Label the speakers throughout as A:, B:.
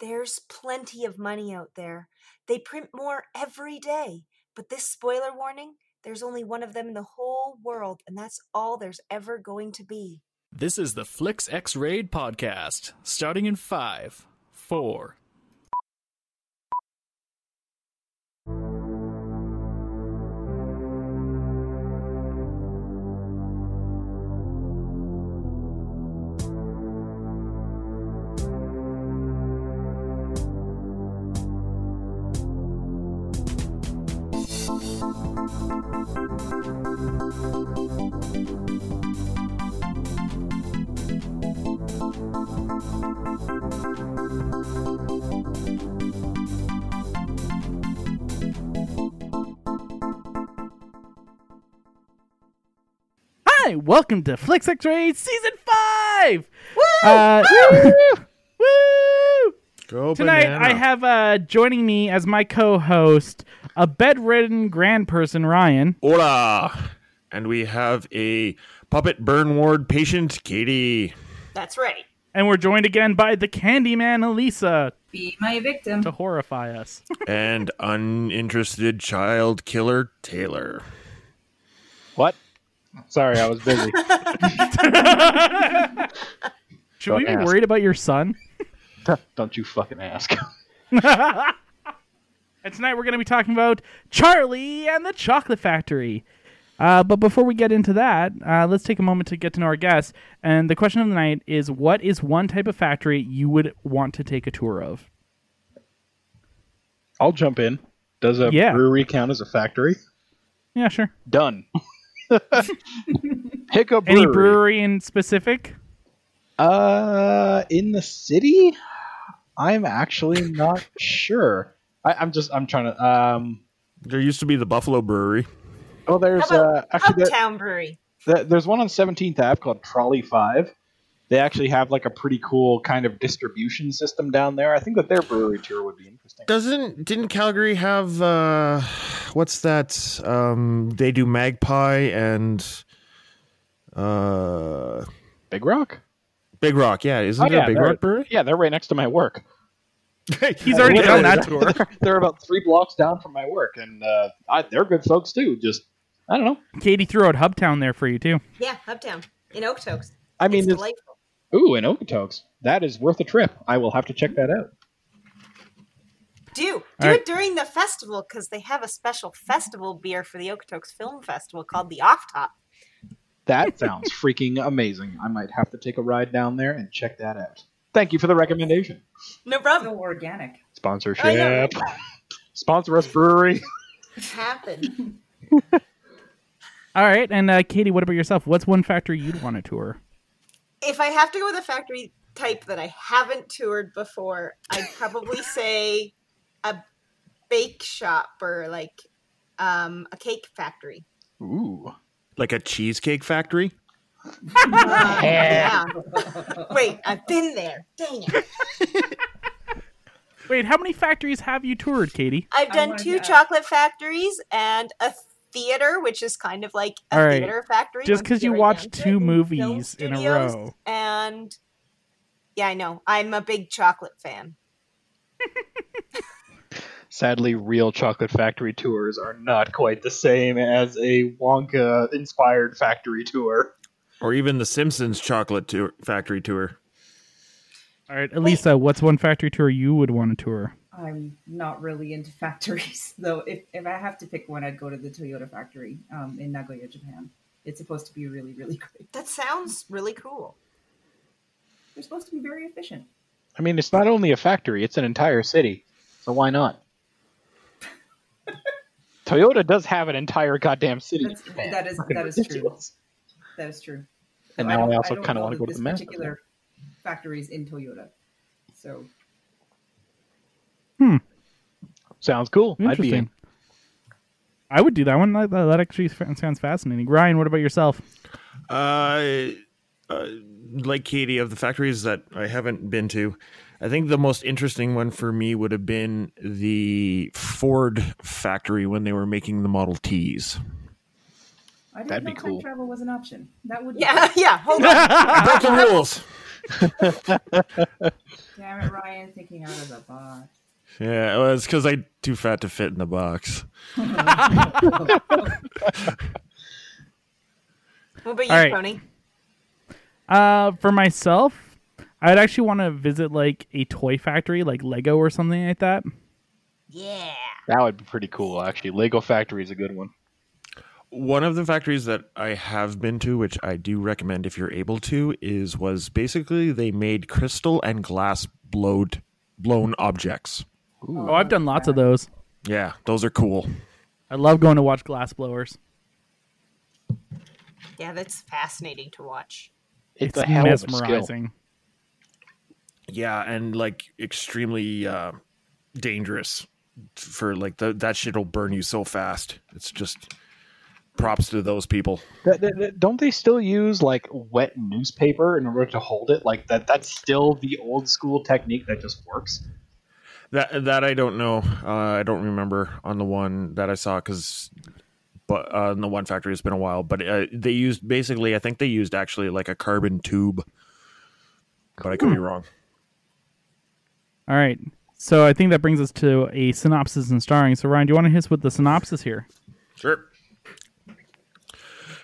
A: There's plenty of money out there. They print more every day. But this spoiler warning there's only one of them in the whole world, and that's all there's ever going to be.
B: This is the Flix X Raid podcast, starting in five, four.
C: Hi, welcome to Flex X Raid Season 5! Woo! woo!
D: Go
C: Tonight,
D: banana.
C: I have uh, joining me as my co host a bedridden grand person, Ryan.
D: Hola. And we have a puppet burn ward patient, Katie.
A: That's right.
C: And we're joined again by the Candyman, Elisa,
E: Be my victim.
C: to horrify us.
D: and uninterested child killer, Taylor.
F: What? Sorry, I was busy.
C: Should we
F: Don't
C: be
F: ask.
C: worried about your son?
F: Don't you fucking ask.
C: And tonight we're going to be talking about Charlie and the Chocolate Factory. Uh, but before we get into that, uh, let's take a moment to get to know our guests. And the question of the night is what is one type of factory you would want to take a tour of?
F: I'll jump in. Does a
C: Yeah.
F: brewery count as a factory?
C: Yeah, sure.
F: Done. Pick a brewery.
C: Any brewery in specific?
F: Uh, in the city? I'm actually not sure. I, I'm just. I'm trying to. Um.
D: There used to be the Buffalo Brewery.
F: Well, there's
A: How about
F: uh, actually there,
A: Uptown Brewery.
F: there- there's one on 17th Ave called Trolley Five. They actually have like a pretty cool kind of distribution system down there. I think that their brewery tour would be interesting.
D: Doesn't didn't Calgary have uh what's that? Um they do Magpie and uh
F: Big Rock.
D: Big Rock, yeah. Isn't
F: Oh,
D: there
F: yeah,
D: a Big
F: there-
D: Rock Brewery?
F: Yeah, they're right next to my work.
C: He's already
F: Yeah,
C: done
F: they're-
C: that tour.
F: They're, they're about three blocks down from my work, and uh, I, they're good folks too. Just I don't know.
C: Katie threw out Hubtown there for you, too.
A: Yeah, Uptown in Okotoks.
F: I mean,
A: it's
F: it's-
A: delightful.
F: ooh, in Okotoks, that is worth a trip. I will have to check that out.
A: Do do
C: All right.
A: it during the festival because they have a special festival beer for the Okotoks Film Festival called the Off Top.
F: That sounds freaking amazing. I might have to take a ride down there and check that out. Thank you for the recommendation.
A: No problem.
E: So organic.
F: Sponsorship.
A: I know.
F: Sponsor us, brewery.
A: Happen.
C: All right. And uh, Katie, what about yourself? What's one factory you'd want to tour?
A: If I have to go with a factory type that I haven't toured before, I'd probably say a bake shop or like um, a cake factory.
F: Ooh.
D: Like a cheesecake factory?
A: Yeah. Wait, I've been there. Dang it.
C: Wait, how many factories have you toured, Katie?
A: I've
E: I
A: done
E: wanna
A: two
E: go.
A: chocolate factories and a theater, which is kind of like a
C: All right.
A: theater factory.
C: Just
A: once
C: because
A: get
C: you
A: right down
C: watched
A: to it,
C: two
A: and film
C: movies in a
A: studios,
C: row.
A: And yeah, I know. I'm a big chocolate fan.
F: Sadly, real chocolate factory tours are not quite the same as a Wonka inspired factory tour.
D: Or even the Simpsons chocolate tour, factory tour.
C: All right, Elisa, what's one factory tour you would want to tour?
E: I'm not really into factories, though. If, if I have to pick one, I'd go to the Toyota factory um, in Nagoya, Japan. It's supposed to be really, really great.
A: That sounds really cool.
E: They're supposed to be very efficient.
F: I mean, it's not only a factory, it's an entire city. So why not? Toyota does have an entire goddamn city.
E: That's, that is that is true. That is true.
F: And
E: I
F: now
E: don't-
F: I also
E: don't
F: kind
E: know that
F: of want to go to
E: this
F: the map.
E: particular factories in Toyota. So
F: Sounds cool. I'd be
C: Interesting.
F: in.
C: I would do that one. That, that actually fa- sounds fascinating. Ryan, what about yourself?
D: Uh, uh, like Katie, of the factories that I haven't been to, I think the most interesting one for me would have been the Ford factory when they were making the Model Ts.
E: I didn't
F: That'd
E: know
F: be cool.
E: time travel was an option. That would be
A: Yeah, yeah. Hold on.
D: I broke the rules.
E: Damn it, Ryan, thinking out of the box.
D: Yeah, well, it's because I'm too fat to fit in the box.
A: What about you,
C: All right.
A: Tony?
C: Uh, for myself, I'd actually want to visit like a toy factory, like Lego or something like that.
A: Yeah.
F: That would be pretty cool, actually. Lego Factory is a good one.
D: One of the factories that I have been to, which I do recommend if you're able to, is was basically they made crystal and glass blowed blown objects.
C: Oh, I've done lots of those.
D: Yeah, those are cool.
C: I love going to watch glass blowers.
A: Yeah, that's fascinating to watch.
F: It's, a hell of a skill.
C: mesmerizing.
D: Yeah, and like extremely uh, dangerous for like the, that shit'll burn you so fast. It's just props to those people.
F: That- that- that- don't they still use like wet newspaper in order to hold it? Like that? That's still the old school technique that just works.
D: That that I don't know. Uh, I don't remember on the one that I saw because, but on the one factory, it's been a while. But uh, they used basically, I think they used actually like a carbon tube. But I could be wrong.
C: All right. So I think that brings us to a synopsis and starring. So Ryan, do you want to hit us with the synopsis here?
D: Sure.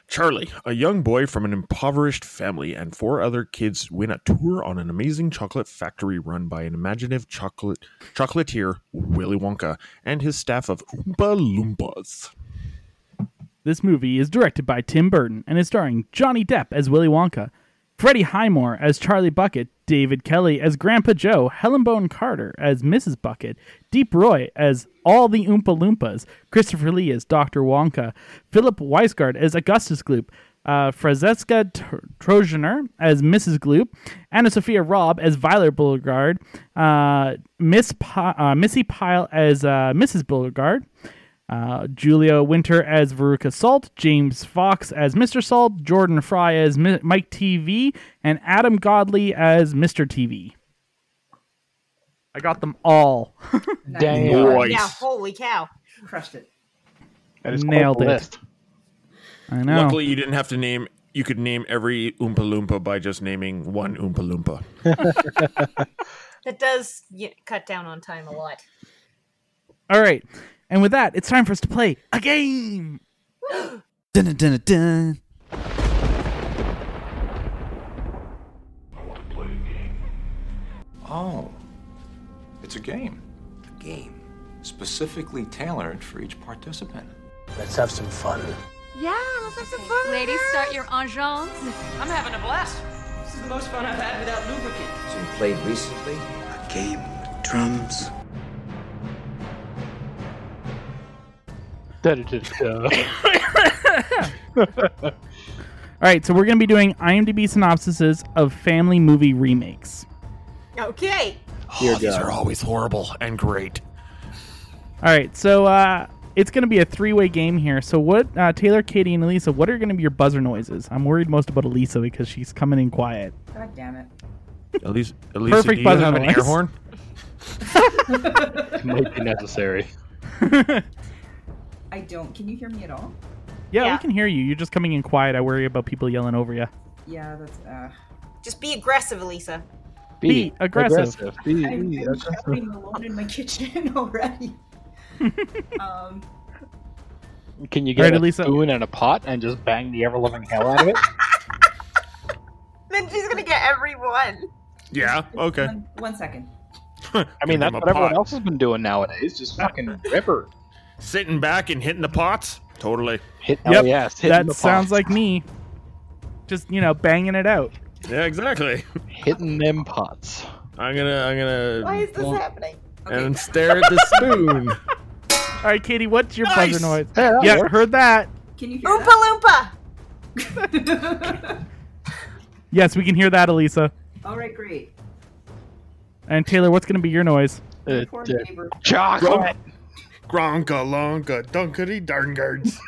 D: Charlie, a young boy from an impoverished family, and four other kids win a tour on an amazing chocolate factory run by an imaginative chocolate chocolatier, Willy Wonka, and his staff of Oompa Loompas.
C: This movie is directed by Tim Burton and is starring Johnny Depp as Willy Wonka, Freddie Highmore as Charlie Bucket, David Kelly as Grandpa Joe, Helen Bone Carter as Mrs. Bucket, Deep Roy as all the Oompa Loompas, Christopher Lee as Dr. Wonka, Philip Weisgard as Augustus Gloop, uh, Francesca Tr- Trojaner as Mrs. Gloop, Anna Sophia Robb as Violet Beauregard, uh, Miss Pi- uh, Missy Pyle as uh, Mrs. Beauregard, uh, Julia Winter as Veruca Salt, James Fox as Mr. Salt, Jordan Fry as Mi- Mike TV, and Adam Godley as Mr. TV. I got them all.
F: Dang.
D: Nice.
A: Yeah, holy cow.
E: Crushed it.
F: That is
C: Nailed
F: quite the
C: it.
F: list.
C: I know.
D: Luckily, you didn't have to name. You could name every Oompa Loompa by just naming one Oompa Loompa.
A: That does y cut down on time a lot.
C: All right. And with that, it's time for us to play a game.
G: Dun, dun, dun, dun.
H: Oh, it's a game. A game specifically tailored for each participant.
I: Let's have some fun.
J: Ladies, start your engines.
K: I'm having a blast. This is the most fun I've had without lubricant.
I: So you played recently?
G: A game with drums.
F: Da-da-da-da.
C: All right. So we're going to be doing IMDb synopsises of family movie remakes.
A: Okay.
F: Dear
D: these
F: God.
D: are always horrible and great.
C: All right. So uh, it's going to be a three way game here. So, what, uh, Taylor, Katie, and Elisa, what are going to be your buzzer noises? I'm worried most about Elisa because she's coming in quiet.
E: God damn it.
D: At least, at least,
C: Perfect
D: do you
C: buzzer
D: have an
C: noise.
D: air horn?
F: Might be necessary.
E: I don't. Can you hear me at all?
C: Yeah,
A: Yeah.
C: we can hear you. You're just coming in quiet. I worry about people yelling over you.
E: Yeah, that's. Uh,
A: Just be aggressive, Elisa.
C: Be aggressive.
F: Be,
E: I'm,
F: be
E: I'm
F: aggressive.
E: shouting alone in my kitchen already. um,
F: Can you
C: Alright,
F: get a
C: Elisa.
F: spoon and a pot and just bang the ever loving hell out of it?
A: Then she's gonna get everyone.
D: Yeah. Okay.
E: one- one second.
F: I mean,
D: Give them
F: that's
D: a
F: what everyone
D: pot.
F: else has been doing nowadays. Just fucking river.
D: Sitting back and hitting the pots. Totally.
F: Hit
C: Yep,
F: yep, Oh, yes. Hitting
C: That
F: the
C: sounds
F: pots.
C: like me. Just, you know, banging it out.
D: Yeah, exactly.
F: hitting them pots.
D: I'm gonna, I'm gonna,
A: Why is this happening?
D: and stare at the spoon.
C: All right, Katie, what's your
D: Nice!
C: buzzer noise?
F: Yeah, that
C: yeah,
F: works.
C: heard that.
E: Can you hear
A: Oompa
E: that?
A: Loompa!
C: Yes, we can hear that, Elisa.
E: All right, great.
C: And Taylor, what's going to be your noise?
F: Uh,
E: Poor
F: uh,
E: neighbor.
F: chocolate.
D: Gronka lonka dunkity darngards.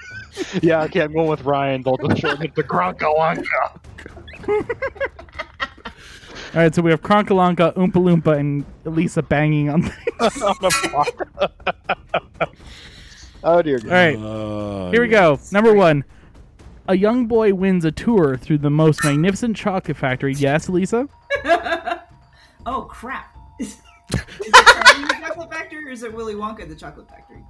F: yeah, okay, I'm going with Ryan. They'll just shorten it to Gronkalonka.
C: All right, so we have Kronkalonka, Oompa Loompa, and Elisa banging on things. All
F: Oh dear. God.
C: right,
D: Uh,
C: Uh, here we go. Number one a young boy wins a tour through the most magnificent chocolate factory. Yes, Lisa?
E: Oh crap! is it Charlie the Chocolate Factory or is it Willy Wonka the Chocolate Factory?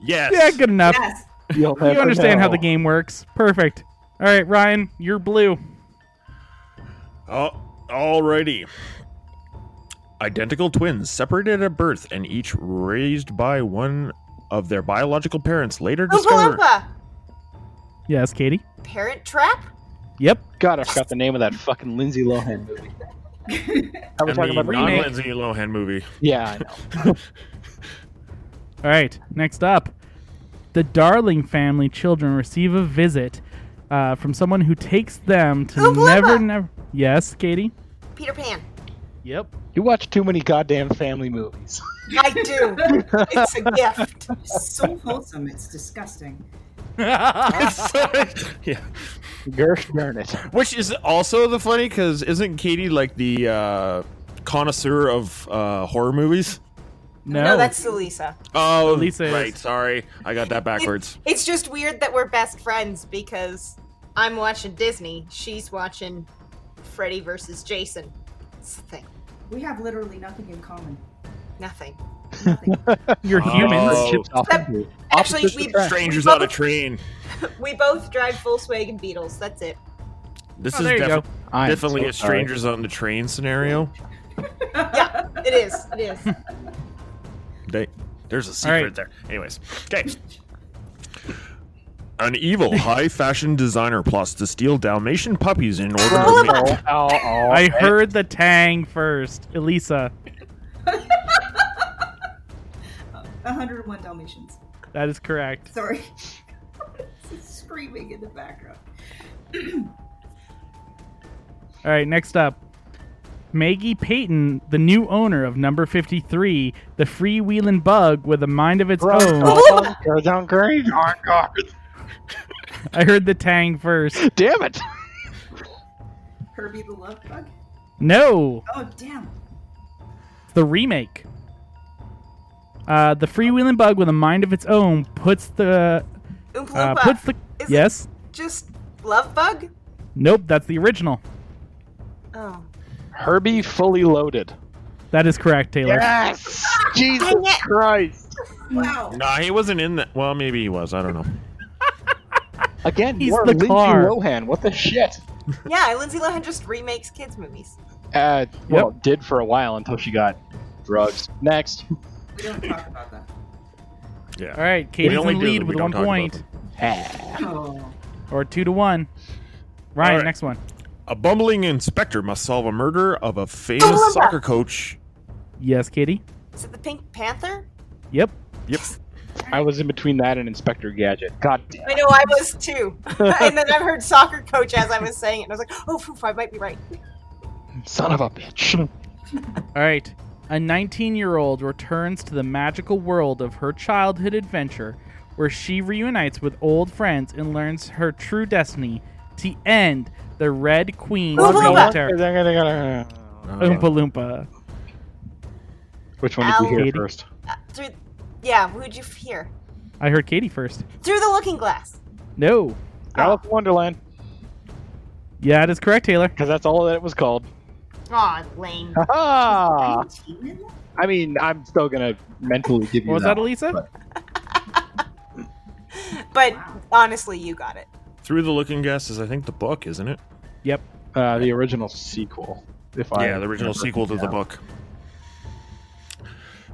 D: Yes.
C: Yeah, good enough.
E: Yes.
F: You'll
C: You
F: never
C: understand how
F: know.
C: the game works. Perfect. All right, Ryan, you're blue.
D: Oh, alrighty. Identical twins separated at birth and each raised by one of their biological parents later
F: Oh,
D: discovered.
A: Oopaloopa!
C: Yes, Katie?
A: Parent Trap?
C: Yep.
F: God, I forgot the name of that fucking Lindsay Lohan movie. I
D: And
F: was talking
D: the
F: about remake.
D: non-Lindsay Lohan movie.
F: Yeah, I know.
C: All right, next up. The Darling family children receive a visit uh, from someone who takes them to
A: Oompa
C: never,
A: Loompa!
C: never. Yes, Katie?
A: Peter Pan.
C: Yep.
F: You watch too many goddamn family movies.
A: I do. it's a gift.
E: It's so wholesome. It's disgusting.
F: Ah.
D: yeah.
F: Gersh darn it.
D: Which is also the funny because isn't Katie like the uh, connoisseur of uh, horror movies?
C: No.
A: No, that's Lisa.
D: Oh,
C: Lisa is.
D: right. Sorry, I got that backwards.
A: It's just weird that we're best friends because I'm watching Disney. She's watching Freddy versus Jason. It's the thing.
E: We have literally nothing in common.
A: Nothing.
E: Nothing.
C: You're humans.
D: Oh.
F: Chips off
A: That-
F: the-
A: Actually,
F: Opposites
A: we,
F: attract.
D: Strangers on a train.
A: we both drive Volkswagen Beetles. That's it.
D: This
C: Oh,
D: is
C: there you
D: defi-
C: go.
F: I'm
D: definitely
F: so
D: a strangers on the train scenario.
A: Yeah, it is. It
C: Uh,
A: is.
D: They, there's a secret
C: All right.
D: there. Anyways, okay. An evil high fashion designer plots to steal Dalmatian puppies in order to make
F: sorry. Oh, oh, oh.
C: I heard the tang first. Elisa,
E: 101 Dalmatians.
C: that is correct.
E: Sorry. Screaming in the background.
C: All right, next up. Maggie Payton, the new owner of number 53, the freewheeling bug with a mind of its
F: Bro,
C: own.
F: oh, oh, down grade. Oh, God.
C: I heard the tang first.
F: Damn it.
E: Herbie the Love Bug?
C: No,
E: Oh, damn.
C: the remake. Uh, the freewheeling bug with a mind of its own puts the
A: Oompa
C: uh,
A: Loompa.
C: puts the
A: Is
C: yes.
A: it just Love Bug?
C: Nope, that's the original.
A: Oh.
F: Herbie fully loaded.
C: That is correct, Taylor.
F: Yes. Jesus
A: Dang it.
F: Christ.
E: Wow.
D: Nah, he wasn't in that. Well, maybe he was. I don't know.
F: Again,
C: He's
F: you're
C: the
F: Lindsay
C: car.
F: Lohan. What the shit?
A: Yeah, Lindsay Lohan just remakes kids' movies.
F: Uh, well, did for a while until she got drugs. Next.
E: We don't talk about that.
C: All right, Katie's in the
D: only do
C: lead
D: them, we
C: with
D: don't
C: one
D: talk about
C: point
F: Ah.
E: Oh.
C: or two to one. Ryan,
D: All right.
C: next one.
D: A bumbling inspector must solve a murder of a famous soccer coach.
C: Yes, Katie.
A: Is it the Pink Panther?
C: Yep.
D: Yep.
F: I was in between that and Inspector Gadget. God damn.
A: I know I was too. and then I heard soccer coach as I was saying it, and I was like, oh, poof, I might be right.
F: Son of a bitch.
C: All right. A 19 year old returns to the magical world of her childhood adventure where she reunites with old friends and learns her true destiny to end the Red Queen's
A: Oompa Loompa.
C: reign of terror.
D: Uh,
C: Oompa Loompa.
F: Which one did you hear
C: Katie.
F: first?
A: Uh, Through, yeah, who'd you hear?
C: I heard Katie first.
A: Through the looking glass.
C: No.
F: Alice in Wonderland,
C: Yeah, it is correct, Taylor.
F: because that's all that it was called.
A: Aw, lame.
F: Ah!
E: 19 in that?
F: I mean, I'm still gonna mentally give you
C: Was
F: that.
C: that Elisa?
A: But honestly, you got it.
D: Through the Looking Glass is, I think, the book, isn't it?
C: Yep.
F: uh, the original sequel. If I
D: yeah, the original
F: remember.
D: sequel to the
F: Yeah.
D: book.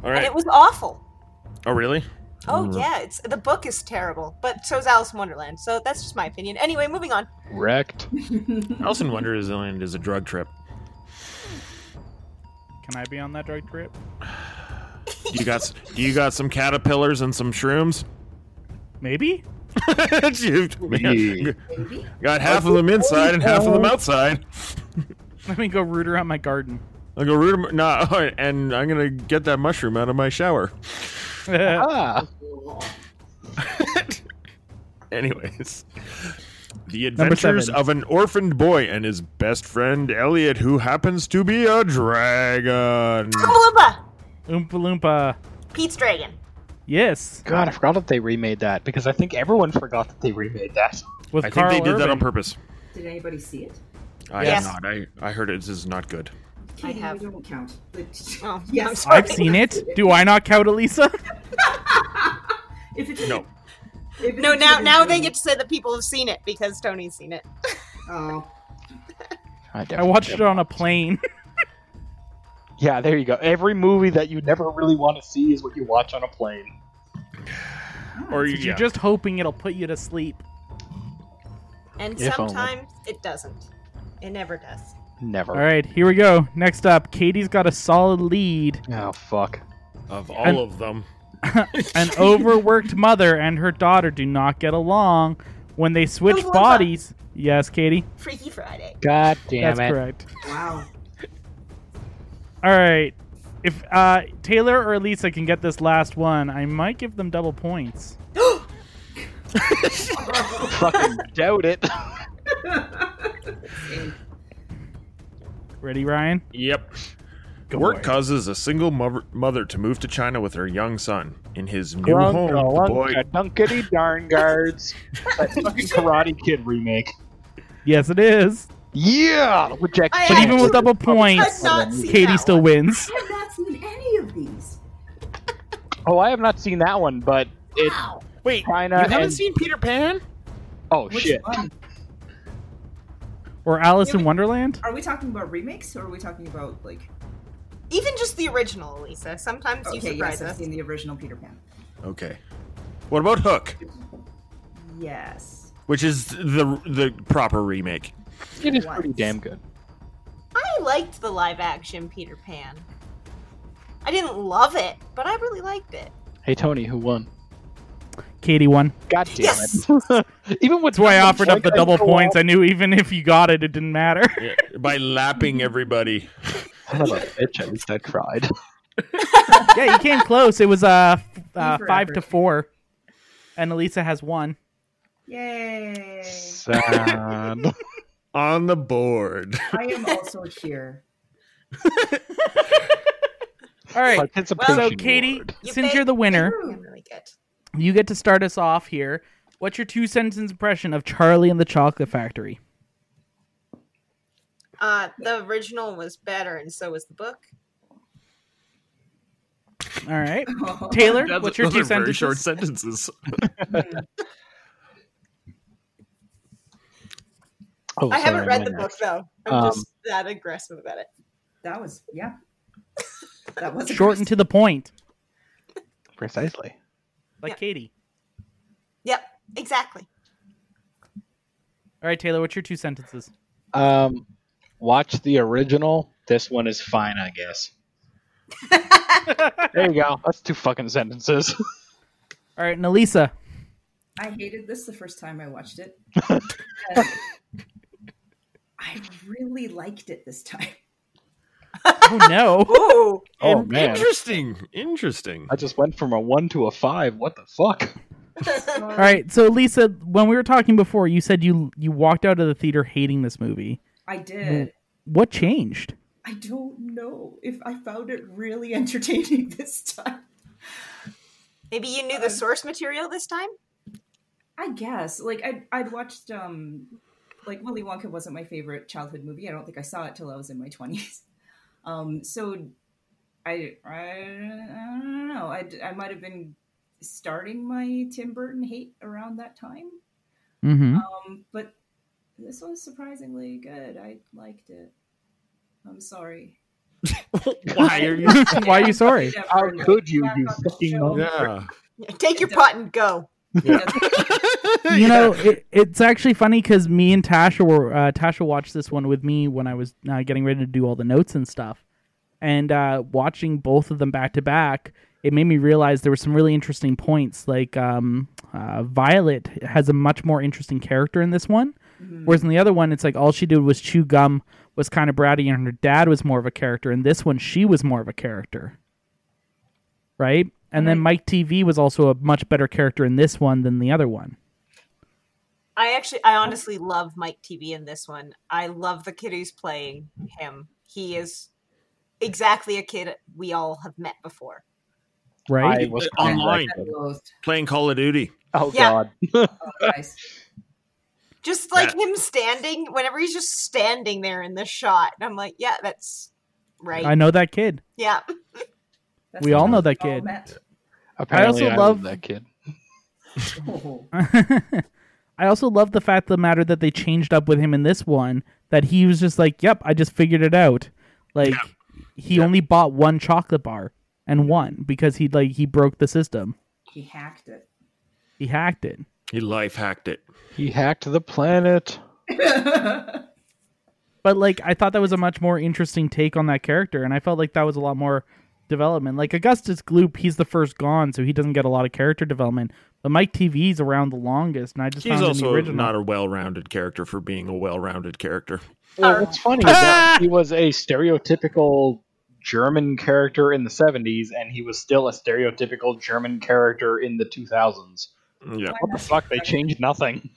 D: All
A: And
D: right.
A: it was awful.
D: oh, really?
A: Oh
C: Mm-hmm.
A: yeah, it's the book is terrible, but so is Alice in Wonderland. So that's just my opinion. Anyway, moving on.
F: Wrecked.
D: Alice in Wonderland is a drug trip.
C: Can I be on that drug trip?
D: You got, s- you got some caterpillars and some shrooms.
C: Maybe?
D: You-
F: Yeah.
D: man, Got half of them inside and half of them outside.
C: Let me go root around my garden.
D: I'll go root 'em- Nah, all right, and I'm gonna get that mushroom out of my shower.
A: Uh-huh.
F: Ah,
D: Anyways, the
C: Number seven.
D: adventures of an orphaned boy and his best friend Elliot, who happens to be a dragon.
A: Oompa Loompa,
C: Oompa Loompa.
A: Pete's Dragon.
C: Yes.
F: God, I forgot that they remade that because I think everyone forgot that they remade that.
C: With
D: I think they did that on purpose.
E: Did anybody see it?
D: I
E: Yes.
D: have not. I, I heard it is not good.
E: I have. Don't count. But-
A: Oh, I'm
E: yes,
C: I've seen it. Do I not count Elisa?
E: If it's
D: No.
E: if
A: No,
E: it's
A: now
E: a-
A: now they get to say that people have seen it because Tony's seen it.
E: Oh,
F: I, um,
C: I watched it on a plane.
F: Yeah, there you go. Every movie that you never really want to see is what you watch on a plane.
D: Or
C: You're
D: yeah.
C: just hoping it'll put you to sleep.
A: And
F: If only.
A: sometimes it doesn't. It never does.
F: Never.
C: All right, here we go. Next up, Katie's got a solid lead.
F: Oh fuck.
D: of all
C: And-
D: of them.
C: An overworked mother and her daughter do not get along when they switch
A: Who won that?
C: bodies. Yes, Katie.
A: Freaky Friday.
F: God damn
C: That's
F: it.
C: correct.
E: wow.
C: All right. If uh, Taylor or Elisa can get this last one, I might give them double points.
F: Fucking doubt it.
C: Ready, Ryan?
D: Yep.
C: Go
D: Work
C: for it.
D: causes a single mother, mother to move to China with her young son. In his new home, the boy
F: Grunka, dunkity darn guards. that fucking Karate Kid remake.
C: Yes, it is.
F: Yeah, with Jack.
A: I
C: But
A: Yeah,
C: even with
A: actually,
C: double
A: I've
C: points,
A: not seen
C: Katie
A: that
C: still
A: one.
C: wins.
E: I have not seen any of these.
F: oh, I have not seen that one, but it.
D: Wait,
F: China and-
D: seen Peter Pan?
F: Oh
E: Which
F: shit.
E: one?
C: Or Alice
E: Yeah,
C: in
E: we-
C: Wonderland?
E: Are we talking about remakes or are we talking about like?
A: Even just the original, Lisa. Sometimes you
E: Okay,
A: surprise
E: yes, I've
A: us.
E: seen the original Peter Pan.
D: Okay. What about Hook,
E: Yes.
D: which is the the proper remake?
F: It is
E: What?
F: pretty damn good.
A: I liked the live action Peter Pan. I didn't love it, but I really liked it.
F: Hey Tony, who won?
C: Katie won.
F: God damn
A: Yes.
F: it. even with
C: That's why I
F: double
C: offered up the
F: points, I
C: double
F: still
C: points. I knew even if you got it, it didn't matter.
D: Yeah, by lapping everybody.
F: Son of a bitch, at least I tried.
C: yeah, you came close. It was uh, f- uh
E: for
C: five
E: effort.
C: to four, and Elisa has one.
E: Yay!
F: Sad.
D: On the board.
E: I am also here.
C: All right.
F: Participation
C: So Katie,
F: award.
A: You
C: since
A: big-
C: you're the winner,
A: I'm really good.
C: you get to start us off here. What's your two sentence impression of Charlie and the Chocolate Factory?
A: Uh, the original was better, and so was the book.
C: All right, Taylor, what's your
D: Those
C: two
D: are very
C: sentences?
D: short sentences.
F: Oh,
A: I haven't
F: sorry,
A: read
F: I'm
A: the
F: in
A: book
F: next.
A: though. I'm
F: Um,
A: just that aggressive about it.
E: That was yeah. That was
C: short and to the point,
F: Precisely.
C: like
A: Yeah.
C: Katie.
A: Yep, exactly.
C: All right, Taylor, what's your two sentences?
F: Um, watch the original. This one is fine, I guess. there you go. That's two fucking sentences.
C: All right, and Elisa,
E: I hated this the first time I watched it. And I really liked it this time.
C: oh no,
A: Ooh,
F: Oh,
D: In-
F: man.
D: Interesting. Interesting.
F: I just went from a one to a five. What the fuck?
C: All right, so Lisa, when we were talking before, you said you you walked out of the theater hating this movie.
E: I did.
C: What changed?
E: I don't know if I found it really entertaining this time.
A: maybe you
E: Um,
A: knew the source material this time.
E: I guess. Like I I'd watched um like Willy Wonka wasn't my favorite childhood movie. I don't think I saw it till I was in my 20s. Um so I I, I don't know. I I might have been starting my Tim Burton hate around that time.
C: Mm-hmm.
E: Um but this was surprisingly good. I liked it. I'm sorry.
D: Why are you?
C: Why are you sorry?
E: Never
F: How
E: let
F: could you,
E: back on
F: you
E: the
F: fucking
E: show.
F: monster.
D: Yeah.
A: Take your pot and go.
C: you know, it, it's actually funny because me and Tasha were uh, Tasha watched this one with me when I was uh, getting ready to do all the notes and stuff, and uh, watching both of them back to back, it made me realize there were some really interesting points. Like um, uh, Violet has a much more interesting character in this one, whereas in the other one, it's like all she did was chew gum, was kind of bratty, and her dad was more of a character. In this one, she was more of a character, right? And then Mike TV was also a much better character in this one than the other one.
A: I actually, I honestly love Mike TV in this one. I love the kid who's playing him. He is exactly a kid we all have met before.
C: Right?
D: I was online playing Call of Duty.
F: Oh
A: Yeah.
F: God!
A: Just like him standing, whenever he's just standing there in the shot, and I'm like, yeah, that's right.
C: I know that kid.
A: Yeah.
C: we all know
E: Oh,
C: that kid.
L: Apparently,
C: I
L: I,
C: also
L: love
C: love.
L: that kid.
E: Oh,
C: I also love the fact of the matter that they changed up with him in this one. That he was just like, "Yep, I just figured it out." Like he only bought one chocolate bar and one because he like he broke the system.
E: He hacked it.
C: He hacked it.
D: He life hacked it.
F: He hacked the planet.
C: But like I thought that was a much more interesting take on that character, and I felt like that was a lot more development. Like Augustus Gloop, he's the first gone, so he doesn't get a lot of character development. But Mike TV's around the longest, and I just
D: He's
C: found in the
D: also
C: original.
D: not a well-rounded character for being a well-rounded character.
F: Well, what's funny is that he was a stereotypical German character in the 70s, and he was still a stereotypical German character in the 2000s.
D: Yeah.
F: What the fuck? They changed nothing.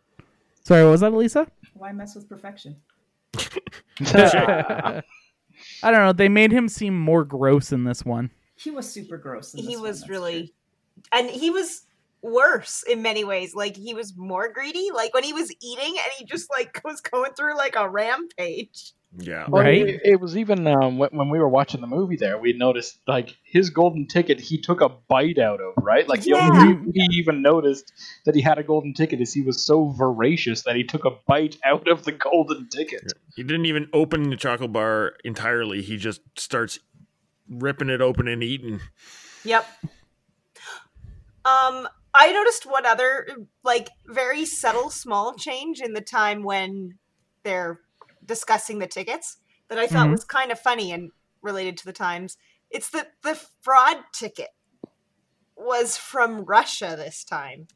C: Sorry, what was that, Elisa?
E: Why mess with perfection?
C: I don't know. They made him seem more gross in this one.
E: He was super gross. In
A: he
E: this
A: was really and he was worse in many ways like he was more greedy like when he was eating and he just like was going through like a rampage
D: Yeah.
F: Well,
C: Right?
F: It, it was even um, wh- when we were watching the movie there, we noticed like his golden ticket he took a bite out of, right? Like the only
A: Yeah.
F: reason he even noticed that he had a golden ticket is he was so voracious that he took a bite out of the golden ticket.
D: He didn't even open the chocolate bar entirely. He just starts ripping it open and eating.
A: yep um i noticed one other like very subtle small change in the time when they're discussing the tickets that i thought
C: Mhm.
A: was kind of funny and related to the times it's that the fraud ticket was from russia this time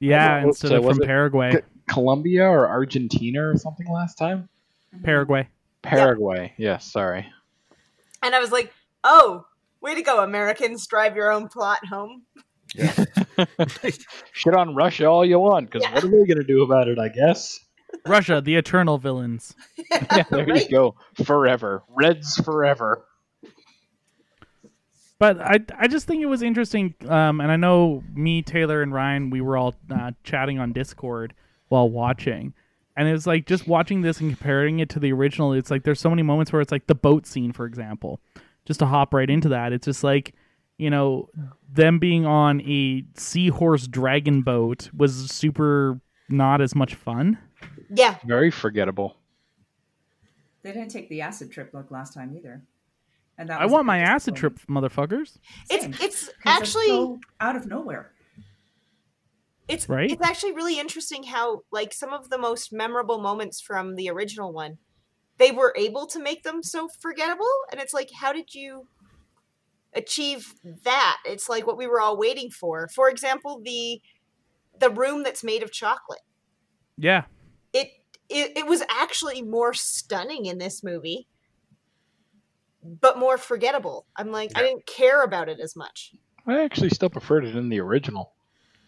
C: Yeah,
F: So
C: instead of
F: was
C: from
F: it
C: Paraguay.
F: C- Colombia or Argentina or something last time?
E: Mhm.
C: Paraguay.
F: Paraguay. Yes, sorry.
A: And I was like, oh, way to go, Americans. Drive your own plot home.
F: Shit on Russia all you want, because what are they going to do about it, I guess?
C: Russia, the eternal villains.
F: Yeah, there you go. Forever. Reds forever.
C: But I, I just think it was interesting. Um, and I know me, Taylor, and Ryan, we were all uh, chatting on Discord while watching. And it was like just watching this and comparing it to the original. It's like there's so many moments where it's like the boat scene, for example. Just to hop right into that, it's just like, you know, them being on a seahorse dragon boat was super not as much fun.
A: Yeah.
F: Very forgettable.
E: They didn't take the acid trip like last time either. And that
C: I
E: was
C: want my acid trip, motherfuckers.
A: It's it's
E: 'Cause it's
A: actually
E: so out of nowhere.
A: it's
C: Right?
A: it's actually really interesting how like some of the most memorable moments from the original one, they were able to make them so forgettable. And it's like, how did you achieve that? It's like what we were all waiting for. For example, the the room that's made of chocolate.
C: Yeah.
A: it it, it was actually more stunning in this movie but more forgettable i'm like i didn't care about it as much
F: I actually still preferred it in the original.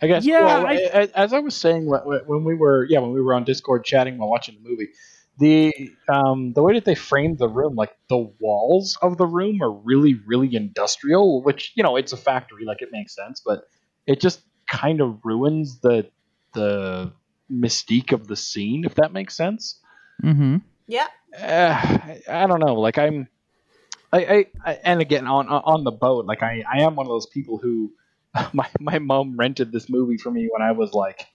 F: I guess.
C: Yeah,
F: well,
C: I-
F: a- a- as I was saying wh- wh- when we were yeah when we were on Discord chatting while watching the movie, the um, the way that they framed the room, like the walls of the room, are really really industrial. Which you know it's a factory, like it makes sense, but it just kind of ruins the the mystique of the scene, if that makes sense
C: Mm-hmm.
A: yeah
F: uh, I- I don't know. Like I'm, I, I, I and again on on- on the boat. Like I, I am one of those people who, my my mom rented this movie for me when I was like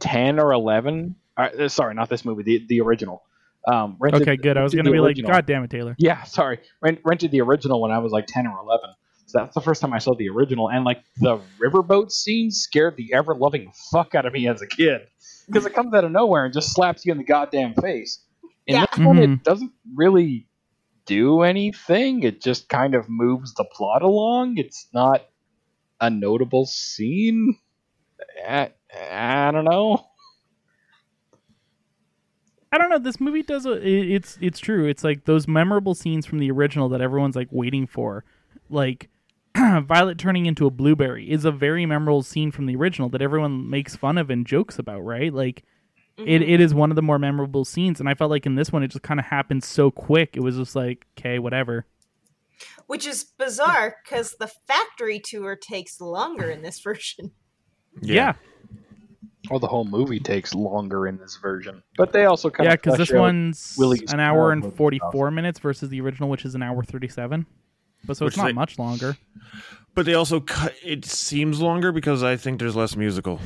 F: ten or eleven. Uh, sorry, not this movie. The the original. Um, rented,
C: Okay, good. I was
F: rented
C: gonna
F: the
C: be
F: original.
C: like, God damn it, Taylor.
F: Yeah, sorry. Rent, rented the original when I was like 10 or 11. So that's the first time I saw the original. And like the riverboat scene scared the ever loving fuck out of me as a kid. Because it comes out of nowhere and just slaps you in the goddamn face. In
A: Yeah.
F: this one,
C: Mhm.
F: it doesn't really do anything. It just kind of moves the plot along. It's not a notable scene. I, I don't know.
C: I don't know. This movie does a, it, it's it's true. It's like those memorable scenes from the original that everyone's like waiting for, like Violet turning into a blueberry is a very memorable scene from the original that everyone makes fun of and jokes about. Right? Like
E: Mm-hmm.
C: it, it is one of the more memorable scenes, and I felt like in this one it just kind of happened so quick. It was just like okay, whatever.
A: which is bizarre because the factory tour takes longer in this version.
C: Yeah.
F: Well, the whole movie takes longer in this version, but they also kind
C: yeah,
F: of
C: because this one's
F: Willie's
C: an hour and
F: childhood
C: forty
F: stuff.
C: four minutes versus the original, which is an hour thirty seven. But so
D: Which
C: it's not
D: they-
C: much longer.
D: But they also cut. It seems longer because I think there's less musical,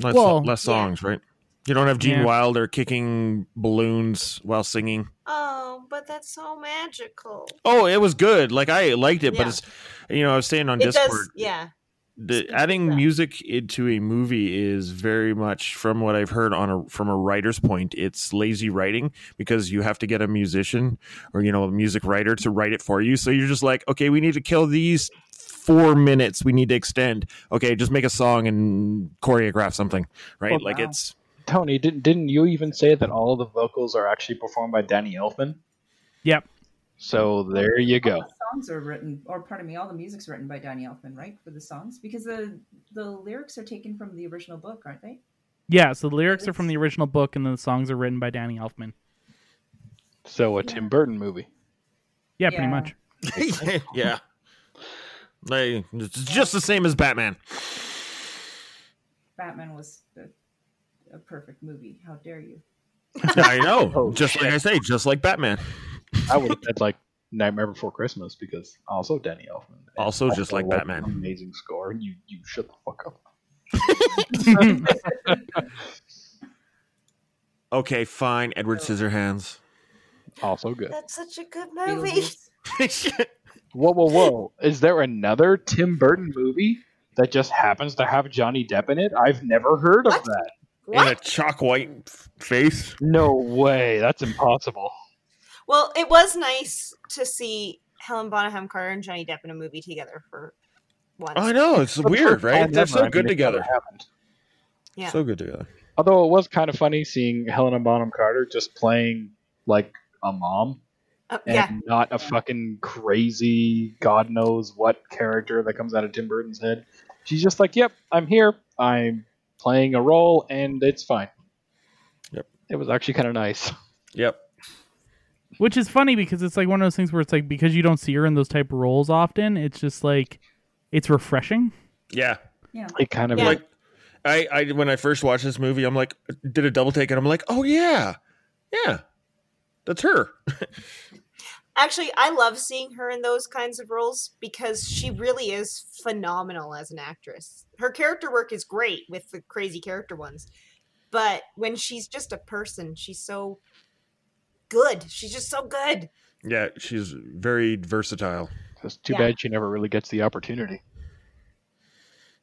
D: less,
C: Well,
D: less songs, right? You don't have Gene
C: Yeah.
D: Wilder kicking balloons while singing.
A: Oh, but that's so magical.
D: Oh, it was good. Like I liked it, but
A: Yeah.
D: it's you know I was saying on
A: it
D: Discord.
A: does, yeah.
D: the adding music into a movie is very much from what I've heard on a from a writer's point it's lazy writing because you have to get a musician or you know a music writer to write it for you so you're just like okay we need to kill these 4 minutes we need to extend okay just make a song and choreograph something right
F: Well,
D: like
F: wow.
D: it's
F: Tony, didn't didn't you even say that all of the vocals are actually performed by Danny Elfman?
C: Yep.
F: So there you go.
E: All the songs are written, or pardon me, all the music's written by Danny Elfman, right? For the songs, because the the lyrics are taken from the original book, aren't they?
C: Yeah, so the lyrics are from the original book, and then the songs are written by Danny Elfman.
F: So a Tim Burton movie.
C: Yeah, pretty much.
D: yeah like it's just the same as Batman
E: Batman was a, a perfect movie. How dare you?
D: I know just like I say just like Batman
F: I would have said like Nightmare Before Christmas because also Danny Elfman.
D: also just like
F: Also,
D: Batman
F: Amazing score. You you shut the fuck up.
D: Okay, fine. Edward Scissorhands.
F: Also good.
A: That's such a good movie.
F: Whoa whoa whoa! Is there another Tim Burton movie that just happens to have Johnny Depp in it? I've never heard of that.
D: In a chalk white f- face.
F: No way. That's impossible.
A: Well, it was nice to see Helen Bonham Carter and Johnny Depp in a movie together for once.
D: Oh, I know it's weird, right? They're so
F: never. I
D: good
F: mean, it never
D: together.
F: happened.
A: Yeah.
D: So good together.
F: Although it was kind of funny seeing Helena Bonham Carter just playing like a mom
A: Uh,
F: and
A: yeah.
F: not a fucking crazy god knows what character that comes out of Tim Burton's head. She's just like, "Yep, I'm here. I'm playing a role and it's fine."
D: Yep.
F: It was actually kind of nice.
D: Yep.
C: Which is funny because it's like one of those things where it's like because you don't see her in those type of roles often, it's just like it's refreshing.
D: Yeah.
E: Yeah.
F: It kind of
A: Yeah.
D: Like I, I when I first watched this movie, I'm like did a double take and I'm like, "Oh yeah. Yeah. That's her."
A: Actually, I love seeing her in those kinds of roles because she really is phenomenal as an actress. Her character work is great with the crazy character ones, but when she's just a person, she's so good. She's just so good.
D: yeah, she's very versatile.
F: It's too
A: Yeah.
F: bad she never really gets the opportunity.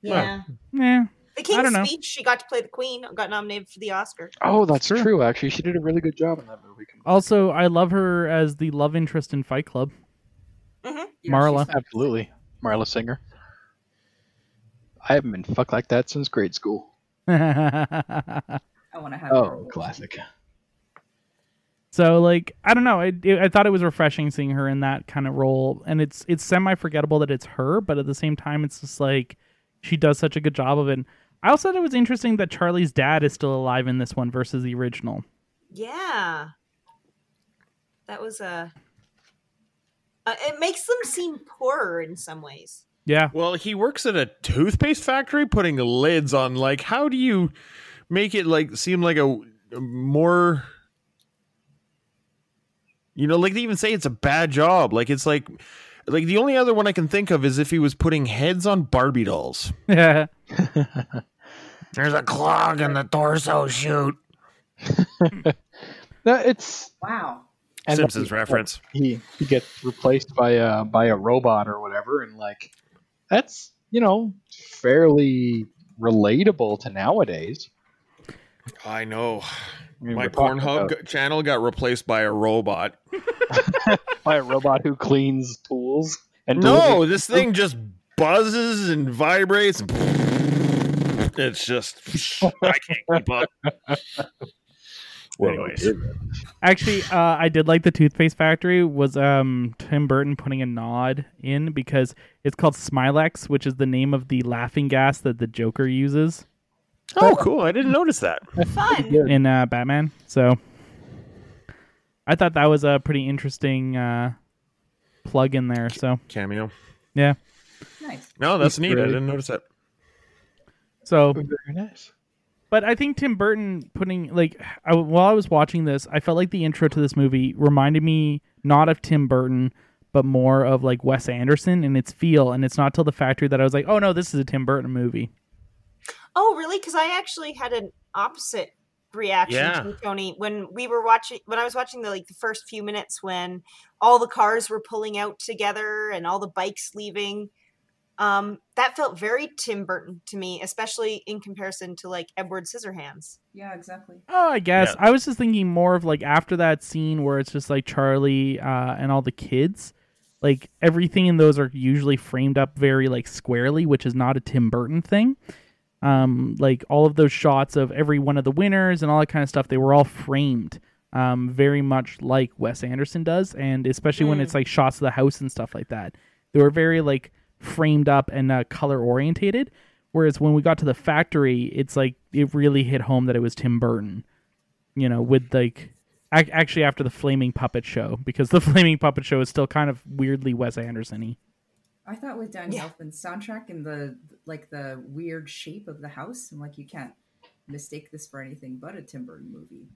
A: Yeah.
C: Yeah.
A: The
C: I don't
A: King's
C: know.
A: Speech, she got to play the Queen, got nominated for the Oscar.
F: Oh, that's
C: Sure.
F: true. Actually, she did a really good job in that movie.
C: Also, I love her as the love interest in Fight Club. Marla.
F: Oh. Absolutely, Marla Singer. I haven't been fucked like that since grade school.
E: I want to have.
F: Oh, classic.
C: so like I don't know. I it, I thought it was refreshing seeing her in that kind of role, and it's it's semi forgettable that it's her, but at the same time, it's just like she does such a good job of it. I also thought it was interesting that Charlie's dad is still alive in this one versus the original.
A: Yeah. That was a. Uh, it makes them seem poorer in some ways.
C: Yeah.
D: Well, he works at a toothpaste factory putting lids on like how do you make it like seem like a, a more you know, like they even say it's a bad job. Like it's like like the only other one I can think of is if he was putting heads on Barbie dolls.
C: Yeah.
D: There's a clog in the torso shoot.
F: No, it's
E: Wow.
F: and
D: Simpsons
F: then he-
D: reference.
F: He he gets replaced by a by a robot or whatever, and like that's you know fairly relatable to nowadays.
D: I know.
F: I mean,
D: My
F: we're talking
D: Pornhub
F: about-
D: g- channel got replaced by a robot.
F: by a robot who cleans tools and
D: No,
F: delivers-
D: this thing just buzzes and vibrates. It's just I can't keep up.
F: Well,
D: Anyways,
F: it is.
C: Actually, uh, I did like the Toothpaste Factory was um, Tim Burton putting a nod in because it's called Smilex, which is the name of the laughing gas that the Joker uses
D: oh, cool! I didn't notice that.
A: Fun.
C: in uh, Batman. So I thought that was a pretty interesting uh, plug in there. So
D: cameo.
C: Yeah.
E: Nice.
D: No, that's neat. I didn't notice that.
C: So
F: very nice.
C: But I think Tim Burton putting like I, while I was watching this, I felt like the intro to this movie reminded me not of Tim Burton, but more of like Wes Anderson and its feel. And it's not till the factory that I was like, oh no, this is a Tim Burton movie.
A: Oh, really? Because I actually had an opposite reaction
C: Yeah.
A: to Tony when we were watching when I was watching the like the first few minutes when all the cars were pulling out together and all the bikes leaving. Um, that felt very Tim Burton to me, especially in comparison to like Edward Scissorhands.
E: Yeah, exactly.
C: Oh, I guess I was just thinking more of like after that scene where it's just like Charlie uh, and all the kids. Like everything in those are usually framed up very like squarely, which is not a Tim Burton thing. Um, like all of those shots of every one of the winners and all that kind of stuff, they were all framed um, very much like Wes Anderson does, and especially when it's like shots of the house and stuff like that. They were very like framed up and uh, color orientated. Whereas when we got to the factory, it's like it really hit home that it was Tim Burton you know, with like ac- actually after the flaming puppet show because the flaming puppet show is still kind of weirdly Wes Anderson-y.
E: I thought with Dan Elfman's soundtrack and the like the weird shape of the house, I'm like, you can't mistake this for anything but a Tim Burton movie.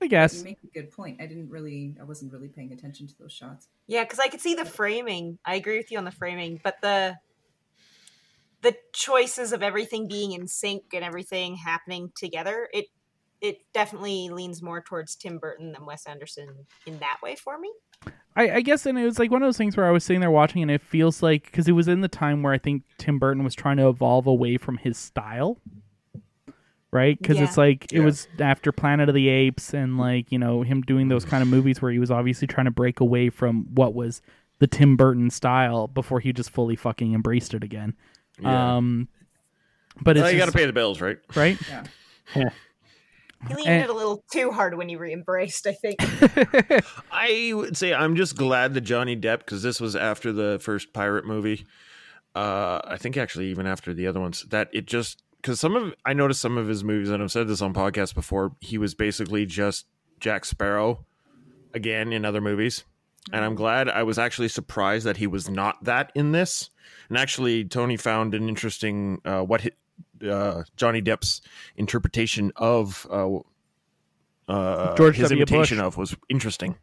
C: I guess.
E: you make a good point. I didn't really, I wasn't really paying attention to those shots.
A: Yeah, because I could see the framing. I agree with you on the framing, but the the choices of everything being in sync and everything happening together, it it definitely leans more towards Tim Burton than Wes Anderson in that way for me.
C: I, I guess, and it was like one of those things where I was sitting there watching, and it feels like because it was in the time where I think Tim Burton was trying to evolve away from his style, right? Because it's
B: Yeah.
C: like it
B: Yeah.
C: was after Planet of the Apes, and like you know him doing those kind of movies where he was obviously trying to break away from what was the Tim Burton style before he just fully fucking embraced it again.
D: Yeah.
C: Um, but it's
D: Well, you
C: just-
D: gotta pay the bills, right?
C: Right.
A: He leaned
D: And-
A: it a little too hard when he re-embraced, I think.
D: I would say I'm just glad that Johnny Depp, because this was after the first pirate movie. Uh, I think actually even after the other ones, that it just because some of I noticed some of his movies, and I've said this on podcasts before. He was basically just Jack Sparrow again in other movies, and I'm glad I was actually surprised that he was not that in this. And actually, Tony found an interesting uh, what hi- uh, Johnny Depp's interpretation of. Uh, uh,
C: George
D: his
C: W. Bush.
D: imitation of was interesting.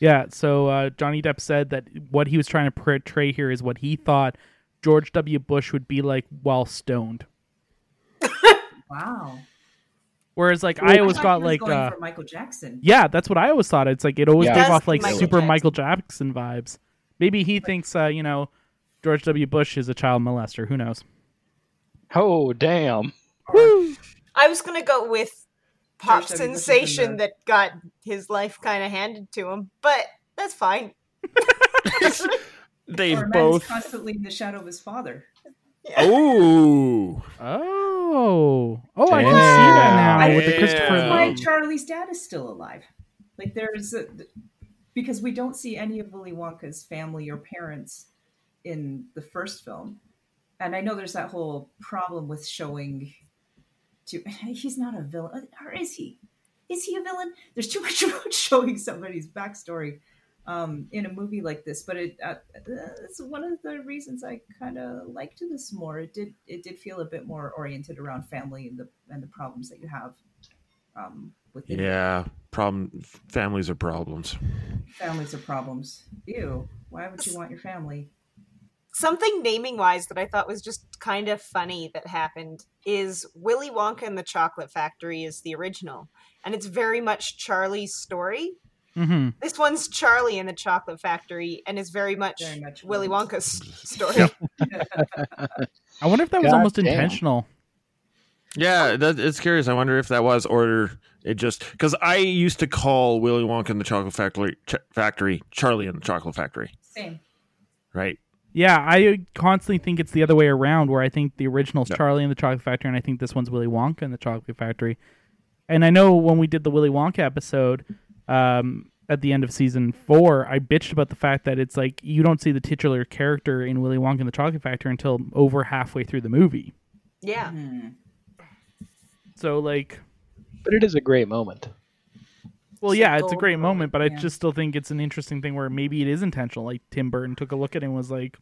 C: Yeah, so uh, Johnny Depp said that what he was trying to portray here is what he thought George W. Bush would be like while stoned.
E: Wow.
C: Whereas, like,
E: I
C: I always
E: thought
C: got
E: he was
C: like,
E: going
C: uh,
E: for Michael Jackson.
C: Yeah, that's what I always thought. It's like it always
E: Yeah.
C: gave
E: Does
C: off like
E: Michael
C: super
E: Jackson.
C: Michael Jackson vibes. Maybe he thinks, uh, you know, George W. Bush is a child molester. Who knows?
F: Oh damn!
A: I was gonna go with pop
F: George W. Bush is in
A: sensation that got his life kind of handed to him, but that's fine.
D: They
E: Or a man is
D: both.
E: constantly in the shadow of his father.
D: Oh.
C: Oh. Oh, I can see that now
E: I-
C: with the Christopher
E: That's why
C: Lee.
E: Charlie's dad is still alive. Like there's a, because we don't see any of Willy Wonka's family or parents in the first film, and I know there's that whole problem with showing. To he's not a villain, Uh, or is he? Is he a villain? There's too much about showing somebody's backstory um, in a movie like this, but it uh, it's one of the reasons I kind of liked this more. It did it did feel a bit more oriented around family and the and the problems that you have um, with the
D: Yeah. Problem. Families are problems.
E: families are problems. Ew, why would you want your family?
A: something naming wise that I thought was just kind of funny that happened is Willy Wonka and the Chocolate Factory is the original, and it's very much Charlie's story.
C: Mm-hmm.
A: This one's Charlie and the Chocolate Factory, and is very much, Willy Wonka's story.
C: I wonder if that was
D: God
C: almost
D: damn.
C: intentional.
D: Yeah, that, it's curious. I wonder if that was or it just because I used to call Willy Wonka and the Chocolate Factory, Ch- Factory, Charlie and the Chocolate Factory,
E: Same.
D: right?
C: Yeah, I constantly think it's the other way around, where I think the original's
D: Yeah.
C: Charlie and the Chocolate Factory, and I think this one's Willy Wonka and the Chocolate Factory. And I know when we did the Willy Wonka episode um, at the end of season four, I bitched about the fact that it's like you don't see the titular character in Willy Wonka and the Chocolate Factory until over halfway through the movie.
A: Yeah.
C: So like,
F: but it is a great moment.
C: Well,
A: It's a
C: yeah, it's a
A: golden
C: great moment, but I
E: yeah.
C: just still think it's an interesting thing where maybe it is intentional. Like Tim Burton took a look at it and was like,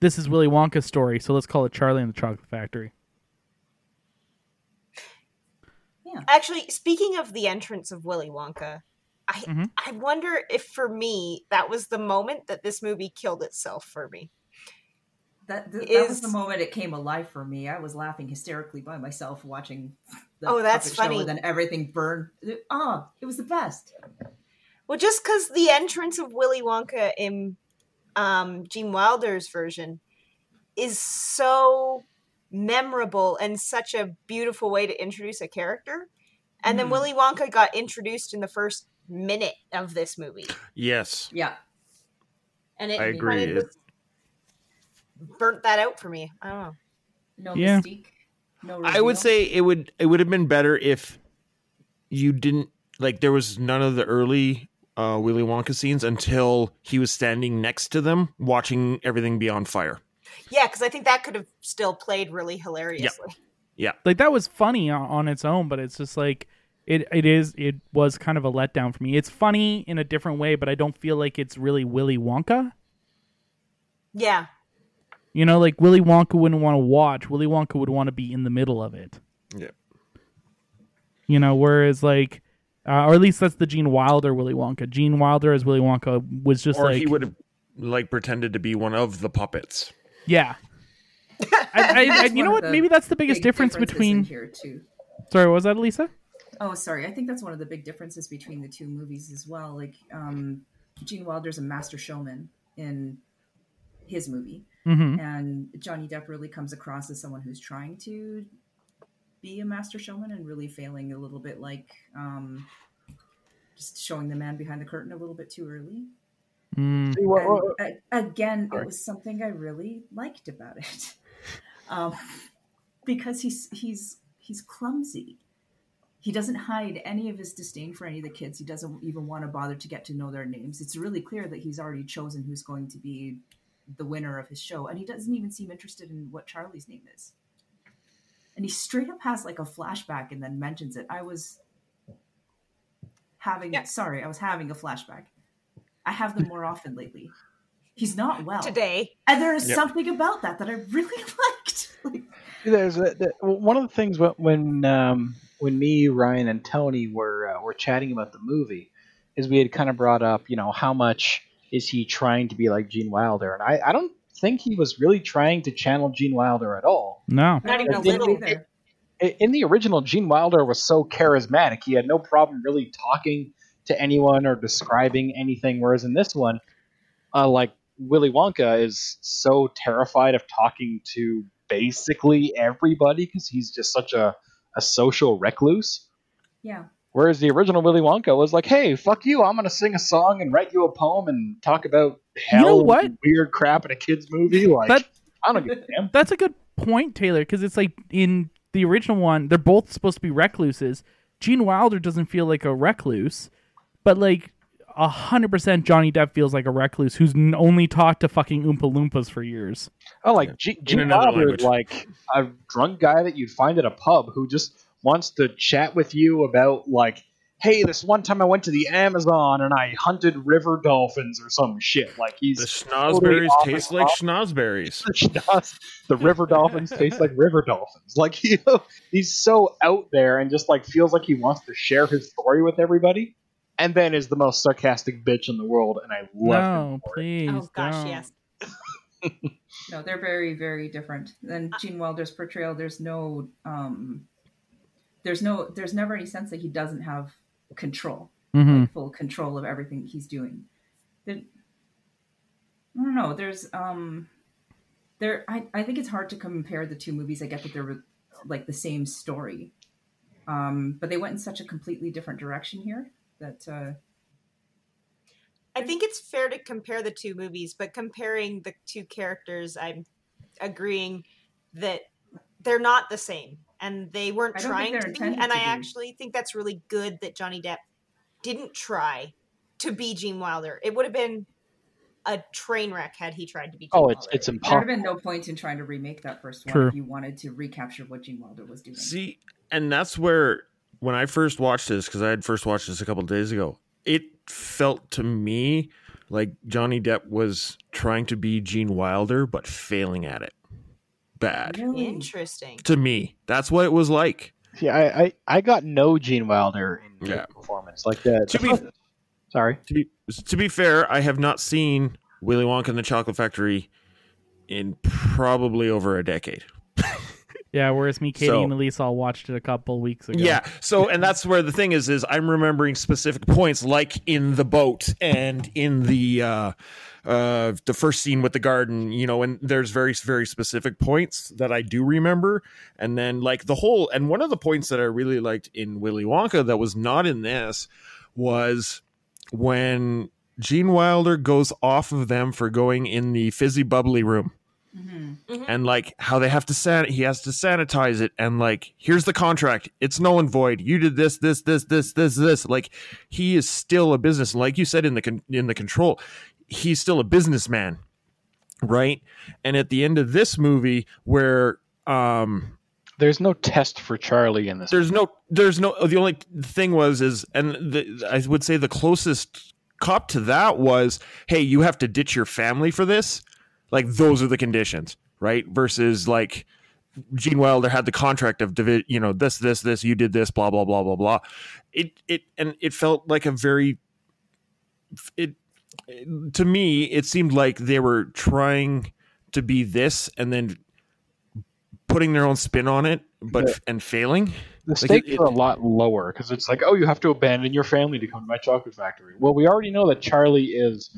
C: "This is Willy Wonka's story, so let's call it Charlie and the Chocolate Factory."
A: Actually, speaking of the entrance of Willy Wonka, I I wonder if for me that was the moment that this movie killed itself for me.
E: That, th- that was
A: Is-
E: the moment it came alive for me. I was laughing hysterically by myself watching. The
A: Oh, that's
E: puppet show
A: funny.
E: And then everything burned. Ah, it was the best.
A: Well, just because the entrance of Willy Wonka in um, Gene Wilder's version is so memorable and such a beautiful way to introduce a character, and
D: Hmm.
A: then
E: Mhm.
A: Willy Wonka got introduced in the first minute of this movie,
D: Yes.
E: Yeah.
A: and it
D: I agree.
A: kind of
D: It-
A: just burnt that out for me. I don't know.
E: No
D: Yeah.
E: mystique. No
D: I would
E: reveal.
D: say it would it would have been better if you didn't like there was none of the early uh, Willy Wonka scenes until he was standing next to them watching everything be on fire.
A: Yeah, because I think that could have still played really hilariously.
D: Yeah,
C: like that was funny on, on its own, but it's just like it. It is. It was kind of a letdown for me. It's funny in a different way, but I don't feel like it's really Willy Wonka.
A: Yeah.
C: You know, like Willy Wonka wouldn't want to watch. Willy Wonka would want to be in the middle of it.
D: Yeah.
C: You know, whereas like, uh, or at least that's the Gene Wilder Willy Wonka. Gene Wilder as Willy Wonka was just
D: or
C: like,
D: he would have like pretended to be one of the puppets.
C: yeah. I, I, I,
E: That's
C: you know
E: one of
C: what?
E: the
C: Maybe that's the biggest
E: big
C: difference
E: differences in
C: between.
E: here too.
C: Sorry, what was that Elisa?
E: Oh, sorry. I think that's one of the big differences between the two movies as well. Like, um, Gene Wilder's a master showman in his movie,
C: Mhm.
E: and Johnny Depp really comes across as someone who's trying to be a master showman and really failing a little bit, like um, just showing the man behind the curtain a little bit too early.
C: Mm,
F: See, what-
E: And,
F: what-
E: a- again,
F: Sorry.
E: it was something I really liked about it, um, because he's he's he's clumsy. He doesn't hide any of his disdain for any of the kids. He doesn't even want to bother to get to know their names. It's really clear that he's already chosen who's going to be the winner of his show, and he doesn't even seem interested in what Charlie's name is. And he straight up has like a flashback and then mentions it. I was having sorry, I was having a flashback. I have them more often lately. He's not well
A: today,
E: and there is
F: Yep.
E: something about that that I really liked. Like,
F: There's a, the, well, one of the things when when, um, when me, Ryan, and Tony were uh, were chatting about the movie is we had kind of brought up, you know, how much is he trying to be like Gene Wilder, and I, I don't think he was really trying to channel Gene Wilder at all.
C: No.
A: Not even a
F: I didn't
A: little.
F: either. I- In the original, Gene Wilder was so charismatic; he had no problem really talking to anyone or describing anything. Whereas in this one, uh, like Willy Wonka is so terrified of talking to basically everybody because he's just such a, a social recluse.
E: yeah.
F: Whereas the original Willy Wonka was like, "Hey, fuck you! I'm gonna sing a song and write you a poem and talk about hell,
C: know
F: and
C: what?
F: weird crap in a kids movie." Like,
C: That-
F: I don't give a damn.
C: That's a good point, Taylor, because it's like in the original one, they're both supposed to be recluses. Gene Wilder doesn't feel like a recluse, but like a hundred percent, Johnny Depp feels like a recluse who's n- only talked to fucking Oompa Loompas for years.
F: Oh, like G- Gene
D: another
F: Wilder
D: language.
F: is like a drunk guy that you'd find at a pub who just wants to chat with you about like, hey, this one time I went to the Amazon and I hunted river dolphins or some shit. Like he's
D: The
F: totally
D: schnozberries
F: off
D: taste
F: his
D: like
F: off-
D: schnozberries.
F: the schnoz- The river dolphins taste like river dolphins. Like you know, he's so out there and just like feels like he wants to share his story with everybody. And then is the most sarcastic bitch in the world, and I love him.
C: no, please.
A: Oh gosh,
C: don't.
A: yes.
E: No, they're very, very different. And
A: Uh,
E: Gene Wilder's portrayal, there's no um there's no there's never any sense that he doesn't have control,
C: Mhm.
E: like full control of everything he's doing. There, I don't know, there's um there I, I think it's hard to compare the two movies. I get that they're like the same story. Um, but they went in such a completely different direction here that uh
A: I think it's fair to compare the two movies, but comparing the two characters, I'm agreeing that they're not the same and they weren't
E: I don't think
A: trying
E: they're
A: to be.
E: intended
A: And
E: to
A: I
E: be.
A: actually think that's really good that Johnny Depp didn't try to be Gene Wilder. It would have been a train wreck had he tried to be Gene
F: Oh,
A: Wilder.
F: it's it's
E: there would
F: impossible.
E: have been no point in trying to remake that first one
C: True.
E: if you wanted to recapture what Gene Wilder was doing.
D: See, and that's where when I first watched this, because I had first watched this a couple of days ago, it felt to me like Johnny Depp was trying to be Gene Wilder but failing at it. Bad
E: Hmm.
A: Interesting.
D: to me. That's what it was like.
F: Yeah, I, I, I got no Gene Wilder in
D: Yeah.
F: his performance like that.
D: To be
F: Sorry.
D: to be to be fair, I have not seen Willy Wonka and the Chocolate Factory in probably over a decade.
C: Yeah, whereas me, Katie,
D: So-
C: and Elise all watched it a couple weeks ago.
D: Yeah. So, and that's where the thing is, is I'm remembering specific points, like in the boat and in the uh, uh, the first scene with the garden. You know, and there's very very specific points that I do remember, and then like the whole. And one of the points that I really liked in Willy Wonka that was not in this was when Gene Wilder goes off of them for going in the fizzy bubbly room and like how they have to san he has to sanitize it and like here's the contract it's null and void you did this this this this this this like he is still a business like you said in the con- in the control he's still a businessman right and at the end of this movie where um
F: There's no test for Charlie in this.
D: there's no there's no the only thing was is and the, i would say the closest cop to that was hey you have to ditch your family for this like those are the conditions right versus like gene wilder had the contract of divi- you know this this this you did this blah blah blah blah blah it it and it felt like a very it to me it seemed like they were trying to be this and then putting their own spin on it but and failing Like,
F: The
D: it-
F: stakes
D: it-
F: are a lot lower because it's like, oh, you have to abandon your family to come to my chocolate factory. Well, we already know that Charlie is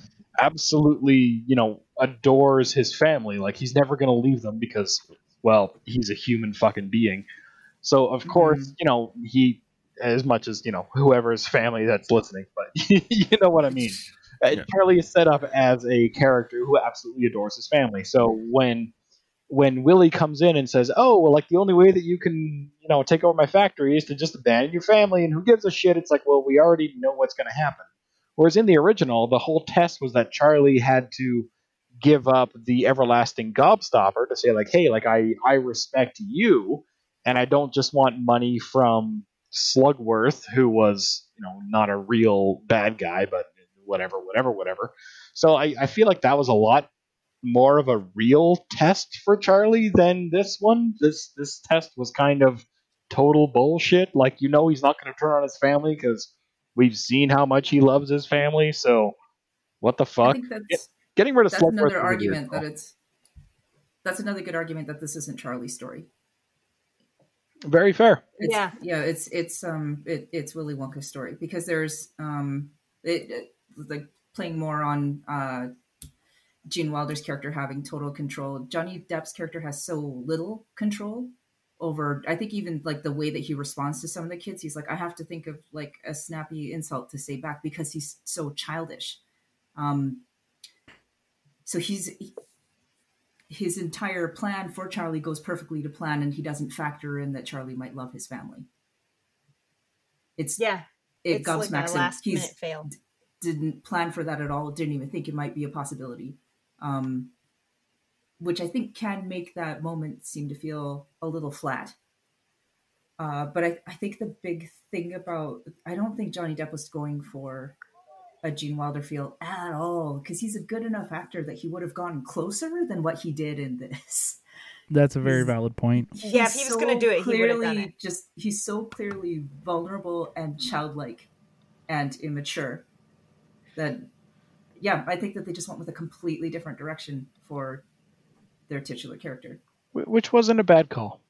F: absolutely, you know, adores his family. Like he's never going to leave them because, well, he's a human fucking being. So of course, you know, he as much as you know whoever's family that's listening, but you know what I mean. Uh,
D: Yeah.
F: Charlie is set up as a character who absolutely adores his family. So when when Willie comes in and says, "Oh, well, like the only way that you can, you know, take over my factory is to just abandon your family," and who gives a shit? It's like, well, we already know what's going to happen. Whereas in the original, the whole test was that Charlie had to give up the everlasting gobstopper to say, like, "Hey, like I I respect you, and I don't just want money from Slugworth, who was, you know, not a real bad guy, but whatever, whatever, whatever." So I, I feel like that was a lot more of a real test for Charlie than this one. This this test was kind of total bullshit. Like you know he's not going to turn on his family because we've seen how much he loves his family. So what the
E: I
F: fuck?
E: think that's
F: Getting rid of
E: that's
F: Slugworth was
E: another
F: weird,
E: argument that
F: though.
E: it's that's another good argument that this isn't Charlie's story.
F: very fair.
E: It's,
A: Yeah.
E: yeah, it's it's um it, it's Willy Wonka's story because there's um it, it- like playing more on uh Gene Wilder's character having total control. Johnny Depp's character has so little control over I think even like the way that he responds to some of the kids. He's like I have to think of like a snappy insult to say back because he's so childish. Um so he's his entire plan for Charlie goes perfectly to plan, and he doesn't factor in that Charlie might love his family. It's
A: Yeah.
E: it
A: it's like
E: gobsmacks
A: a
E: him.
A: last
E: He's-
A: minute fail.
E: didn't plan for that at all. Didn't even think it might be a possibility, um, which I think can make that moment seem to feel a little flat. Uh, but I, I think the big thing about I don't think Johnny Depp was going for a Gene Wilder feel at all because he's a good enough actor that he would have gone closer than what he did in this.
C: That's a very valid point.
A: Yeah, if he was gonna do it, he would've
E: clearly
A: done it.
E: just he's so clearly vulnerable and childlike and immature that yeah, I think that they just went with a completely different direction for their titular character.
F: Wh- Which wasn't a bad call.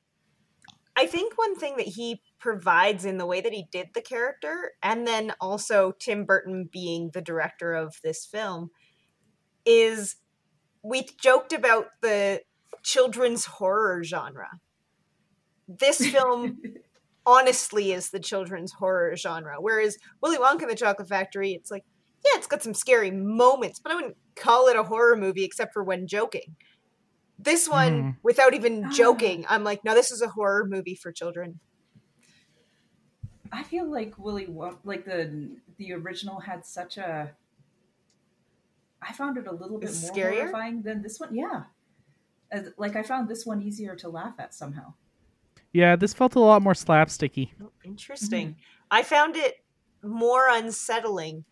A: I think one thing that he provides in the way that he did the character, and then also Tim Burton being the director of this film, is we joked about the children's horror genre. This film honestly is the children's horror genre. Whereas Willy Wonka and the Chocolate Factory, it's like, yeah, it's got some scary moments, but I wouldn't call it a horror movie except for when joking. This one,
C: Mhm.
A: without even
E: Ah.
A: joking, I'm like, no, this is a horror movie for children.
E: I feel like Willy Wonka, like the the original had such a. I found it a little bit
A: Is it
E: more
A: scarier?
E: horrifying than this one. Yeah, As- like I found this one easier to laugh at somehow.
C: Yeah, this felt a lot more slapsticky.
E: Oh,
A: Interesting. Mm-hmm. I found it more unsettling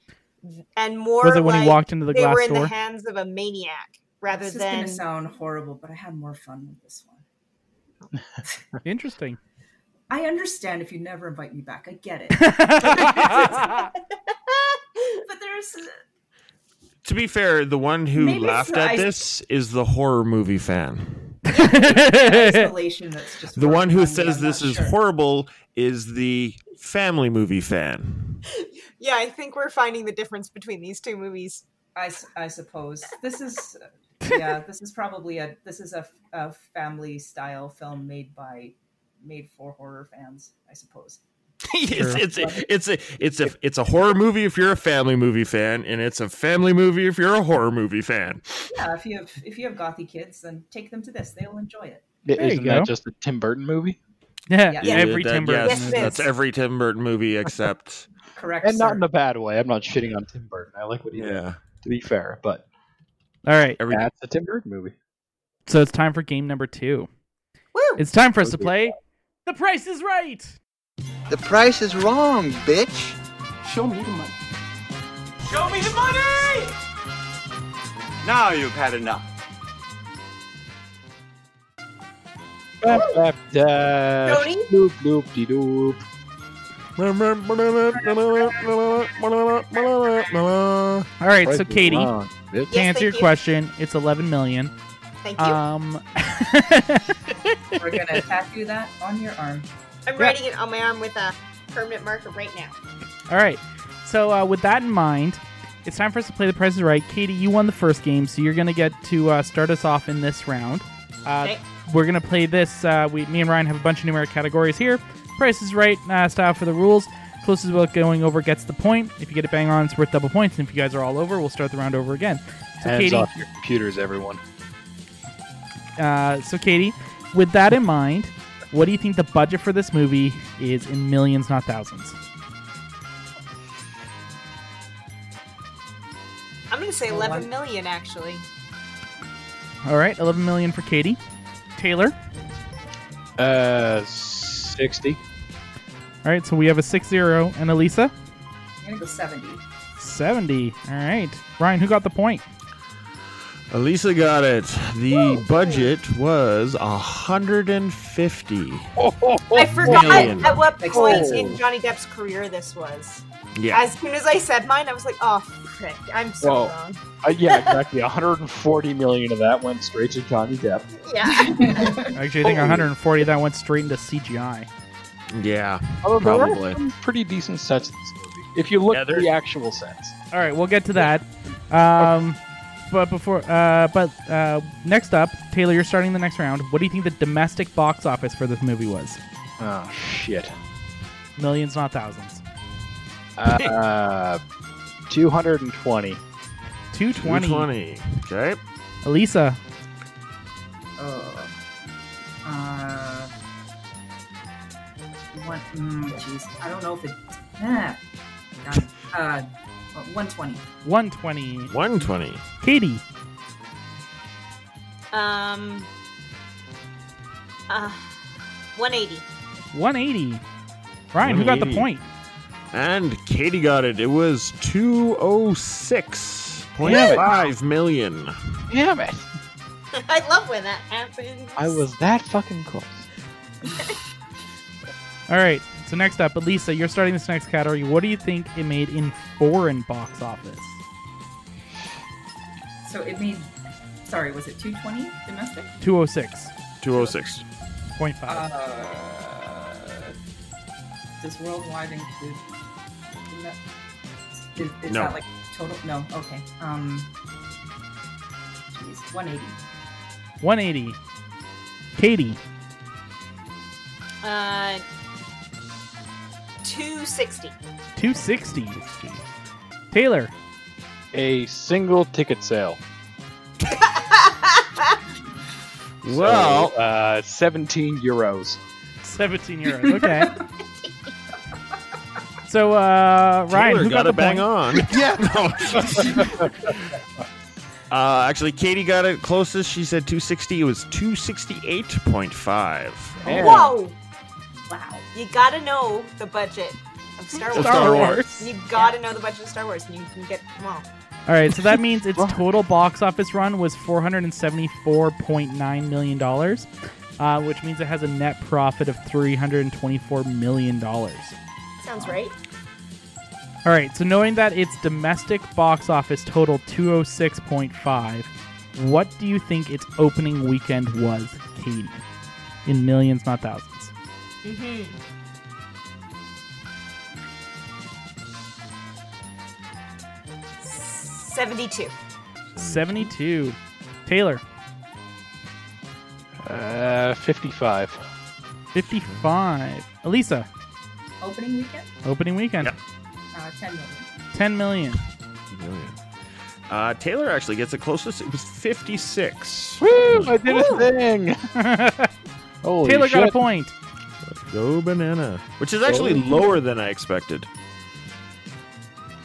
A: and more
C: Was it when he
A: like
C: walked into the
A: they
C: glass
A: were in
C: door?
A: the hands of a maniac rather
E: This is
A: than
E: gonna sound horrible, but I had more fun with this one.
C: Interesting.
E: I understand if you never invite me back. I get it. but there's
D: To be fair, the one who
E: Maybe it's
D: laughed
E: the-
D: at
E: I-
D: this is the horror movie fan.
E: isolation that's just
D: The one who
E: horrifying,
D: says
E: I'm
D: this
E: not
D: is
E: sure.
D: horrible is the family movie fan.
A: Yeah, I think we're finding the difference between these two movies.
E: I, s- I suppose this is yeah this is probably a this is a, a family style film made by made for horror fans I suppose.
D: it's, it's, it's a it's a it's a horror movie if you're a family movie fan, and it's a family movie if you're a horror movie fan.
E: Yeah, if you have if you have gothy kids, then take them to this. They'll enjoy it.
F: Yeah,
C: There you
F: Isn't that
C: go.
F: just a Tim Burton movie?
C: Yeah,
E: Yeah.
C: every
D: that-
C: Tim Burton
D: yes,
C: movie.
A: Yes, it
D: that's
A: is.
D: every Tim Burton movie except
E: Correct.
F: And not
E: sir.
F: in a bad way. I'm not shitting on Tim Burton. I like what he did,
D: yeah.
F: to be fair, but
C: All right,
D: Every
F: that's a Tim Burton movie.
C: so it's time for game number two.
A: Woo!
C: It's time for us to play. The Price is Right.
I: The price is wrong, bitch.
H: Show me the money.
K: Show me the money!
H: Now you've had enough.
F: Bap, bap, dash.
A: Tony?
F: Loop, loop, de doop.
C: All right,
F: Price
C: so
F: is
C: Katie, to
F: wrong, bitch.
A: Yes,
C: answer your
A: thank you.
C: question, it's 11 million.
A: Thank you.
C: Um,
E: We're gonna tattoo that on your arm.
A: I'm writing it on my arm with a permanent marker right now.
C: all right. So uh, with that in mind, it's time for us to play The Price is Right. Katie, you won the first game, so you're gonna get to uh, start us off in this round. Uh,
A: Okay.
C: We're gonna play this. Uh, we, me and Ryan have a bunch of numeric categories here. Price is Right uh, style for the rules. Closest vote going over gets the point. If you get it bang on, it's worth double points. And if you guys are all over, we'll start the round over again. So
F: Hands
C: Katie,
F: off your computers, everyone.
C: Uh, so, Katie, with that in mind, what do you think the budget for this movie is in millions, not thousands?
A: I'm going to say 11 million, actually.
C: All right, 11 million for Katie. Taylor.
F: Uh, 60.
C: All right, so we have a 6 0 and Elisa,
E: I'm gonna go seventy.
C: 70. All right. Ryan, who got the point?
D: Elisa got it. The budget was hundred and fifty.
F: Uh,
A: I forgot
D: Million.
A: at what
E: Makes
A: point
E: sense.
A: in Johnny Depp's career this was.
D: Yeah,
A: As soon as I said mine, I was like, oh, frick, I'm so
F: Whoa.
A: wrong.
F: Uh, yeah, exactly. 140 million of that went straight to Johnny Depp.
A: Yeah.
C: Actually, I think 140 that went straight into CGI.
D: yeah.
F: Although there
D: Probably.
F: are some pretty decent sets in this movie. If you look
D: Yeah,
F: at
D: there-
F: the actual sets.
C: All right, we'll get to that. Um, but before, uh, but uh, next up, Taylor, you're starting the next round. What do you think the domestic box office for this movie was?
F: Oh shit.
C: Millions, not thousands.
F: Uh, 220.
C: 220.
D: 220. Okay.
C: Elisa,
E: Oh. Uh. One. mm, Jeez. I don't know if it. Ah, God. uh. One twenty.
C: 120.
D: One twenty.
C: Katie,
A: um, uh, 180.
C: 180. Ryan, who got the
D: 180.
C: point?
D: And Katie got it. It was two oh six point five million.
F: Damn it!
A: I love when that happens.
F: I was that fucking close.
C: All right. So next up, Elisa, you're starting this next category. What do you think it made in foreign box office?
E: So it made. Sorry, was it two twenty domestic?
C: 206.5.
D: Two oh six.
E: Uh. Does worldwide include? domes- Is, is
D: No.
E: that like total? No. Okay. Um. Jeez. One eighty.
C: 180. Katie,
A: Uh, 260.
C: 260. Taylor,
F: A single ticket sale. So,
D: Well,
F: uh, 17 euros.
C: 17 euros. Okay. so uh, Ryan,
D: Taylor
C: who
D: got,
C: got, the
D: a bang
C: point?
D: on. yeah. No. uh, actually, Katie got it closest. She said 260. It was 268.5.
F: Man.
A: Whoa!
E: Wow.
A: You gotta know the budget of Star
C: Of
A: Wars.
C: Star Wars.
A: You gotta know the budget of Star Wars, and you can get well.
C: All right, so that means its total box office run was four hundred and seventy-four point nine million dollars, uh, which means it has a net profit of three hundred and twenty-four million dollars.
A: Sounds right.
C: All right, so knowing that its domestic box office total two hundred six point five, what do you think its opening weekend was, Katie? In millions, not thousands.
A: Mm-hmm. Seventy-two.
C: Seventy-two. Taylor,
L: Uh, 55.
C: fifty-five. Elisa,
E: Opening weekend?
C: opening weekend,
E: Uh, 10 million.
C: ten million.
D: Million. Uh, Taylor actually gets the closest. It was 56.
F: Woo! I did a thing. Holy
C: Taylor got a
F: shit.
C: point.
D: Go banana. Which is actually
L: Go.
D: lower than I expected.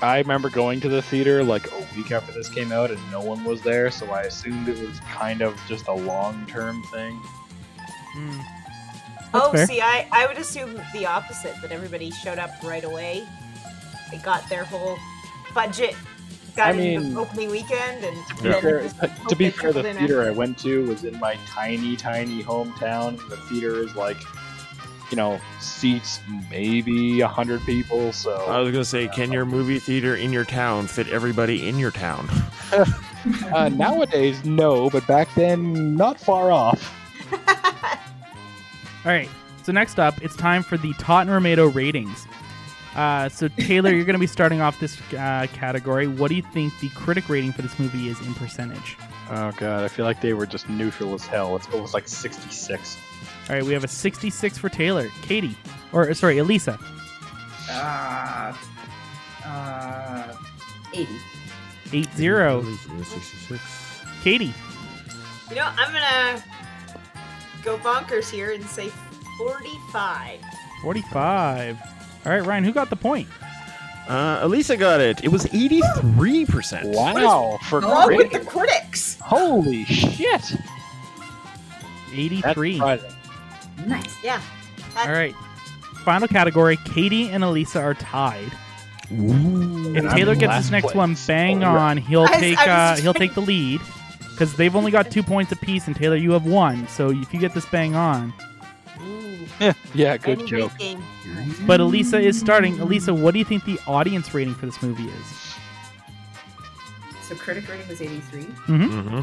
F: I remember going to the theater like a week after this came out and no one was there, so I assumed it was kind of just a long term thing.
C: That's
A: oh,
C: fair.
A: see, I, I would assume the opposite that everybody showed up right away. They got their whole budget, got
F: I
A: in
F: mean-
A: the opening weekend, and
F: To be
A: then
F: fair,
A: just
F: to be
A: hope they
F: fair, the
A: trickled in
F: theater I
A: after.
F: went to was in my tiny, tiny hometown. The theater is like, you know, seats maybe hundred people.
D: I
F: So
D: was going to say, can your movie theater in your town fit everybody in your town?
F: uh, nowadays, no, but back then, not far off.
C: All right. So next up, it's time for the Tottenham Tomato ratings. Uh, so Taylor, you're going to be starting off this uh, category. What do you think the critic rating for this movie is in percentage?
F: Oh god, I feel like they were just neutral as hell. It's almost like sixty-six.
C: All right, we have a 66 for Taylor, Katie, or uh, sorry, Elisa,
E: Uh, uh, 80.
C: 80. Katie,
A: You know, I'm gonna go bonkers here and say 45.
C: 45. All right, Ryan, who got the point?
D: Uh, Elisa got it. It was 83%.
F: Wow, for
A: Along with
F: great.
A: the critics.
F: Holy shit!
C: 83.
E: Nice.
A: Yeah.
C: All right. Final category, Katie and Elisa are tied. If
F: And I'm
C: Taylor gets
F: last
C: this next
F: place. Oh,
C: one bang
F: Alright.
C: on, he'll
A: I was- I
C: take
A: was
C: uh,
A: just
C: he'll
A: saying.
C: take the lead because they've only got two points apiece, and Taylor, you have one. So if you get this bang on,
A: Ooh,
F: yeah, good
A: any
F: joke.
A: great game.
C: but Elisa is starting. Elisa, what do you think the audience rating for this movie is?
E: So critic rating was 83.
C: Mm-hmm.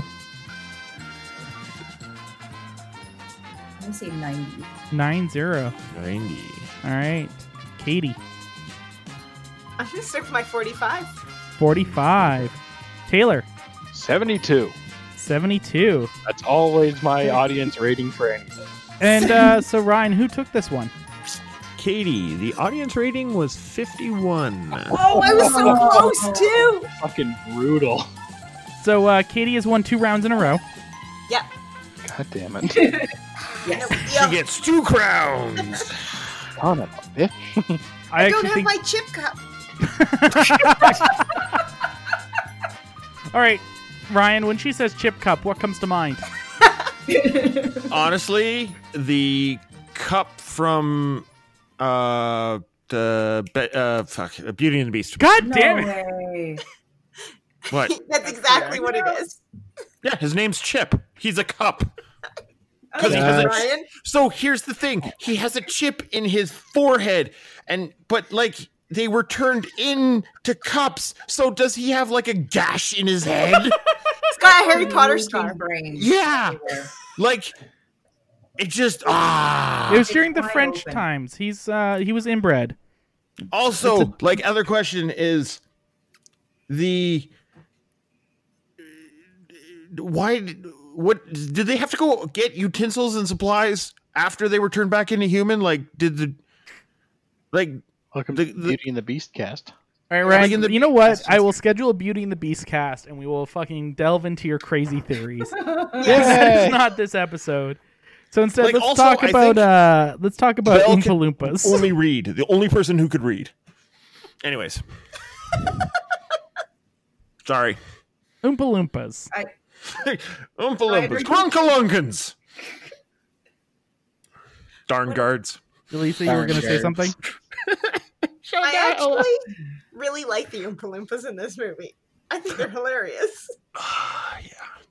E: I'm going to say 90.
C: Nine zero.
D: 90.
C: All right, Katie,
A: I'm gonna stick with my 45.
C: forty five. Taylor,
F: Seventy-two.
C: seventy two.
F: That's always my audience rating for anything.
C: And uh, so Ryan, who took this one?
D: Katie, the audience rating was 51.
A: Oh, I was so close too.
F: Fucking brutal.
C: So uh, Katie has won two rounds in a row.
A: Yep.
F: God damn it.
E: Yes.
A: Yep.
D: Gets two crowns.
F: Son of a bitch.
A: I
C: I, actually
A: don't have
C: think.
A: my chip cup.
C: All right, Ryan, when she says chip cup, what comes to mind?
D: Honestly, the cup from uh the be- uh fuck Beauty and the Beast.
C: God
E: No
C: damn it!
E: way.
D: What?
A: That's exactly what it is.
D: Yeah, his name's Chip. He's a cup.
A: Oh,
D: Because he has a
A: Ryan,
D: So here's the thing. He has a chip in his forehead and but like they were turned into cups. So does he have like a gash in his head?
A: it's got a Harry Potter
E: Raging
A: scar.
E: Brain.
D: yeah. Like it just ah
C: It was during the
E: wide
C: French
E: open.
C: times. He's uh he was inbred.
D: Also, like other question is the why did- what did they have to go get utensils and supplies after they were turned back into human? Like did the like
F: Welcome
D: The-
F: to
D: the-
F: Beauty and the Beast cast.
C: All right,
D: Like
C: Ryan.
D: in the-
C: you know what? I will schedule a Beauty and the Beast cast, and we will fucking delve into your crazy theories. it's not this episode. So instead,
D: Like,
C: let's,
D: also,
C: talk
D: I
C: about,
D: think
C: uh, let's talk about
D: Belle
C: Oompa
D: can
C: Loompas.
D: only read. The only person who could read. Anyways. Sorry.
C: Oompa Loompas.
D: Oompa Loompas. Crunkaloomkins. Darn guards.
C: Elisa, you were going to say
F: Darn
C: something?
A: I actually really like the Oompa Loompas in this movie. I think they're hilarious.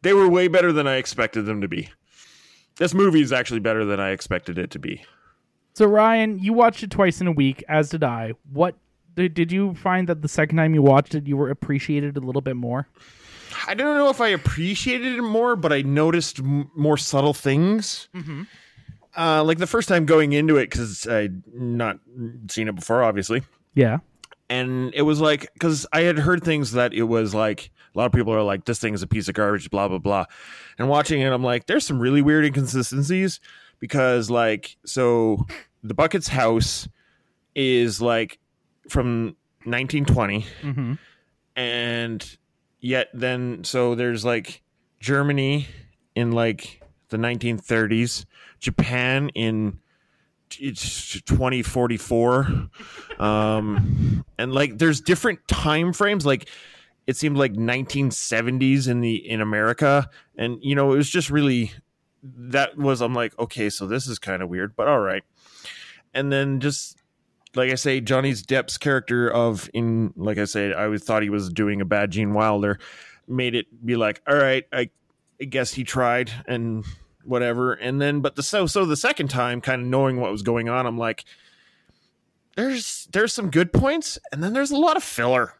D: They were way better than I expected them to be. This movie is actually better than I expected it to be.
C: So Ryan, you watched it twice in a week, as did I. What did did you find that the second time you watched it, you were appreciated a little bit more?
D: I don't know if I appreciated it more, but I noticed m- more subtle things.
C: Mm-hmm.
D: Uh, like the first time going into it, because I'd not seen it before, obviously.
C: Yeah.
D: and it was like because I had heard things that it was like a lot of people are like this thing is a piece of garbage, blah blah blah, and watching it, I'm like, there's some really weird inconsistencies because like so the bucket's house is like from 1920
C: Mm-hmm.
D: and yet then so there's like Germany in like the 1930s, Japan in it's 2044 um and like there's different time frames like it seemed like 1970s in the in America and you know it was just really that was I'm like okay so this is kind of weird but all right and then just like I say, Johnny's Depp's character of in like I said, I was thought he was doing a bad Gene Wilder, made it be like, all right, I, I guess he tried and whatever. And then, but the so so the second time, kind of knowing what was going on, I'm like, there's there's some good points, and then there's a lot of filler.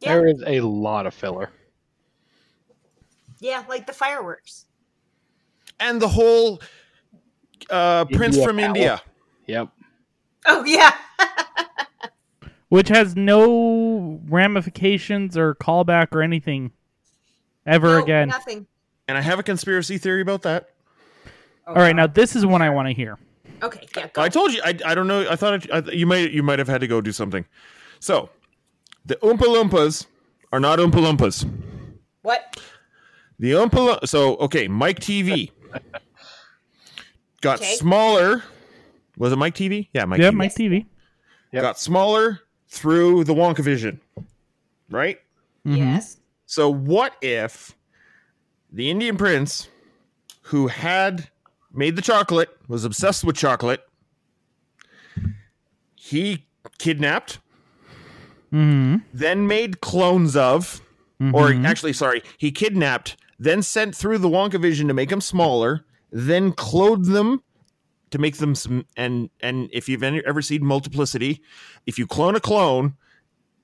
A: Yeah.
L: There is a lot of filler.
A: Yeah, like the fireworks.
D: and the whole uh, Prince
L: India
D: from
L: Palace.
D: India.
L: Yep.
A: Oh yeah.
C: Which has no ramifications or callback or anything ever again.
A: Nothing.
D: And I have a conspiracy theory about that.
C: All right, now this is one I want to hear.
A: Okay. Yeah.
D: I told you. I, I don't know. I thought it, I, you might you might have had to go do something. So, the Oompa Loompas are not Oompa Loompas.
A: What?
D: The Oompa. Lo- so okay, Mike TV got
A: Okay.
D: smaller. Was it Mike TV? Yeah, Mike.
C: yeah,
D: TV.
C: my TV.
D: got smaller through the Wonka vision, right?
A: Yes.
D: So what if the Indian prince who had made the chocolate was obsessed with chocolate? He kidnapped,
C: Mm-hmm.
D: then made clones of, or actually, sorry, he kidnapped, then sent through the Wonka vision to make them smaller, then clothed them to make them some. And and if you've any- ever seen multiplicity, if you clone a clone,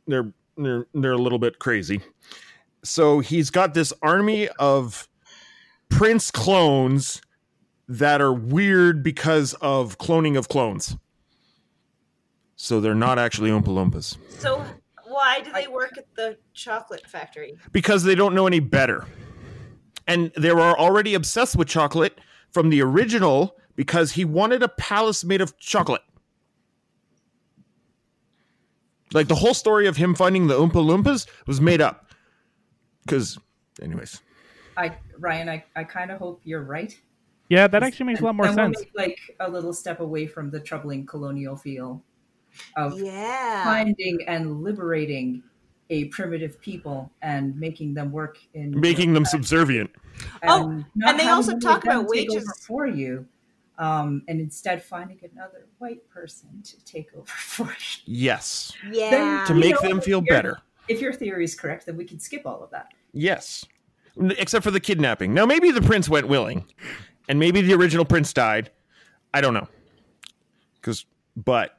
D: they're they're they're a little bit crazy. So he's got this army of prince clones that are weird because of cloning of clones. So they're not actually Oompa Loompas
A: So why do they work at the chocolate factory?
D: because they don't know any better. And they were already obsessed with chocolate from the original because he wanted a palace made of chocolate. Like the whole story of him finding the Oompa Loompas was made up. Because, anyways,
E: I Ryan, I, I kind of hope you're right.
C: Yeah, that actually makes a lot more
E: And we'll
C: sense.
E: make, like a little step away from the troubling colonial feel of
A: Yeah.
E: finding and liberating a primitive people and making them work in
D: making them subservient.
A: Oh,
E: Um, not
A: and they
E: having
A: also
E: them
A: talk
E: let them
A: about
E: take
A: wages.
E: over for you, um, and instead finding another white person to take over for you.
D: Yes.
A: Yeah.
E: Then,
D: To
E: you
D: make
E: know,
D: them
E: if
D: feel
E: your-
D: better.
E: If your theory is correct, then we can skip all of that.
D: Yes. Except for the kidnapping. Now, maybe the prince went willing, and maybe the original prince died. I don't know. Because, but,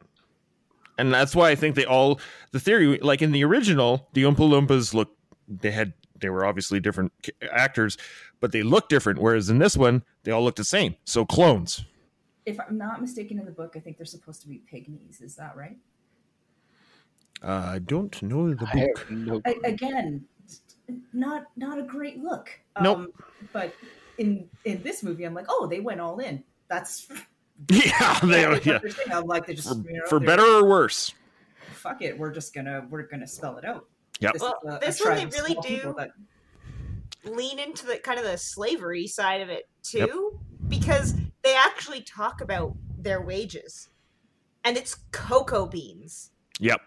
D: and that's why I think they all, the theory, like in the original, the Oompa Loompas look, they had, they were obviously different c- actors, but they looked different. Whereas in this one, they all looked the same. So clones.
E: If I'm not mistaken, in the book, I think they're supposed to be pygmies. Is that right?
D: Uh, I don't know the book.
E: I, again, not not a great look. Um,
D: Nope.
E: But in in this movie, I'm like, oh, they went all in. That's
D: yeah, they,
E: that's
D: yeah.
E: what they're saying. I'm like, they just
D: For,
E: you know,
D: for
E: they're-
D: better or worse.
E: Fuck it, we're just gonna we're gonna spell it out.
D: Yep.
E: This
A: Well,
E: is a- a
A: this one
E: tribe
A: they
E: of
A: really
E: small people
A: do.
E: that-
A: lean into the kind of the slavery side of it too
D: Yep.
A: because they actually talk about their wages and it's cocoa beans
D: Yep.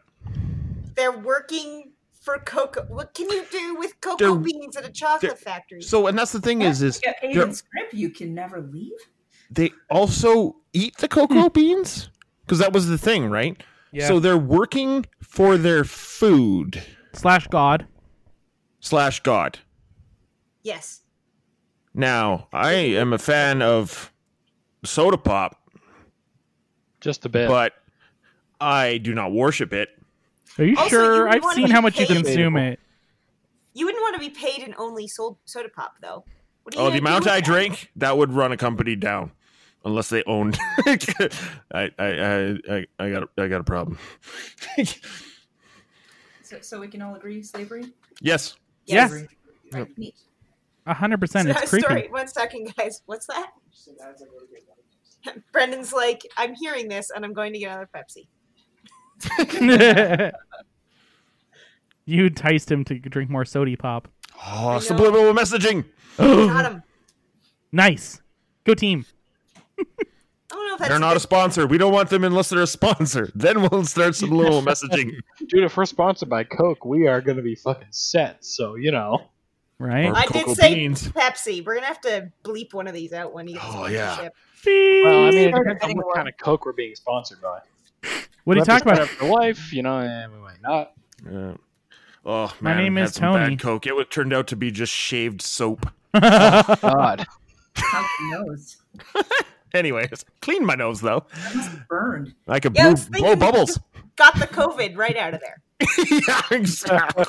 A: they're working for cocoa what can you do with cocoa
D: They're-
A: beans at a chocolate factory
D: So, and that's the thing is, is
E: Yeah, paid
D: they're-
E: in script, you can never leave.
D: they also eat the cocoa beans because that was the thing, right?
C: Yeah.
D: So they're working for their food
C: slash God
D: slash God.
A: Yes.
D: Now I am a fan of soda pop,
L: just a bit,
D: but I do not worship it.
C: Are you
A: Also,
C: sure?
A: you
C: I've
A: wanna
C: seen how much you
A: pay-
C: consume it.
A: You wouldn't want to be paid in only sold soda pop though. What are you
D: Oh,
A: gonna
D: the
A: do
D: amount
A: with
D: I
A: that?
D: drink that would run a company down, unless they owned. I, I, I, I, I got, a, I got a problem.
E: So, so we can all agree slavery?
D: Yes.
C: Yes.
E: Right. Neat.
C: A hundred percent. It's
A: Sorry,
C: creepy.
A: one second, guys. What's that? Brendan's like, I'm hearing this, and I'm going to get another Pepsi.
C: you enticed him to drink more sody pop.
D: Oh, subliminal messaging.
C: Mm-hmm.
A: Got him.
C: nice. Go team.
A: I don't know if
D: They're
A: that's
D: not a sponsor. We don't want them unless they're a sponsor. Then we'll start subliminal messaging.
F: Dude, if we're sponsored by Coke, we are going to be fucking set. So, you know.
C: Right?
A: I did say Pepsi. We're gonna have to bleep one of these out when you.
F: Oh, yeah.
C: Well,
F: I mean, it
A: Started
F: depends on
A: bidding
F: what
A: war.
F: kind of Coke we're being sponsored by.
C: What are you
F: We'll have to
C: talking about?
F: spread out Their life, you know, and we might not.
D: Yeah. Oh
C: My
D: man,
C: name
D: had
C: is
D: some bad
C: Tony.
D: Coke. It would- turned out to be just shaved soap.
F: God.
E: How the nose
D: Anyways, clean my nose though.
E: burned.
D: I could
A: Yeah, I
D: blow,
A: was
D: blow
A: thinking-
D: bubbles.
A: Got the COVID right out of there.
D: yeah, exactly.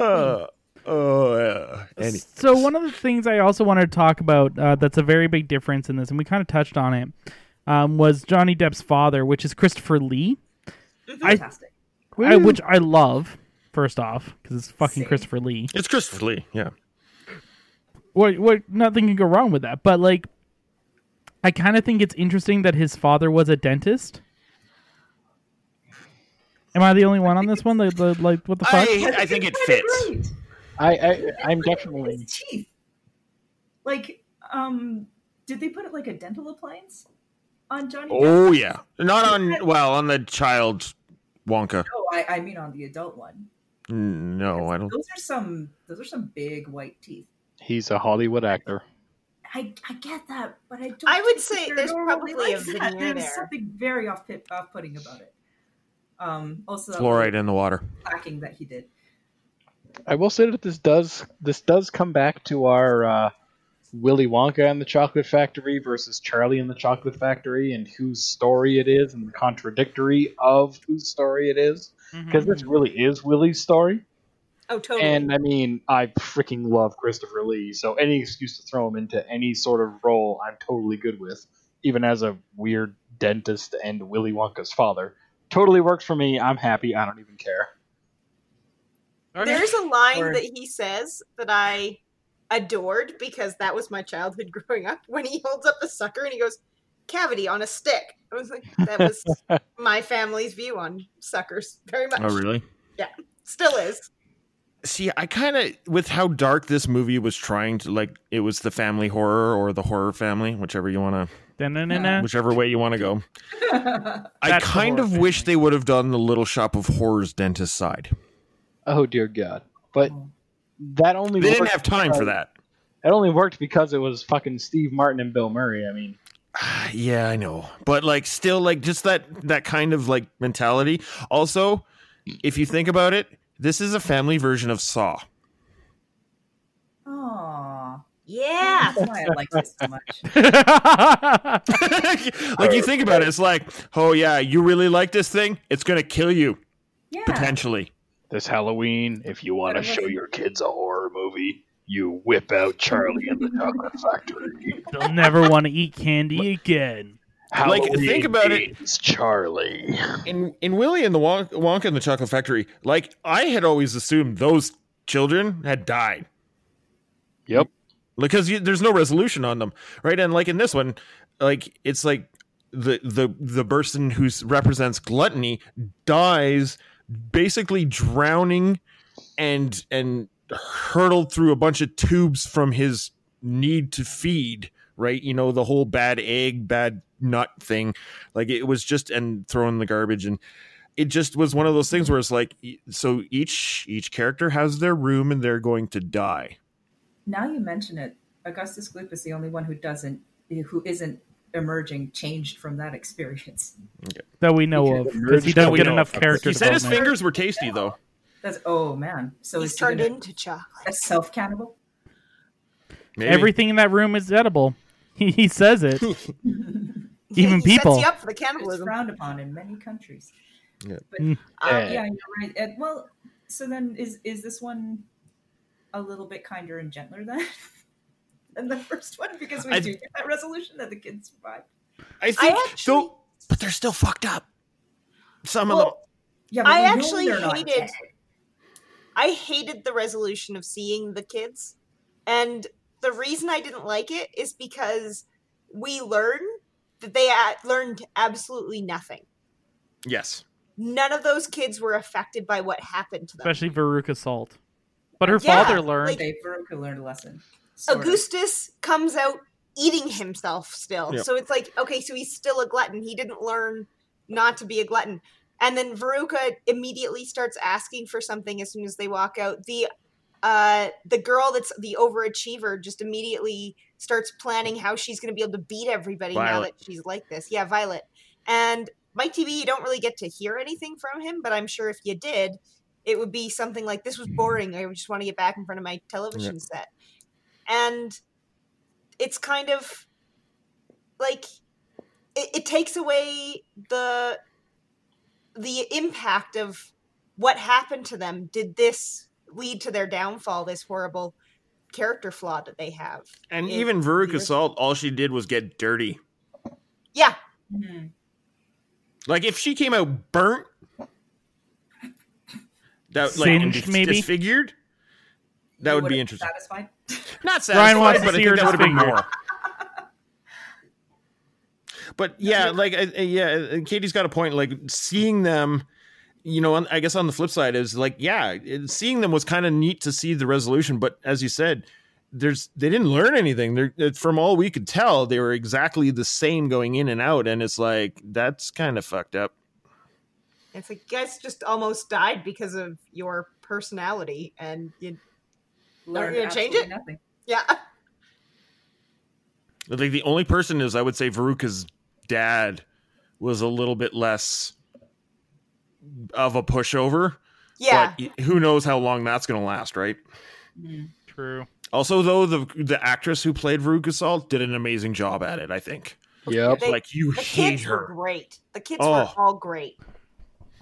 D: Uh, oh, yeah. Any-
C: So one of the things I also wanted to talk about uh, that's a very big difference in this, and we kind of touched on it, um, was Johnny Depp's father, which is Christopher Lee,
E: Fantastic.
C: I, which I love. First off, because it's fucking Christopher Lee.
D: it's Christopher Lee. Yeah.
C: What? What? Nothing can go wrong with that. But like, I kind of think it's interesting that his father was a dentist. Am I the only one on this one? The, the, like, what the fuck?
D: I, I think it fits.
E: Great.
F: I, I, I'm definitely.
E: His teeth. Like, um, did they put like a dental appliance on Johnny?
D: Oh yeah, not on well on the child Wonka.
E: No, Oh, I, I mean on the adult one.
D: No, I don't.
E: Those are some. Those are some big white teeth.
F: He's a Hollywood actor.
E: I, I get that, but I don't.
A: I would
E: think
A: say
E: they're
A: there's
E: normally
A: probably
E: like
A: a
E: that.
A: veneer
E: There's
A: there.
E: something very off off putting about it. Um, also that
D: Fluoride in the water.
E: clacking that he did.
F: I will say that this does this does come back to our uh, Willy Wonka and the Chocolate Factory versus Charlie and the Chocolate Factory, and whose story it is, and the contradictory of whose story it is, because this really is Willy's story.
A: Oh, totally.
F: And I mean, I freaking love Christopher Lee, so any excuse to throw him into any sort of role, I'm totally good with, even as a weird dentist and Willy Wonka's father. Totally works for me. I'm happy. I don't even care.
A: There's a line
E: Or-
A: that he says that I adored because that was my childhood growing up. When he holds up a sucker and he goes, "Cavity on a stick." I was like, that was my family's view on suckers very much.
D: Oh really?
A: Still is.
D: See, I kind of with how dark this movie was trying to like it was the family horror or the horror family, whichever you want to,
C: Da-na-na-na.
D: whichever way you want to go. I
C: That's the
D: kind
C: horror
D: of wish they would have done the Little Shop of Horrors dentist side.
F: Oh dear God! But that only
D: They didn't
F: worked
D: have time for
F: because-
D: that.
F: It only worked because it was fucking Steve Martin and Bill Murray. I mean,
D: Yeah, I know. But like still like just that that kind of like mentality. Also, if you think about it, this is a family version of Saw.
E: Aww.
A: Yeah.
E: That's why I like this so much.
D: like you think about it, it's like, "Oh yeah, you really like this thing? It's going to kill you
E: Yeah.
D: potentially."
F: this Halloween, if you want to
E: But it
F: show
E: wasn't-
F: your kids a horror movie, you whip out Charlie and the Chocolate Factory.
C: They'll never want to eat candy again.
D: Like,
F: Halloween
D: think about it-
F: It's Charlie.
D: In in Willy and the Wonka, Wonka and the Chocolate Factory, like I had always assumed those children had died.
F: Yep.
D: because you, there's no resolution on them right and like in this one like it's like the the the person who represents gluttony dies basically drowning and and hurtled through a bunch of tubes from his need to feed right you know the whole bad egg bad nut thing like it was just and thrown in the garbage and it just was one of those things where it's like e- so each each character has their room and they're going to die
E: Now you mention it, Augustus Gloop is the only one who doesn't who isn't emerging changed from that experience.
C: That we know
E: Because
C: of
E: it
C: because he
E: merged-
C: doesn't
E: we
C: get
E: know
C: enough
E: of.
C: character
D: He said his
C: development.
D: fingers were tasty though.
E: That's oh man. So
A: He's
E: is he
A: turned
E: gonna-
A: into chocolate.
E: That's self cannibal.
D: Maybe.
C: Everything in that room is edible. He, he says it. Even people.
A: up for the cannibalism. Um,
E: It's frowned upon in many countries.
D: Yeah.
E: But
C: Mm.
E: uh,
C: Yeah.
E: yeah, you're right. Uh, well, so then is is this one a little bit kinder and gentler than than the first one because we
D: I-
E: do get that resolution that the kids survived.
D: I think though, but they're still fucked up. Some of them.
E: Yeah,
A: I actually hated. I hated the resolution of seeing the kids, and the reason I didn't like it is because we learn that they a- learned absolutely nothing.
D: Yes.
A: None of those kids were affected by what happened to them.
C: Especially Veruca Salt. But her
A: Yeah,
C: father learned.
A: like-
E: Veruca learned a lesson.
C: sort of.
A: Augustus comes out eating himself still.
C: Yep.
A: So it's like, okay, so he's still a glutton. He didn't learn not to be a glutton. And then Veruca immediately starts asking for something as soon as they walk out. The uh the girl that's the overachiever just immediately starts planning how she's going to be able to beat everybody now
M: Violet.
A: that she's like this. Yeah, Violet. And Mike TV, you don't really get to hear anything from him, but I'm sure if you did, it would be something like this was boring. I just want to get back in front of my television
M: Hmm. Yeah.
A: set and it's kind of like it, it takes away the the impact of what happened to them did this lead to their downfall this horrible character flaw that they have
D: And
A: It-
D: even Veruca Salt, all she did was get dirty.
A: yeah
D: Like if she came out burnt, that like
C: Singed,
D: and dis-
C: maybe?
D: disfigured, that would be interesting.
E: Satisfied?
D: Not satisfied,
C: Ryan wants to
D: but I
C: see
D: think
C: her
D: that would have been
C: disfigured.
D: more. But yeah, like I, I- yeah, uh, Katie's got a point. Like seeing them, you know, on, I guess on the flip side is like yeah, it, seeing them was kind of neat to see the resolution. But as you said, there's they didn't learn anything. They're it- from all we could tell, they were exactly the same going in and out, and it's like that's kind of fucked up.
A: it's like you guys just almost died because of your personality and you
E: Learned
A: learn to change
E: absolutely
A: it
E: nothing.
A: yeah
D: Like the only person is I would say Veruca's dad was a little bit less of a pushover.
A: Yeah.
D: But who knows how long that's going to last, right?
E: Mm.
C: True.
D: Also, though the the actress who played Veruca Salt did an amazing job at it. I think.
A: They-
D: Like you
A: the
D: hate
A: kids were
D: her.
A: great the kids
D: Oh.
A: were all great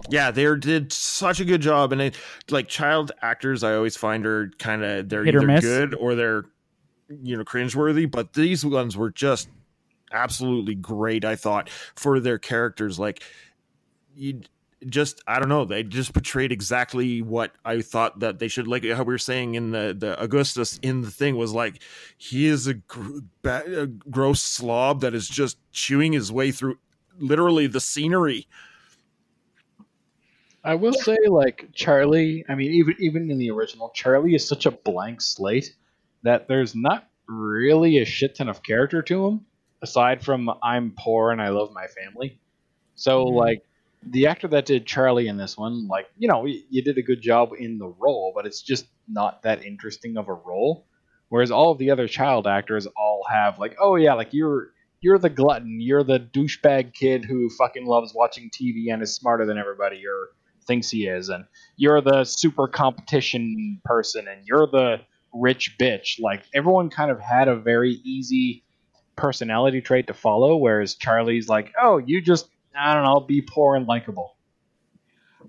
D: Yeah, they did such a good job, and it, like child actors, I always find are kind of they're
C: Hit or
D: either
C: miss.
D: good or they're you know cringeworthy. But these ones were just absolutely great. I thought for their characters, like you just I don't know, they just portrayed exactly what I thought that they should. Like how we were saying in the the Augustus in the thing was like he is a, gr- ba- a gross slob that is just chewing his way through literally the scenery.
F: I will say, like Charlie. I mean, even even in the original, Charlie is such a blank slate that there's not really a shit ton of character to him, aside from "I'm poor and I love my family." So,
L: Mhm.
F: like the actor that did Charlie in this one, like you know, you, you did a good job in the role, but it's just not that interesting of a role. Whereas all of the other child actors all have like, oh yeah, like you're you're the glutton, you're the douchebag kid who fucking loves watching TV and is smarter than everybody or thinks he is, and you're the super competition person, and you're the rich bitch. Like everyone kind of had a very easy personality trait to follow, whereas Charlie's like, oh, you just I don't know, be poor and likable.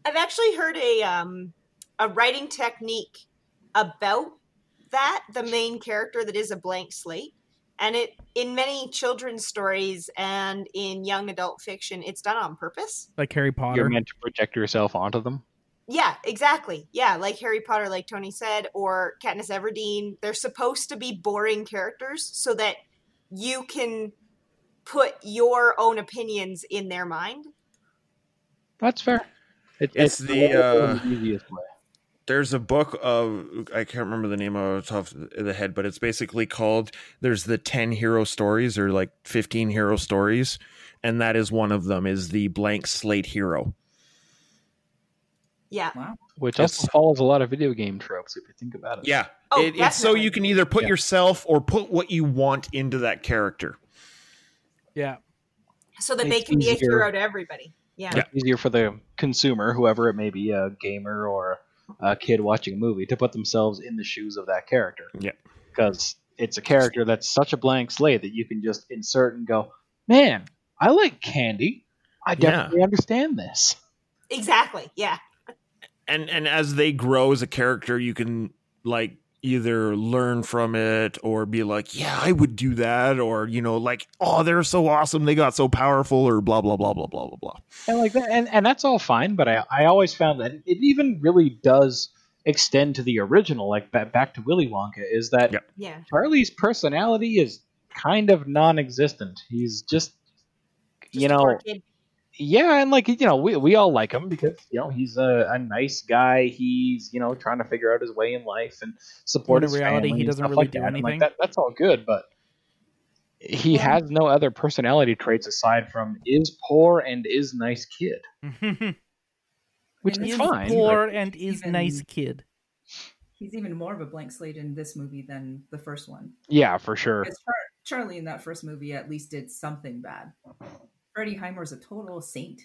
A: I've actually heard a um, a writing technique about that the main character that is a blank slate, and it in many children's stories and in young adult fiction, it's done on purpose.
C: Like Harry Potter.
F: You're meant to project yourself onto them.
A: Yeah, exactly. Yeah, like Harry Potter, like Tony said, or Katniss Everdeen. They're supposed to be boring characters so that you can put your own opinions in their mind.
F: That's fair.
D: it's,
F: it's
D: the uh,
F: the easiest way.
D: There's a book of I can't remember the name of it off the top of the head, but it's basically called "There's the Ten Hero Stories" or like fifteen hero stories, and that is one of them is the blank slate hero.
A: Yeah.
F: Which also follows a lot of video game tropes if you think about it.
D: Yeah,
A: Oh,
D: it, it's so
A: definitely.
D: you can either put yourself or put what you want into that character.
C: Yeah.
A: so that they
F: It's
A: can be a
F: easier.
A: hero to everybody. Yeah.
F: It's easier for the consumer, whoever it may be, a gamer or a kid watching a movie, to put themselves in the shoes of that character.
D: Yeah.
F: Because it's a character that's such a blank slate that you can just insert and go, man, I like candy. I definitely understand this.
A: Exactly. Yeah.
D: and and as they grow as a character you can like either learn from it or be like yeah i would do that or you know like oh they're so awesome they got so powerful or blah blah blah blah blah blah blah
F: and like that, and, and that's all fine. But I, I always found that it even really does extend to the original, like ba- back to Willy Wonka, is that
A: Yeah.
F: Charlie's personality is kind of non-existent. He's just, you know,
A: kid.
F: yeah, and like you know, we we all like him because you know he's a, a nice guy. He's you know trying to figure out his way in life and support
C: In
F: his
C: reality,
F: family
C: he
F: and
C: doesn't
F: stuff
C: really
F: like
C: do
F: that. And, like,
C: anything.
F: that- that's all good, but he has no other personality traits aside from is poor and is nice kid. Which
C: is
F: is fine.
C: poor
F: like-
C: and is
E: even-
C: nice kid.
E: He's even more of a blank slate in this movie than the first one.
F: yeah, for sure.
E: Because Char- Charlie in that first movie at least did something bad. Freddie Heimer's a total saint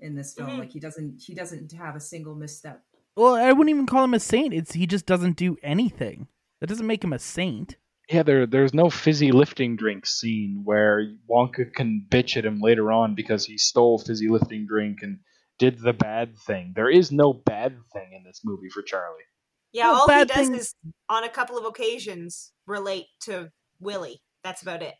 E: in this film.
A: Mm-hmm.
E: Like he doesn't he doesn't have a single misstep.
C: Well, I wouldn't even call him a saint. It's he just doesn't do anything. That doesn't make him a saint.
F: Yeah, there there's no fizzy lifting drink scene where Wonka can bitch at him later on because he stole fizzy lifting drink and did the bad thing. There is no bad thing in this movie for Charlie.
A: Yeah.
C: Well,
A: all he
C: bad
A: does
C: things-
A: is, on a couple of occasions, relate to Willie. That's about it.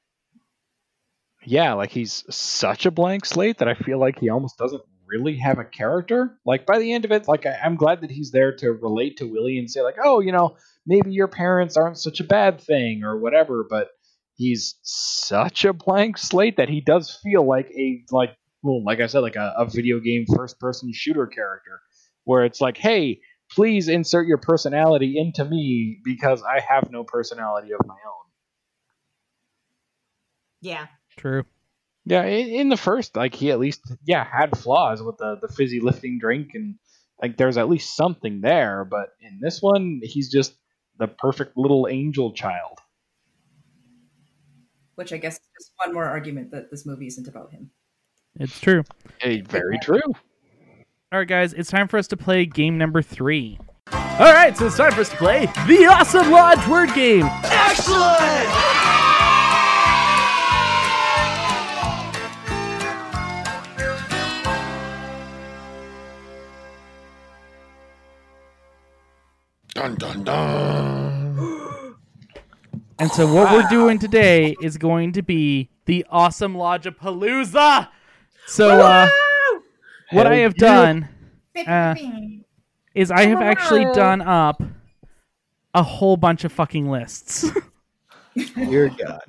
F: Yeah, like he's such a blank slate that I feel like he almost doesn't really have a character. Like by the end of it, like I, I'm glad that he's there to relate to Willie and say like, oh, you know, maybe your parents aren't such a bad thing or whatever. But he's such a blank slate that he does feel like a like well, like I said, like a, a video game first person shooter character where it's like, hey, please insert your personality into me because I have no personality of my own.
A: Yeah.
C: True.
F: Yeah, i- in the first, like he at least yeah had flaws with the the fizzy lifting drink and like there's at least something there, but in this one he's just the perfect little angel child.
E: Which I guess is just one more argument that this movie isn't about him.
C: It's true.
F: Hey, very true.
C: All right, guys, it's time for us to play game number three. All right, so it's time for us to play the Awesome Lodge Word Game.
G: Excellent!
D: dun dun dun
C: And so what we're doing today is going to be the awesome Lodgepalooza. So uh, what I
F: Hell
C: have
F: yeah.
C: done uh, is
A: Oh
C: I have actually done up a whole bunch of fucking lists.
I: Dear God.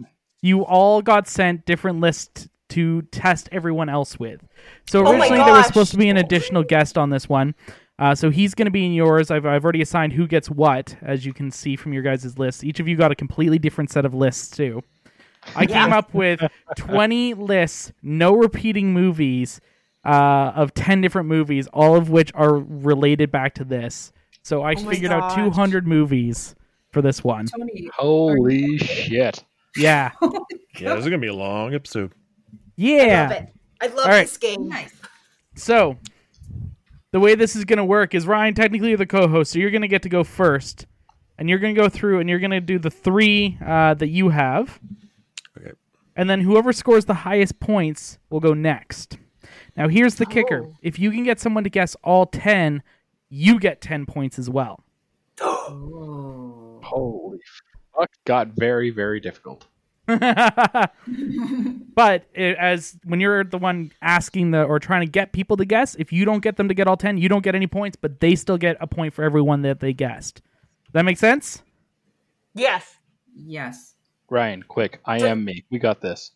C: you all got sent different lists to test everyone else with. So
A: Oh my
C: originally there was
A: gosh.
C: supposed to be an additional guest on this one. Uh, so he's going to be in yours. I've, I've already assigned who gets what, as you can see from your guys' lists. Each of you got a completely different set of lists, too. I came up with 20 lists, no repeating movies, uh, of 10 different movies, all of which are related back to this. So I
E: Oh my
C: figured out
E: gosh.
C: 200 movies for this one.
E: Tony
F: Holy shit!
C: Yeah.
D: yeah this is gonna be a long episode
C: Yeah.
A: I love it. I love
C: All right.
A: this game.
E: Nice.
C: So, the way this is going to work is Ryan, technically, you're the co host, so you're going to get to go first. And you're going to go through and you're going to do the three uh, that you have.
D: Okay.
C: And then whoever scores the highest points will go next. Now, here's the kicker if you can get someone to guess all 10, you get 10 points as well.
F: Holy fuck! Got very very difficult.
C: But it, as when you're the one asking the or trying to get people to guess, if you don't get them to get all 10, you don't get any points, but they still get a point for everyone that they guessed. That make sense?
A: Yes.
E: Yes.
F: Ryan, quick! I am me. We got this.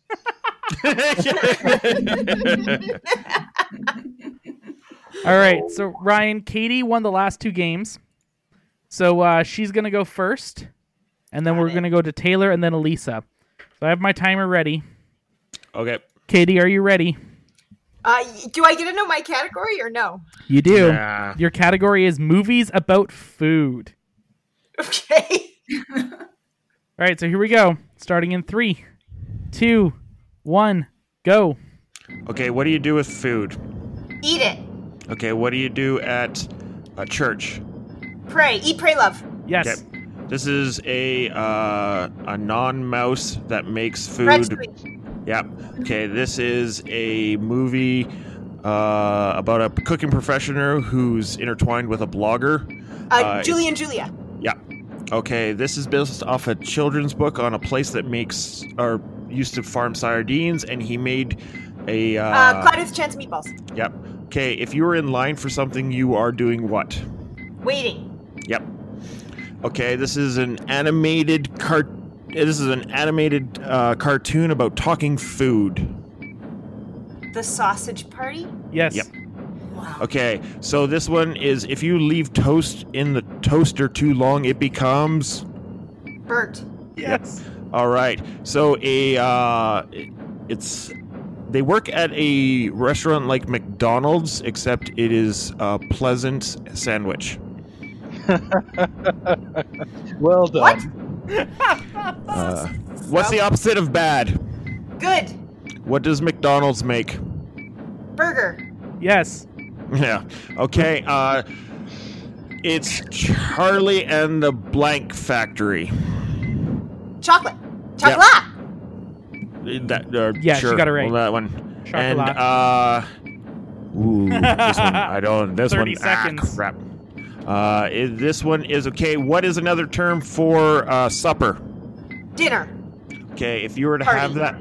C: All right. So Ryan, Katie won the last two games. So uh, she's going to go first. And then we're going to go to Taylor and then Elisa. So I have my timer ready.
D: okay
C: Katie, are you ready?
A: Uh, y- do I get to know my category or no?
C: You do.
D: Nah.
C: Your category is movies about food.
A: Okay.
C: All right, so here we go. Starting in three, two, one, go.
D: Okay, what do you do with food?
A: Eat it.
D: Okay, what do you do at a church?
A: Pray. Eat, pray, love.
C: Yes.
D: Okay. This is a uh, a non-mouse that makes
A: Red
D: food.
A: screen.
D: Yep. Okay. This is a movie uh, about a cooking professional who's intertwined with a blogger.
A: Uh,
D: Uh,
A: Julie and Julia.
D: Yeah. Okay, this is based off a children's book on a place that makes or used to farm sardines, and he made a. Uh,
A: Uh, Claudius Chance Meatballs.
D: Yep. Okay, if you are in line for something, you are doing what?
A: Waiting.
D: Yep. Okay, this is an animated cart. This is an animated uh, cartoon about talking food.
A: The sausage party.
C: Yes.
D: Yep. Okay, so this one is if you leave toast in the toaster too long, it becomes
A: Bert.
D: Uh, Yes. All right. So a uh, it's they work at a restaurant like McDonald's, except it is a pleasant sandwich.
F: well done.
D: Uh, what's the opposite of bad?
A: Good.
D: What does McDonald's make?
A: Burger.
C: Yes.
D: Yeah. Okay. Uh, it's Charlie and the Blank Factory.
A: Chocolate.
D: Yep.
A: Chocolate.
D: That uh,
C: Yeah, she
D: sure.
C: got it right.
D: Well, that one. And
C: Chocolat.
D: uh, ooh, this one I don't. This
C: 30
D: one.
C: seconds.
D: Ah, crap. Uh, i- this one is okay. What is another term for uh, supper?
A: Dinner.
D: Okay, if you were to have that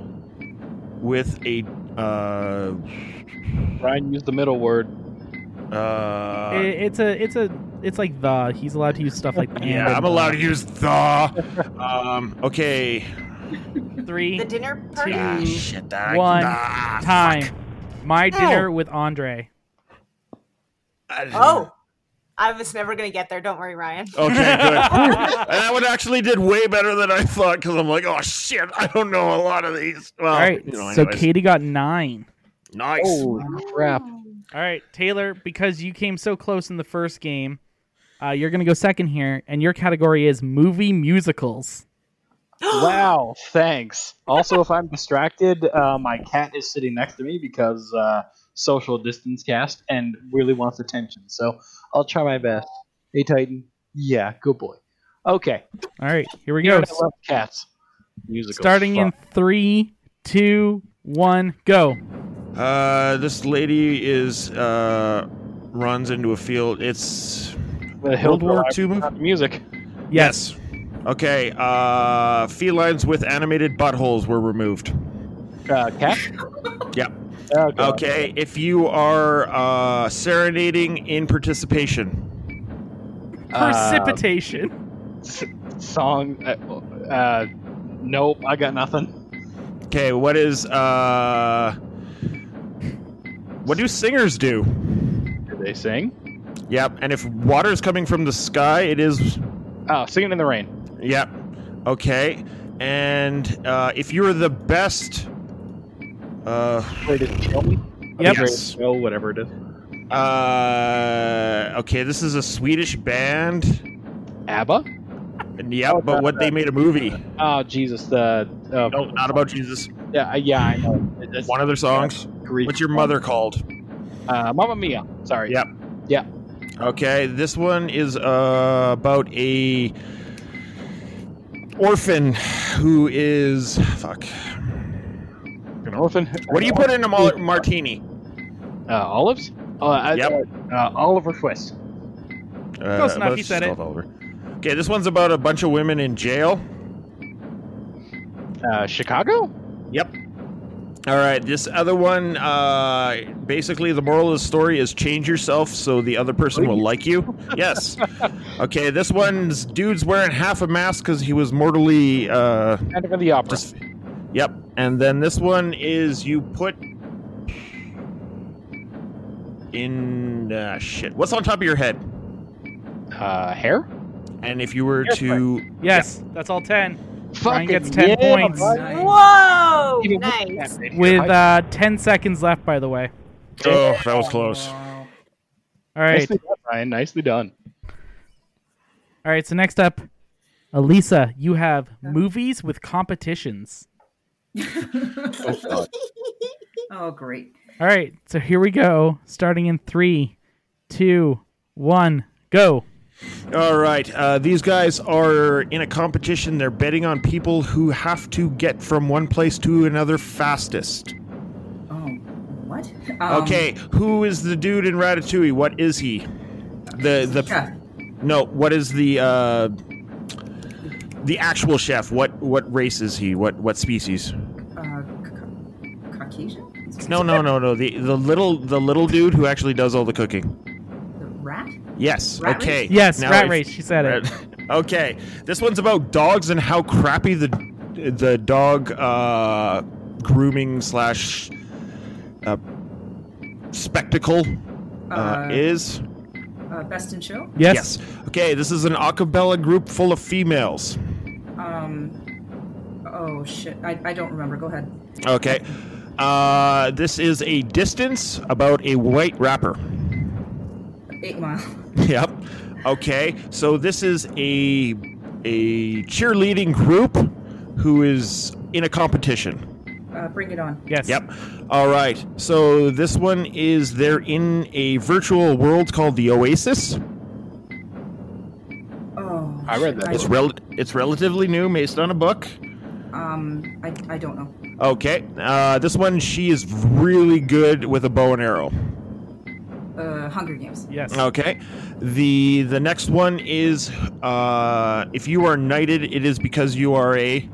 D: with a uh,
F: Ryan used the middle word.
D: Uh,
C: I- it's a. It's a. It's like the. He's allowed to use stuff like.
D: yeah,
C: and,
D: I'm allowed to use the. Um, okay.
C: Three.
A: The dinner party.
D: Ah, shit, that-
C: one
D: ah,
C: time. My
A: Ow.
C: dinner with Andre.
A: Oh. I was never gonna get there. Don't worry, Ryan.
D: Okay, good. and that one actually did way better than I thought because I'm like, oh shit, I don't know a lot of these. Well,
C: All right.
D: Oh, you know,
C: so
D: anyways.
C: Katie got nine.
D: nice.
F: Oh. crap.
C: All right, Taylor, because you came so close in the first game, uh, you're going to go second here, and your category is movie musicals.
F: wow, thanks. Also, if I'm distracted, uh, my cat is sitting next to me because uh, social distance cast and really wants attention. So I'll try my best. Hey, Titan. Yeah, good boy. Okay.
C: All right, here we
F: You know
C: go.
F: I love cats. Musical.
C: Starting in three, two, one, go.
D: Uh, this lady is uh, runs into a field. It's World War II movie.
F: Music.
C: Yes.
D: Okay. Uh, felines with animated buttholes were removed.
F: Uh, cat.
D: Yep.
F: Oh, God.
D: Okay. If you are uh, serenading in participation,
F: Uh,
C: Precipitation.
F: s- song. Uh, uh, nope, I got nothing.
D: okay. What is uh, what do singers do?
F: Do they sing?
D: Yep. And if water is coming from the sky, it is.
F: Oh, singing in the rain.
D: Yep. Okay. And uh, if you're the best. Uh,
F: Greatest show.
C: Yep.
F: Greatest show, whatever it is.
D: uh, okay, this is a Swedish band.
F: ABBA.
D: Yep, but what they made a movie.
F: Oh Jesus, the uh,
D: No, not about Jesus.
F: yeah, yeah, I know. It- It's
D: One of their songs.
F: Greek.
D: What's your mother called?
F: Uh, Mamma Mia. Sorry.
D: Yep.
F: Yeah.
D: Okay, this one is uh, about a orphan who is fuck.
F: An orphan.
D: What do you put in a mar- martini?
F: Uh, olives. Uh, I-
D: Yep.
F: uh, uh, Oliver Twist.
D: Uh,
C: Close enough,
D: but
C: he
D: it's
C: said
D: just
C: it.
D: called Oliver. Okay, this one's about a bunch of women in jail.
F: Uh, Chicago.
D: Yep. All right. This other one, uh, basically, the moral of the story is change yourself so the other person will like you. Yes. Okay. This one's dude's wearing half a mask because he was mortally. Uh,
F: Kind of in the opera.
D: dis- yep. And then this one is you put in uh, shit. What's on top of your head?
F: Uh, hair.
D: And if you were to,
C: Yes, that's all 10. Ryan
F: Fucking
C: gets 10
F: yeah,
C: points
F: bud.
A: Whoa!
F: Even with
A: Nice.
F: that, baby.
C: with uh, 10 seconds left, by the way.
D: oh, that was close.
C: All right.
F: Nicely done, Ryan. Nicely done.
C: All right, so next up, Elisa, you have movies with competitions.
E: oh, great.
C: All right, so here we go. Starting in three, two, one, go.
D: All right. Uh, these guys are in a competition. They're betting on people who have to get from one place to another fastest.
E: Oh, what? Um,
D: okay. Who is the dude in Ratatouille? What is he? The the
E: Chef.
D: no. What is the uh, the actual chef? What what race is he? What what species?
E: Uh, ca- Caucasian?
D: No no no no. The the little the little dude who actually does all the cooking.
E: The rat?
D: Yes.
E: Rat race?
D: okay.
C: Yes, rat
D: if-
C: race, she said it.
D: Rat- Okay. This one's about dogs and how crappy the the dog uh, grooming slash uh, spectacle uh,
E: Uh,
D: is.
E: Uh, best in show?
D: Yes. Okay. This is an acapella group full of females.
E: Um, oh, shit. I, I don't remember. Go ahead.
D: Okay. Uh, this is a distance about a white rapper.
E: Eight Mile.
D: Yep. Okay. So this is a a cheerleading group who is in a competition.
E: Uh, bring it on.
C: Yes.
D: Yep. All right. So this one is they're in a virtual world called the Oasis.
E: Oh.
L: I read
E: shit,
L: that
D: It's rel- it's relatively new, based on a book.
E: Um, I, I don't know.
D: Okay. Uh, this one she is really good with a bow and arrow.
E: Uh, Hunger Games.
C: Yes.
D: Okay. The the next one is uh, if you are knighted, it is because you are a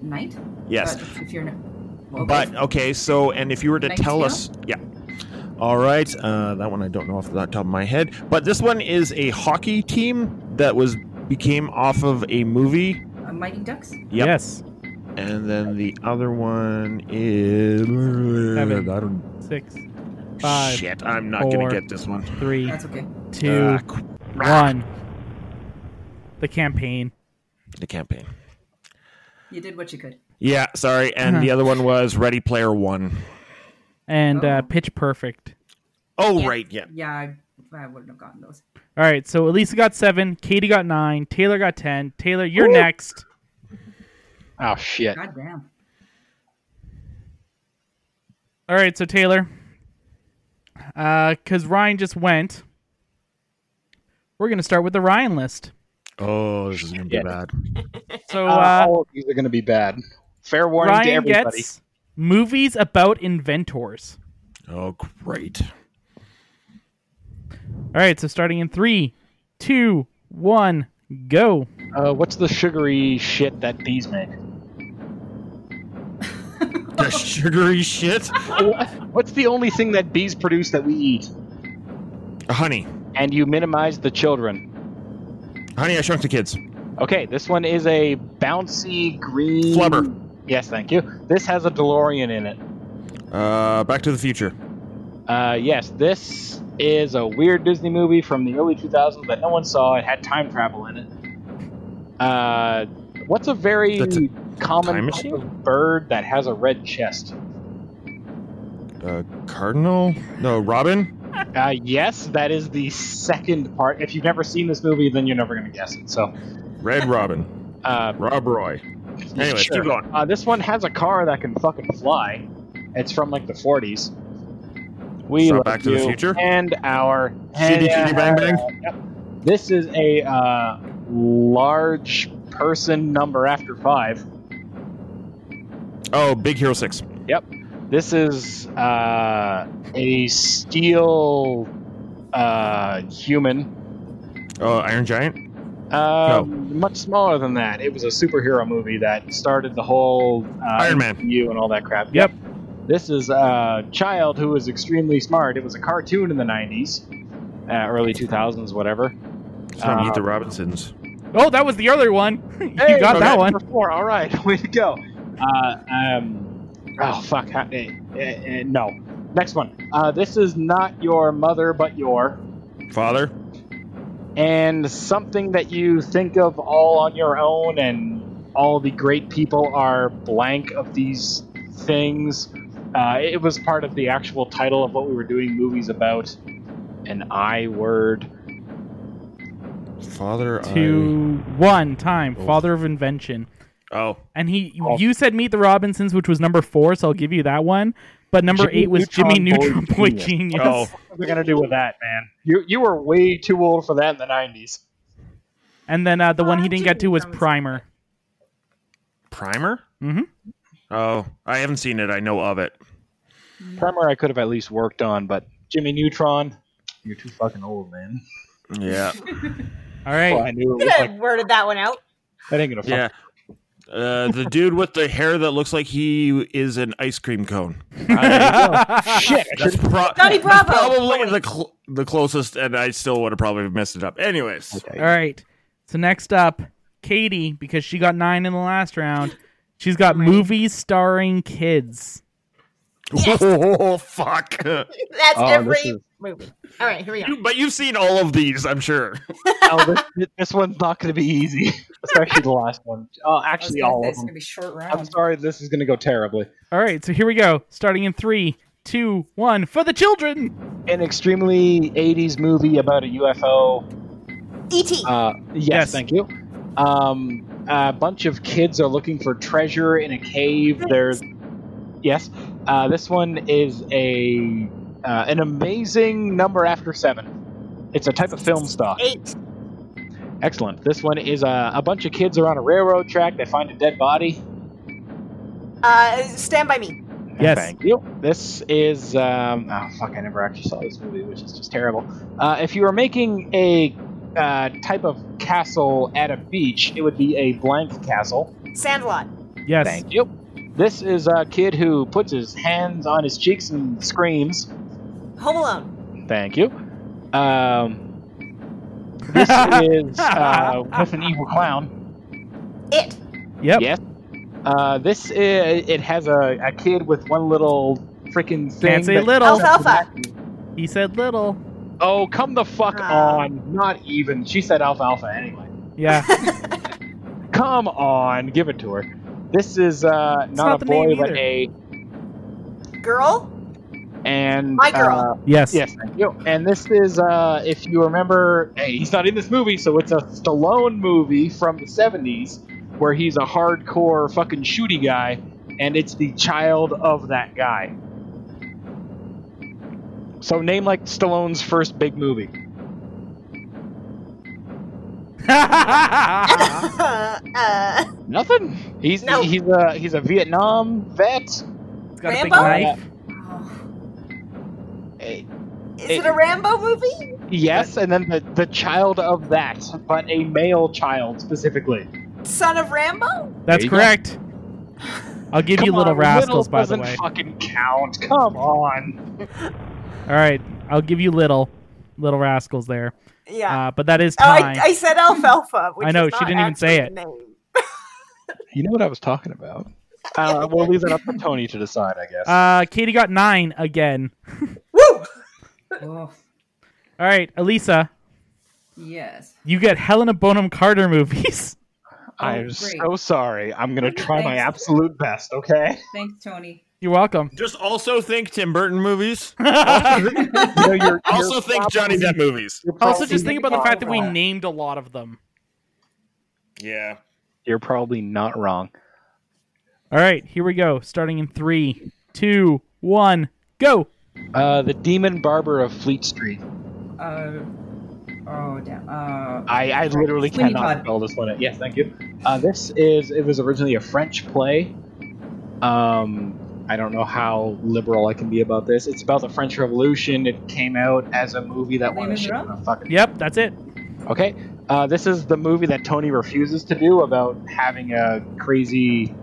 E: Night?
D: Yes.
E: Uh, if you're not. Okay.
D: But okay, so and if you were to
E: Nice
D: tell
E: to
D: us, yeah. All right, uh, that one I don't know off the top of my head, but this one is a hockey team that was became off of a movie.
E: Uh, Mighty Ducks?
D: Yep.
C: Yes.
D: And then the other one is
C: Seven.
D: I don't-
C: Six, five,
D: shit. I'm not going
C: four,
D: gonna get this one.
C: three,
E: That's okay.
C: two,
D: Ah,
C: one. The campaign.
D: The campaign.
E: You did what you could.
D: Yeah, sorry. And the other one was Ready Player One.
C: and uh, Pitch Perfect.
D: Oh right, yeah.
E: Yeah, I, I wouldn't have gotten those.
C: All right, so Elisa got seven, Katie got nine, Taylor got ten. Taylor, you're next.
F: Oh shit!
E: God damn.
C: All right, so Taylor, because Ryan just went, we're gonna start with the Ryan list.
D: Oh, this is gonna be bad.
C: So
F: Uh,
C: uh,
F: all of these are going to be bad. Fair warning to
C: Ryan
F: everybody.
C: gets movies about inventors.
D: Oh great.
C: All right, so starting in three, two, one, go.
F: Uh, what's the sugary shit that bees make?
D: The sugary shit. Uh,
F: What's the only thing that bees produce that we eat?
D: Honey,
F: And you minimize the children.
D: honey, I shrunk the kids.
F: Okay, this one is a bouncy green.
D: Flubber.
F: Yes, thank you. This has a DeLorean in it.
D: Uh, Back to the Future.
F: Uh, yes, this is a weird Disney movie from the early 2000s that no one saw. It had time travel in it. Uh, what's a very
D: That's a time
F: common type
D: machine?
F: of bird that has a red chest?
D: Uh, Cardinal? No, Robin?
F: Uh, yes, that is the second part. If you've never seen this movie, then you're never going to guess it. So,
D: Red Robin.
F: uh,
D: Rob Roy. Anyways,
F: sure.
D: keep going.
F: Uh, this one has a car that can fucking fly. It's from like the 40s. We
D: So
F: love
D: Back to the
F: you
D: Future?
F: and our
D: Kitty Kitty Bang
F: uh,
D: Bang?
F: This is a uh, large person number after five.
D: Oh, Big Hero 6.
F: Yep. This is uh, a steel uh, human.
D: Oh, Iron Giant?
F: Uh, Much smaller than that. It was a superhero movie that started the whole uh,
D: Iron Man.
F: MCU and all that crap.
C: Yep.
F: This is a child who is extremely smart. It was a cartoon in the 90s, uh, early 2000s, whatever.
D: It's from Meet
F: Uh,
D: the Robinsons.
C: Oh, that was the other one. you
F: Hey,
C: got
F: okay.
C: that one.
F: Number four. All right, way to go. Uh, um, oh fuck. ha- eh, eh, eh, no. Next one. Uh, this is not your mother, but your,
D: Father?
F: and something that you think of all on your own, and all the great people are blank of these things. Uh, it was part of the actual title of what we were doing movies about. An I word.
D: Father,
C: Two, one, time.
D: Oh.
C: Father of invention.
D: Oh,
C: and he you said Meet the Robinsons, which was number four, so I'll give you that one. But number eight was Jimmy Neutron Boy Genius.
D: Oh.
F: What the fuck are we gonna do with that, man? You you were way too old for that in the nineties.
C: And then uh, the one he didn't get to was Primer.
D: Primer?
C: Mm-hmm.
D: Oh, I haven't seen it. I know of it.
F: Primer, I could have at least worked on, but Jimmy Neutron, you're too fucking old, man.
D: Yeah.
C: All right.
F: Well, I knew it
A: You
F: was
A: could
F: like,
A: have worded that one out.
F: that ain't gonna fuck.
D: Yeah. Uh, the dude with the hair that looks like he is an ice cream cone.
F: Shit. I
D: That's
F: should've-
D: pro-
A: Johnny Bravo.
D: probably the cl- the closest, and I still would have probably messed it up. Anyways,
C: All right. So next up, Katie, because she got nine in the last round. She's got movies starring kids.
D: oh fuck!
A: That's
F: Oh,
A: every
F: this is-
A: movie. All right, here we go.
D: You- but you've seen all of these, I'm sure.
F: no, Oh, this, this one's not gonna be easy, especially the last one. Oh, actually,
E: I was gonna
F: all
E: say
F: of
E: It's
F: them.
E: gonna be a short
F: I'm
E: round.
F: sorry, this is gonna go terribly.
C: All right. So here we go. Starting in three, two, one. For the children.
F: An extremely '80s movie about a UFO.
A: E.T.
F: Uh, yes,
C: Yes.
F: thank you. Um, a bunch of kids are looking for treasure in a cave. There's yes. Uh, this one is a uh, an amazing number after seven. It's a type of film stock.
A: Eight.
F: Excellent. This one is uh, a, a bunch of kids are on a railroad track. They find a dead body.
A: Uh, Stand by me.
C: Yes.
F: Thank you. This is um, oh fuck! I never actually saw this movie, which is just terrible. Uh, if you were making a uh, type of castle at a beach, it would be a blank castle.
A: Sandlot.
C: Yes.
F: Thank you. This is a kid who puts his hands on his cheeks and screams.
A: Home Alone.
F: Thank you. Um, this is uh, with an evil clown.
A: It.
C: Yep.
F: Yes. Uh, this is, it has a, a kid with one little freaking thing.
C: Can't say
F: that-
C: little.
A: Alfalfa.
C: He said little.
F: Oh, come the fuck
A: Ah.
F: on. Not even. She said alfalfa anyway.
C: Yeah.
F: Come on. Give it to her. This is uh, not,
C: not
F: a
C: the
F: boy,
C: name
F: but
C: either.
F: a.
A: Girl.
F: And.
A: My girl.
F: uh,
C: yes.
F: yes, thank you. And this is, uh, if you remember, hey, he's not in this movie, so it's a Stallone movie from the 70s where he's a hardcore fucking shooty guy, and it's the child of that guy. So, name like Stallone's first big movie.
A: uh, uh,
F: Nothing. He's
A: No.
F: he's a he's a Vietnam vet. Uh,
C: He's got a big
A: Rambo?
C: knife.
E: Oh,
F: Eh,
A: is it a Rambo movie?
F: Yes, and then the, the child of that, but a male child specifically.
A: Son of Rambo?
C: That's
F: you go.
C: correct. I'll give you
F: Come
C: Little
F: on,
C: Rascals, by the
F: doesn't
C: way.
F: fucking count. Come on.
C: All right. I'll give you Little. Little Rascals there.
A: Yeah.
C: Uh, but that is
A: oh,
C: time.
A: I, I said alfalfa. Which
C: I know,
A: is
C: she
A: not
C: didn't even say
A: actually the name.
I: You know what I was talking about?
F: Uh, we'll leave it up to Tony to decide, I guess.
C: uh, Katie got nine again.
A: Woo!
E: oh,
C: All right, Elisa,
E: yes.
C: you get Helena Bonham Carter movies.
F: I am
E: great.
F: so sorry. I'm gonna try my
E: Thanks.
F: absolute best. Okay.
E: Thanks, Tony.
C: You're welcome.
D: Just also think Tim Burton movies.
F: You know, you're-
D: Also
F: you're
D: think Johnny Depp movies.
F: you're
C: Also,
F: probably-
C: just think about the fact that we
F: wrong.
C: named a lot of them.
D: Yeah.
F: You're probably not wrong.
C: All right, here we go. Starting in three, two, one, go.
F: Uh, the Demon Barber of Fleet Street.
E: Uh, oh damn. Uh,
F: I, I literally
E: Sweeney
F: cannot
E: Todd.
F: spell this one. out. Yes, thank you. Uh, this is it was originally a French play. Um, I don't know how liberal I can be about this. It's about the French Revolution. It came out as a movie that won a
E: Les
F: shit ton of fucking.
C: Yep, that's it.
F: Okay, uh, this is the movie that Tony refuses to do about having a crazy.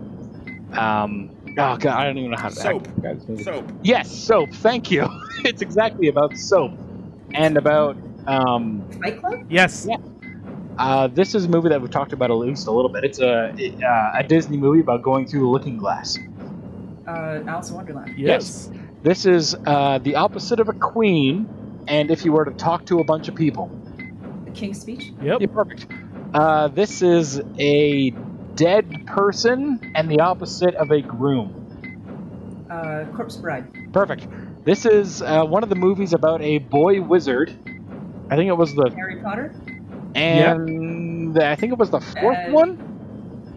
F: Um, oh god, I don't even know how to.
D: Soap.
F: I-
D: Soap.
F: Yes, soap. Thank you. it's exactly about soap, and about um,
E: Fight Club.
C: Yes.
F: Yeah. uh, this is a movie that we've talked about at least a little bit. It's a uh, a Disney movie about going through the looking glass.
E: Uh, Alice in Wonderland.
C: Yes.
F: This is uh, the opposite of a queen, and if you were to talk to a bunch of people,
E: The King's Speech.
C: Yep.
F: Yeah, perfect. Uh, this is a dead person and the opposite of a groom.
E: Uh, Corpse Bride.
F: Perfect. This is uh, one of the movies about a boy wizard. I think it was the
E: Harry Potter.
F: and I think it was the fourth
E: Uh,
F: one.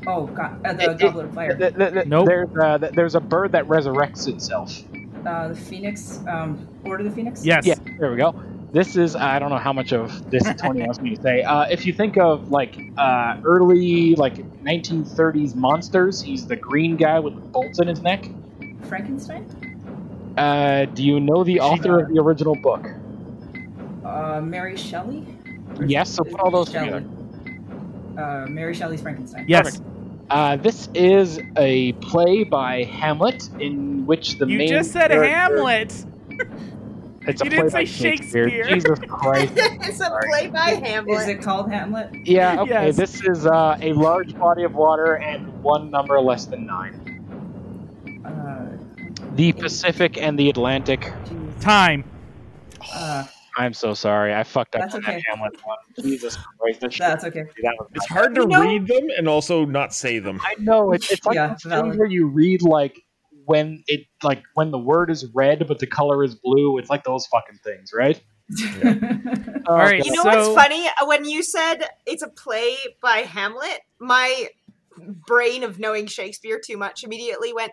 E: Oh god, uh, the Goblet of Fire.
F: Th- th- th- There's a, th- there's a bird that resurrects itself.
E: Uh, the Phoenix, um, Order of the Phoenix.
F: Yeah, there we go. This is I don't know how much of this Tony wants me to say. Uh, if you think of like uh, early like 1930s monsters, he's the green guy with the bolts in his neck.
E: Frankenstein.
F: Uh, do you know the author of the original book?
E: Uh, Mary Shelley.
F: Yes, so put all those together.
E: Uh, Mary Shelley's Frankenstein.
F: Perfect. Uh, this is a play by Hamlet in which the
C: You
F: main
C: just said
F: character-
C: Hamlet.
F: It's
C: You
F: a play
C: didn't
F: by
C: say Shakespeare.
F: Jesus Christ.
A: it's a play by Hamlet.
E: Is it called Hamlet?
F: Yeah, okay. This is uh, a large body of water and one number less than nine.
E: Uh,
F: The Pacific and the Atlantic.
C: Time.
E: uh,
F: I'm so sorry. I fucked up
E: That's
F: on
E: okay.
F: that Hamlet one. Jesus Christ. That
E: That's okay.
F: That was
D: It's hard to
F: You know-
D: read them and also not say them.
F: I know it's, it's like
E: Yeah,
F: those
E: valid.
F: things where you read like when it like when the word is red but the color is blue. It's like those fucking things, right?
C: All right,
A: You know
C: so-
A: what's funny? Uh, When you said it's a play by Hamlet, my brain of knowing Shakespeare too much immediately went.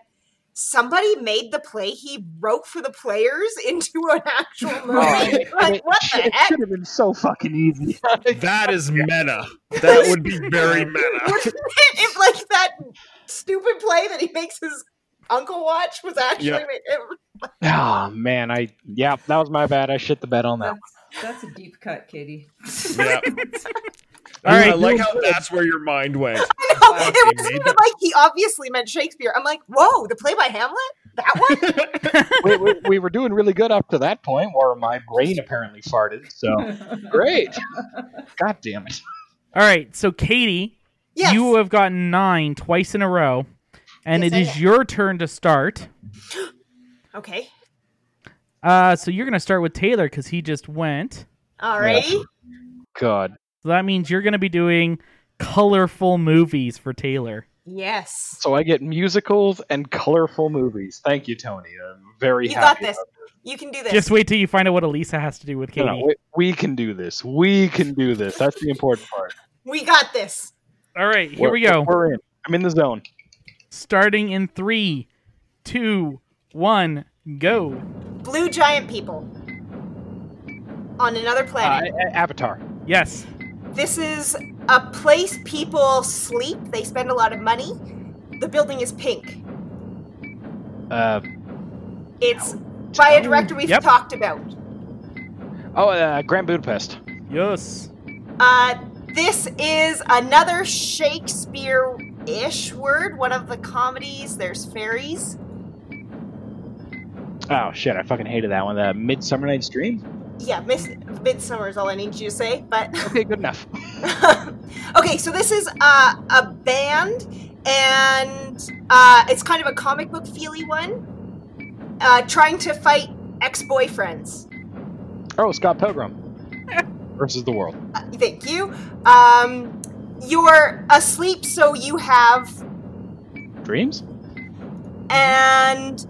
A: Somebody made the play he wrote for the players into an actual movie. like what the heck?
F: should have been so fucking easy.
D: That is meta. That would be very meta.
A: Wouldn't it if like that stupid play that he makes his uncle watch was actually
F: Yeah.
A: made-
F: oh man, I yeah, that was my bad. I shit the bed on that.
E: that's a deep cut, Katie.
D: Yeah.
F: All
D: I
F: right,
D: like
F: you-
D: how that's where your mind went.
A: it, was
D: made
A: sort of like he obviously meant Shakespeare. I'm like, whoa, the play by Hamlet? That one?
F: we, we, we were doing really good up to that point, where my brain apparently farted. So great. God damn it.
C: All right, so Katie, you uh, have gotten nine twice in a row, and
A: Yes,
C: it
A: I
C: is
A: have.
C: your turn to start.
A: Okay.
C: Uh, so you're going to start with Taylor because he just went.
A: Alrighty.
F: God.
C: So that means you're going to be doing colorful movies for Taylor.
A: Yes.
F: So I get musicals and colorful movies. Thank you, Tony. I'm very
A: You got
F: happy.
A: this.
F: about
A: You can do this.
C: Just wait till you find out what Elisa has to do with Katie.
F: No, no, we, we can do this. We can do this. That's the important part.
A: We got this.
C: All right, here
F: We're-
C: we go.
F: We're in. I'm in the zone.
C: Starting in three, two, one, go.
A: Blue giant people on another planet.
F: Uh, Avatar.
C: Yes.
A: This is a place people sleep. They spend a lot of money. The building is pink.
F: Uh,
A: It's by a director we've
F: Yep.
A: talked about.
F: oh, uh, Grand Budapest.
C: Yes.
A: Uh, this is another Shakespeare ish word, one of the comedies. There's fairies.
F: Oh shit! I fucking hated that one. The Midsummer Night's Dream.
A: Yeah, mis- Midsummer is all I need you to say. But
F: Okay, good enough.
A: okay, so this is uh, a band, and uh, it's kind of a comic book feely one, uh, trying to fight ex boyfriends.
F: Oh, Scott Pilgrim versus the World.
A: Thank you. Um, you're asleep, so you have
F: Dreams.
A: and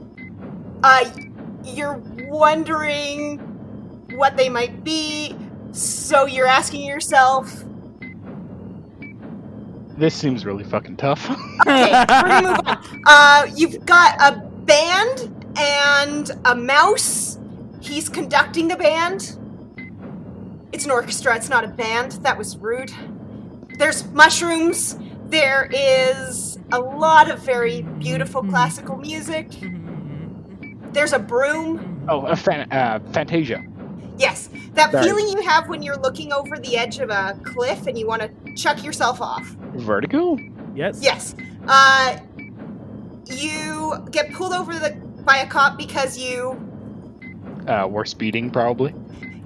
A: uh, you're wondering what they might be. So you're asking yourself,
F: This seems really fucking tough.
A: okay, we're gonna move on. Uh, you've got a band and a mouse. He's conducting the band. It's an orchestra, it's not a band. That was rude. There's mushrooms. There is a lot of very beautiful classical music. Mm-hmm. There's a broom.
F: oh, uh, fan- uh, Fantasia.
A: Yes, that
F: Sorry.
A: feeling you have when you're looking over the edge of a cliff and you want to chuck yourself off.
F: Vertigo.
C: Yes.
A: Yes. Uh, you get pulled over the by a cop because you
F: Uh, we're speeding probably.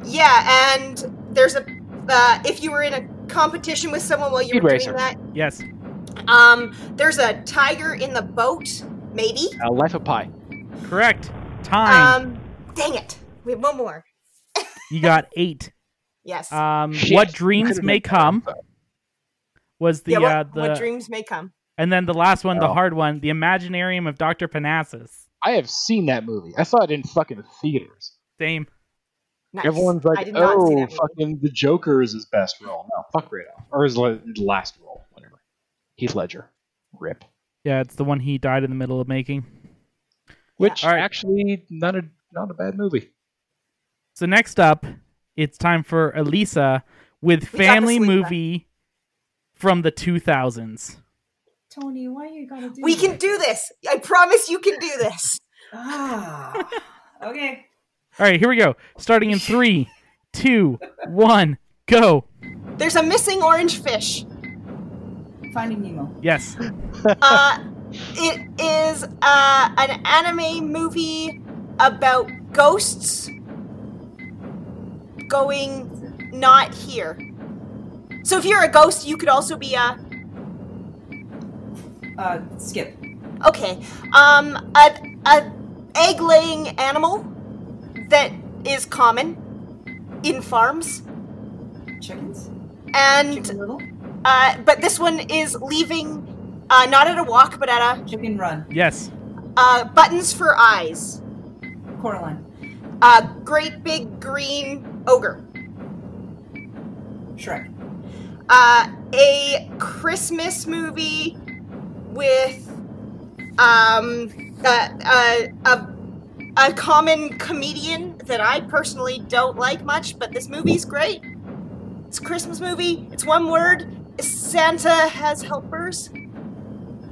A: yeah, and there's a uh, if you were in a competition with someone while you
F: Speed
A: were
F: racer.
A: doing that,
C: Yes.
A: um, there's a tiger in the boat, maybe.
F: Uh, Life of Pi.
C: Correct. Time.
A: Um, dang it, we have one more.
C: you got eight.
A: Yes.
F: Uh,
C: Um,
F: Shit.
C: what
F: You
C: dreams
F: could've
C: may
F: made that
C: come
F: up,
C: was the
A: yeah, what,
C: uh, the
A: what dreams may come.
C: and then the last one, the
F: Oh.
C: hard one, the Imaginarium of Doctor Panassus.
F: I have seen that movie. I saw it in fucking theaters.
C: Same.
A: Nice.
F: Everyone's
A: I
F: like,
A: did not see
F: "Oh,
A: that movie.
F: fucking the Joker is his best role." No, fuck Radov, or his la- last role, whatever. Heath Ledger. Rip.
C: Yeah, it's the one he died in the middle of making.
F: Which actually not a not a bad movie.
C: So next up, it's time for Elisa with
E: We got the
C: family
E: sleep
C: movie from the 2000s.
E: Tony, why you gotta do
A: We can
E: it?
A: do this. I promise you can do this.
E: Ah, okay.
C: All right, here we go. Starting in three, two, one, go.
A: There's a missing orange fish.
E: Finding Nemo.
C: Yes.
A: uh, it is uh, an anime movie about ghosts going not here. So if you're a ghost, you could also be a
E: Uh, skip.
A: okay, um, a, a egg-laying animal that is common in farms.
E: Chickens.
A: And uh, but this one is leaving, uh, not at a walk, but at a
E: chicken run.
C: Yes.
A: Uh, buttons for eyes.
E: Coraline.
A: Uh, great big green ogre.
E: Shrek.
A: Uh, a Christmas movie with um, a, a, a, a common comedian that I personally don't like much, but this movie's great. It's a Christmas movie. It's one word. Santa has helpers.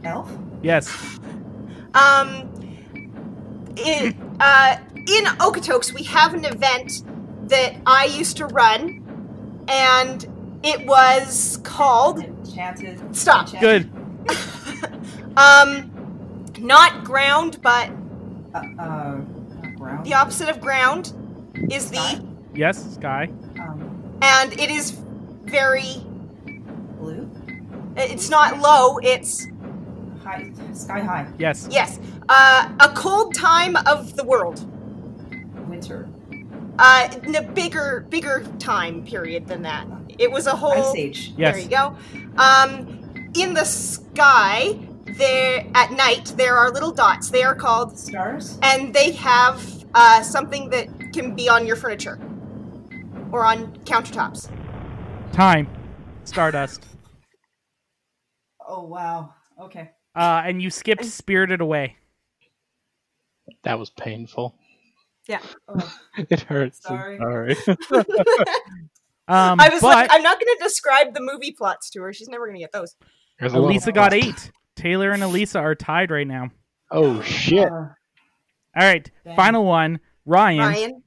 E: Elf.
C: Yes.
A: Um, in, uh, in Okotoks, we have an event that I used to run, and it was called.
E: Enchanted.
A: Stop.
C: Good.
A: Um, not ground, but
E: Uh, uh ground.
A: the opposite of ground is the,
C: Yes, Sky.
E: um,
A: and it is very.
E: Blue.
A: It's not low. It's
E: High. Sky high.
C: Yes.
A: yes. Uh, a cold time of the world.
E: Winter.
A: uh, in a bigger bigger time period than that. It was a whole
E: Ice Age.
A: There
E: Yes.
A: you go. Um, in the sky, there at night there are little dots. They are called
E: stars,
A: and they have uh, something that can be on your furniture or on countertops.
C: Time. Stardust.
E: Oh wow. Okay.
C: Uh, and you skipped Spirited Away.
L: That was painful.
A: Yeah. Oh.
L: It hurts.
E: Sorry.
L: Sorry.
C: Um,
A: I was
C: but
A: like, I'm not going to describe the movie plots to her. She's never going to get those.
C: Elisa got eight. Taylor and Elisa are tied right now.
F: Oh shit!
A: Uh,
E: Uh,
C: All right, final one. Ryan,
A: Ryan.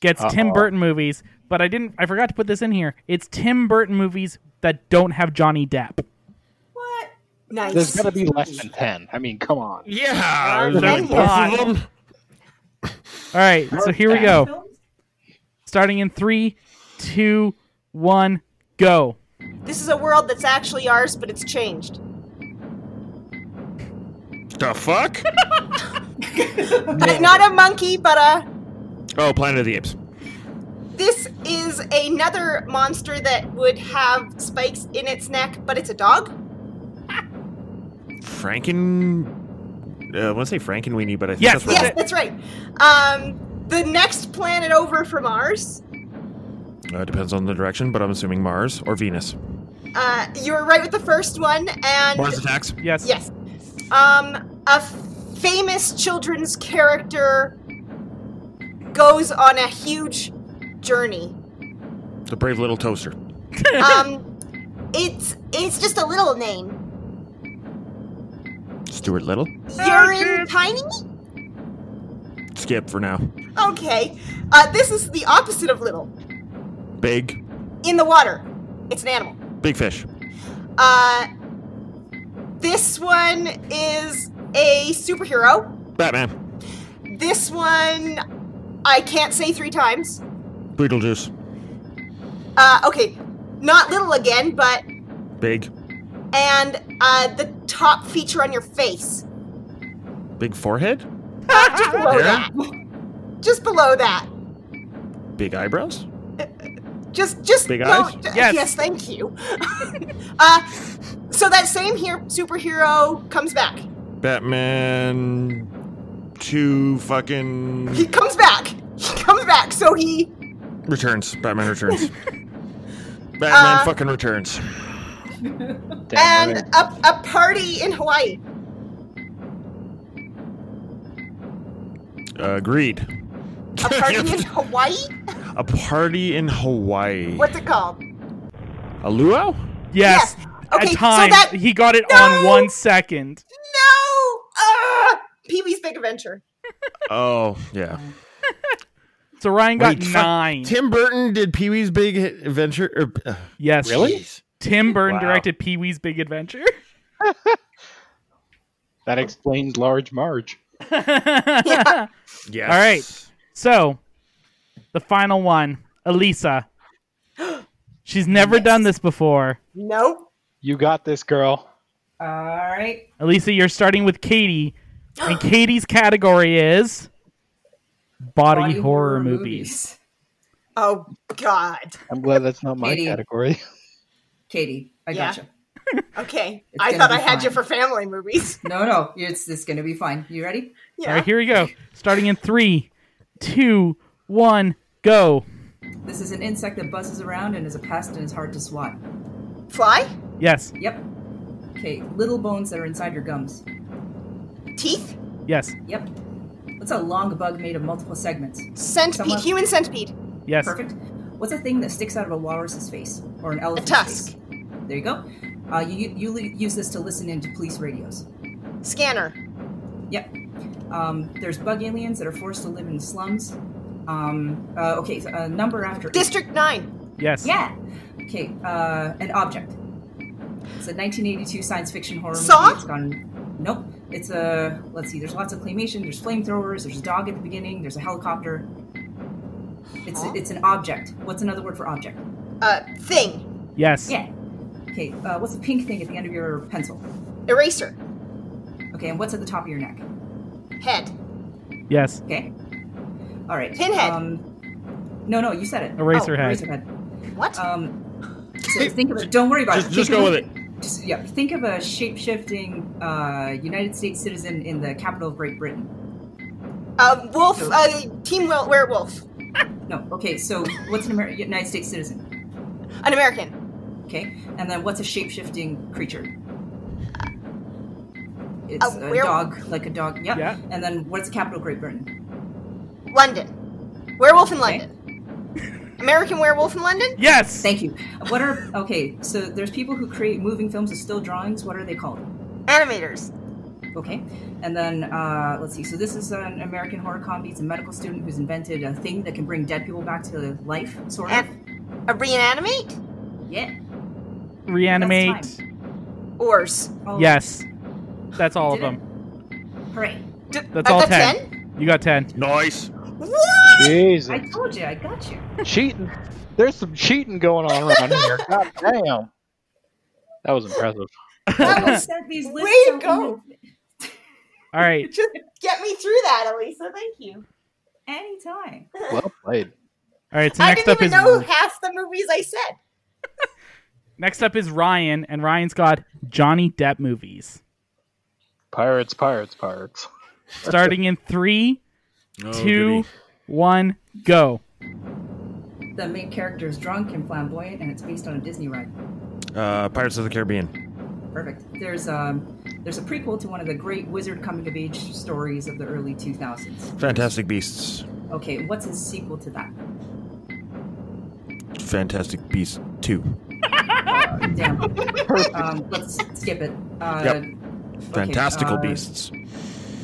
C: gets Tim
F: Uh-oh.
C: Burton movies, but I didn't. I forgot to put this in here. It's Tim Burton movies that don't have Johnny Depp.
A: Nice.
L: There's gotta be less than ten. I mean, come on.
D: Yeah,
C: there's like both of them. All right, so here we
E: Oh.
C: go. Starting in three, two, one, go.
A: This is a world that's actually ours, but it's changed.
D: The fuck?
A: But not a monkey, but a
D: Oh, Planet of the Apes.
A: This is another monster that would have spikes in its neck, but it's a dog.
D: Franken. Uh, I want to say Frankenweenie, but I think
C: Yes,
D: that's
A: yes,
D: wrong.
A: that's right. Um, the next planet over from ours,
D: Uh, depends on the direction, but I'm assuming Mars or Venus.
A: uh, you were right with the first one, and
D: Mars attacks.
C: Yes.
A: yes, um, a famous children's character goes on a huge journey.
D: The brave little toaster.
A: Um, it's it's just a little name.
D: Stuart Little.
A: You're in tiny.
D: Skip for now.
A: Okay, uh, this is the opposite of little.
D: Big,
A: in the water. It's an animal.
D: big fish.
A: Uh, this one is a superhero.
D: Batman.
A: This one I can't say three times.
D: Beetlejuice.
A: Uh, okay, not little again, but
D: Big,
A: and uh, the top feature on your face,
D: big forehead.
A: just
D: Oh,
A: below that, just below that,
D: Big eyebrows.
A: just just
D: Big
A: below-
D: eyes?
A: j-
D: Yes.
A: yes, thank you. uh, so that same here superhero comes back.
D: Batman. Two
A: He
D: fucking
A: comes back. He comes back. So he
D: returns. Batman returns. Batman
A: Uh,
D: fucking returns.
A: and a, a party in Hawaii.
D: Uh, Agreed.
A: A party in Hawaii?
D: A party in Hawaii.
A: What's it called?
D: A luau?
C: Yes.
A: Okay,
C: a
A: so
C: time.
A: that-
C: he got it on
A: No!
C: one second.
A: No! Uh, Pee Wee's Big Adventure.
D: Oh, yeah.
C: So Ryan got
D: Wait, fuck,
C: nine.
D: Tim Burton did Pee Wee's Big Adventure. Or, uh,
C: yes.
D: Really?
C: jeez. Tim Burton
D: Wow.
C: directed Pee Wee's Big Adventure.
L: That explains Large Marge.
D: Yes.
C: All right. So, the final one, Elisa. She's never done this before.
A: Nope.
L: You got this, girl.
E: All right.
C: Elisa, you're starting with Katie, and Katie's category is body,
E: Body
C: horror,
E: horror
C: movies.
E: movies.
A: Oh, God.
L: I'm glad that's not my
E: Katie.
L: category.
E: Katie, I
A: Yeah.
E: gotcha.
A: Okay.
E: It's
A: I
E: gonna
A: thought
E: be
A: I had you for
E: fine.
A: family movies.
E: No, no, it's it's gonna be fine. You ready?
C: All
A: Yeah.
C: right, here we go. Starting in three, two, one, go.
E: This is an insect that buzzes around and is a pest and is hard to swat.
A: Fly?
C: Yes,
E: Yep. Okay, little bones that are inside your gums.
A: Teeth?
C: yes,
E: Yep. What's a long bug made of multiple segments?
A: Centipede.
E: Someone-
A: Human centipede.
C: yes,
E: Perfect. What's a thing that sticks out of a walrus's face or an
A: A
E: elephant's
A: tusk.
E: face? There you go. Uh, you you li- use this to listen into police radios.
A: Scanner.
E: Yep. Um, there's bug aliens that are forced to live in slums. Um, uh, okay, so a number after eight.
A: District 9.
C: yes.
E: Yeah. Okay. Uh, an object. It's a 1982 science fiction horror
A: Saw?
E: movie. It's gone. Nope. It's a. Let's see. There's lots of claymation. There's flamethrowers. There's a dog at the beginning. There's a helicopter. It's
A: Huh?
E: it's an object. What's another word for object?
A: Uh, thing.
C: Yes.
E: Yeah. Okay. Uh, what's the pink thing at the end of your pencil?
A: Eraser.
E: Okay. And what's at the top of your neck?
A: Head.
C: Yes.
E: Okay. All right.
A: Pinhead.
E: Um, no, no. You said it.
C: Eraser
A: Oh,
C: head.
E: Eraserhead.
A: What?
E: Um, so think of it. Don't worry about
D: Just-
E: it.
D: just
E: Think
D: go
E: of
D: with
E: Just, yeah. Think of a shape-shifting uh, United States citizen in the capital of Great Britain.
A: Uh, wolf. Uh, team wel- werewolf.
E: No. Okay. So what's an American United States citizen?
A: An American.
E: Okay. And then what's a shape-shifting creature? It's
A: A
E: a,
A: were-
E: dog, like a dog. Yep.
C: Yeah.
E: And then what's the capital of Great Britain?
A: London. Werewolf in
E: Okay.
A: London. American werewolf in London?
C: Yes.
E: Thank you. What are okay? So there's people who create moving films with still drawings. What are they called?
A: Animators.
E: Okay. And then uh, let's see. So this is an American horror comedy. It's a medical student who's invented a thing that can bring dead people back to life, sort of.
A: And a reanimate?
E: Yeah.
C: Reanimate.
A: Ors.
E: Oh,
C: Yes. That's all of
E: Did it.
C: them.
E: Hooray.
A: D-
C: That's
A: uh,
C: all
A: that's
C: 10.
A: 10?
C: You got 10.
D: Nice.
A: What?
E: I
L: Jesus.
E: told you. I got you.
L: cheating. There's some cheating going on around here. God damn. That was impressive.
E: I would set these lists
A: Way to
E: out
A: go.
E: in
C: All right.
A: Just get me through that, Elisa. Thank you.
E: the- anytime.
L: Well played.
C: All right. So
A: I
C: next
A: didn't
C: up
A: even
C: is
A: know half the movies I said.
C: next up is Ryan, and Ryan's got Johnny Depp movies.
L: Pirates, pirates, pirates.
C: Starting in three,
D: Oh,
C: two,
D: goody.
C: one, go.
E: The main character is drunk and flamboyant, and it's based on a Disney ride.
D: Uh, Pirates of the Caribbean.
E: Perfect. There's um, there's a prequel to one of the great wizard coming of age stories of the early 2000s.
D: Fantastic Beasts.
E: Okay, what's his sequel to that?
D: Fantastic Beasts 2.
E: Damn. um, let's skip it. Uh,
D: Yep.
E: okay,
D: Fantastical
E: uh,
D: Beasts.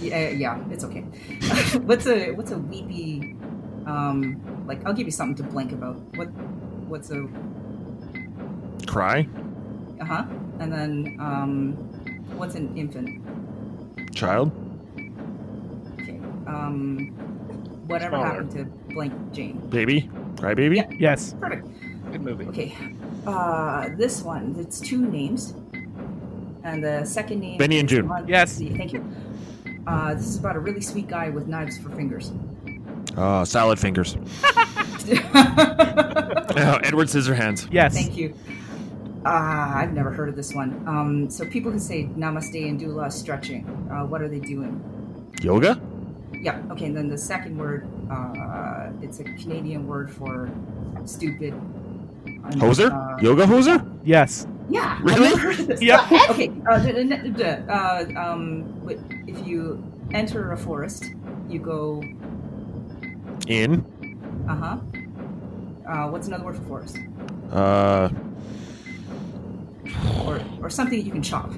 E: Yeah, yeah, it's okay. what's a what's a weepy? Um, like I'll give you something to blank about. What what's a
D: Cry.
E: uh huh? And then um, what's an infant?
D: Child.
E: Okay. Um, whatever
L: Smaller.
E: happened to blank Jane?
D: Baby. Cry baby.
E: Yeah.
C: Yes.
E: Perfect.
L: Good movie.
E: Okay. Uh, this one. It's two names. And the second name.
D: Benny and
E: is the
D: June.
E: one-
C: Yes.
E: Thank you. Uh, this is about a really sweet guy with knives for fingers.
D: Uh, salad fingers. Uh, Edward Scissorhands.
C: Yes.
E: Thank you. Ah, I've never heard of this one. Um, so people who say namaste and do a lot of stretching, uh, what are they doing?
D: Yoga.
E: Yeah. Okay. And then the second word, uh, it's a Canadian word for stupid. un-
D: Hoser.
E: Uh,
D: Yoga hoser.
C: Yes.
E: Yeah.
F: Really?
E: yeah. Okay. Uh, d- d- d- uh, um, wait, if you enter a forest, you go.
D: In?
E: Uh huh. Uh, what's another word for forest?
D: Uh,
E: Or or something you can chop.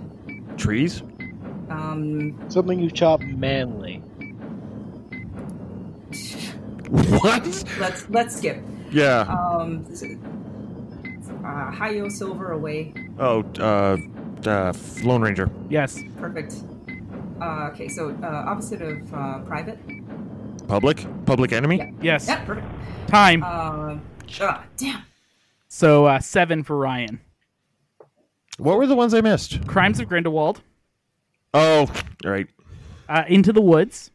D: trees?
E: Um,
F: Something you chop manly.
D: What?
E: Let's let's skip.
D: Yeah.
E: Um. s- Uh, Hiyo silver away.
D: Oh, uh, uh, Lone Ranger.
C: Yes.
E: Perfect. Uh, okay, so uh, opposite of uh, private.
D: Public? Public enemy?
C: Yes.
E: Yeah, perfect.
C: Time.
E: Uh, ah, damn.
C: So uh, seven for Ryan.
D: What were the ones I missed?
C: Crimes of Grindelwald.
D: Oh, all right.
C: Uh, Into the Woods.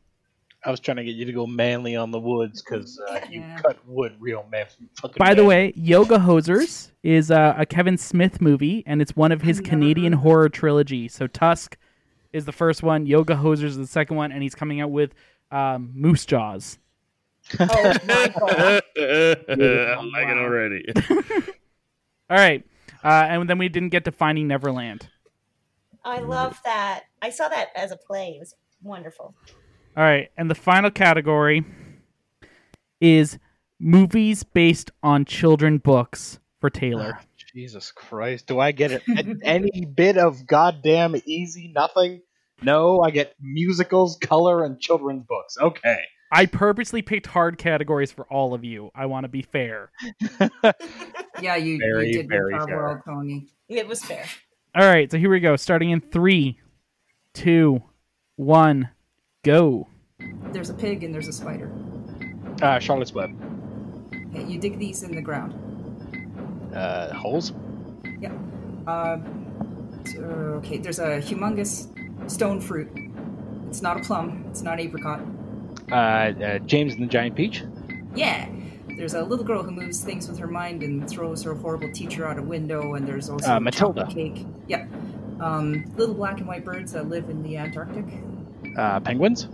F: I was trying to get you to go manly on the woods because uh, you cut wood real man. Fucking
C: By the
F: manly.
C: way, Yoga Hosers is uh, a Kevin Smith movie, and it's one of his Canadian horror trilogy. So Tusk is the first one, Yoga Hosers is the second one, and he's coming out with um, Moose Jaws.
D: I like it already.
C: All right, uh, and then we didn't get to Finding Neverland.
A: I love that. I saw that as a play. It was wonderful.
C: All right, and the final category is movies based on children books for Taylor.
F: Jesus Christ, do I get it? a- Any bit of goddamn easy nothing? No, I get musicals, color, and children's books. Okay.
C: I purposely picked hard categories for all of you. I want to be fair.
E: Yeah, you,
C: Very,
E: you did
C: very
E: your job
C: fair.
E: well, Tony.
A: It was fair.
C: All right, so here we go. Starting in three, two, one, go.
E: There's a pig and there's a spider.
F: Uh, Charlotte's Web.
E: Okay, you dig these in the ground.
F: Uh, holes?
E: Yeah. Uh, t- uh, okay, there's a humongous stone fruit. It's not a plum. It's not an apricot.
F: Uh, uh, James and the Giant Peach?
E: Yeah. There's a little girl who moves things with her mind and throws her horrible teacher out a window. And there's also
F: Uh,
E: a chocolate
F: Matilda.
E: cake. Yeah. Um, little black and white birds that live in the Antarctic.
F: Uh, penguins?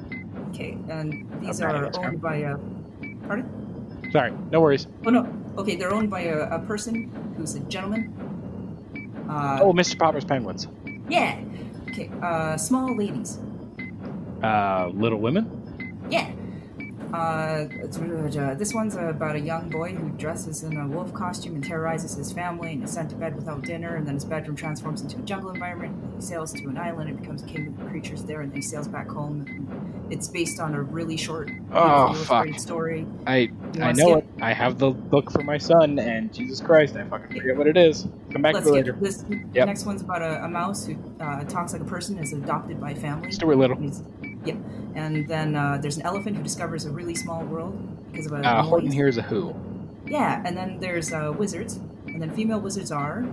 E: Okay, and these
F: Okay,
E: are
F: that's
E: owned by a. Pardon?
F: Sorry, no worries.
E: Oh no. Okay, they're owned by a, a person who's a gentleman. Uh,
F: oh, Mr. Potter's Penguins.
E: Yeah. Okay. Uh, small ladies.
F: Uh, Little Women?
E: Yeah. Uh, this one's about a young boy who dresses in a wolf costume and terrorizes his family and is sent to bed without dinner and then his bedroom transforms into a jungle environment. He sails to an island and becomes king of the creatures there and then he sails back home. It's based on a really short
F: Oh,
E: beautifully
F: fuck.
E: illustrated story.
F: I
E: You
F: I
E: wanna
F: know
E: skip?
F: it. I have the book for my son, and Jesus Christ, I fucking forget what it is. Come back
E: Let's
F: to it
E: skip
F: later.
E: this.
F: Yep.
E: Next one's about a, a mouse who uh, talks like a person, is adopted by family.
F: Stuart Little.
E: And he's- Yep. And then uh, there's an elephant who discovers a really small world because of a
F: Uh,
A: Ah,
E: noise.
F: Horton hears a who.
E: Yeah, and then there's uh, wizards, and then female wizards are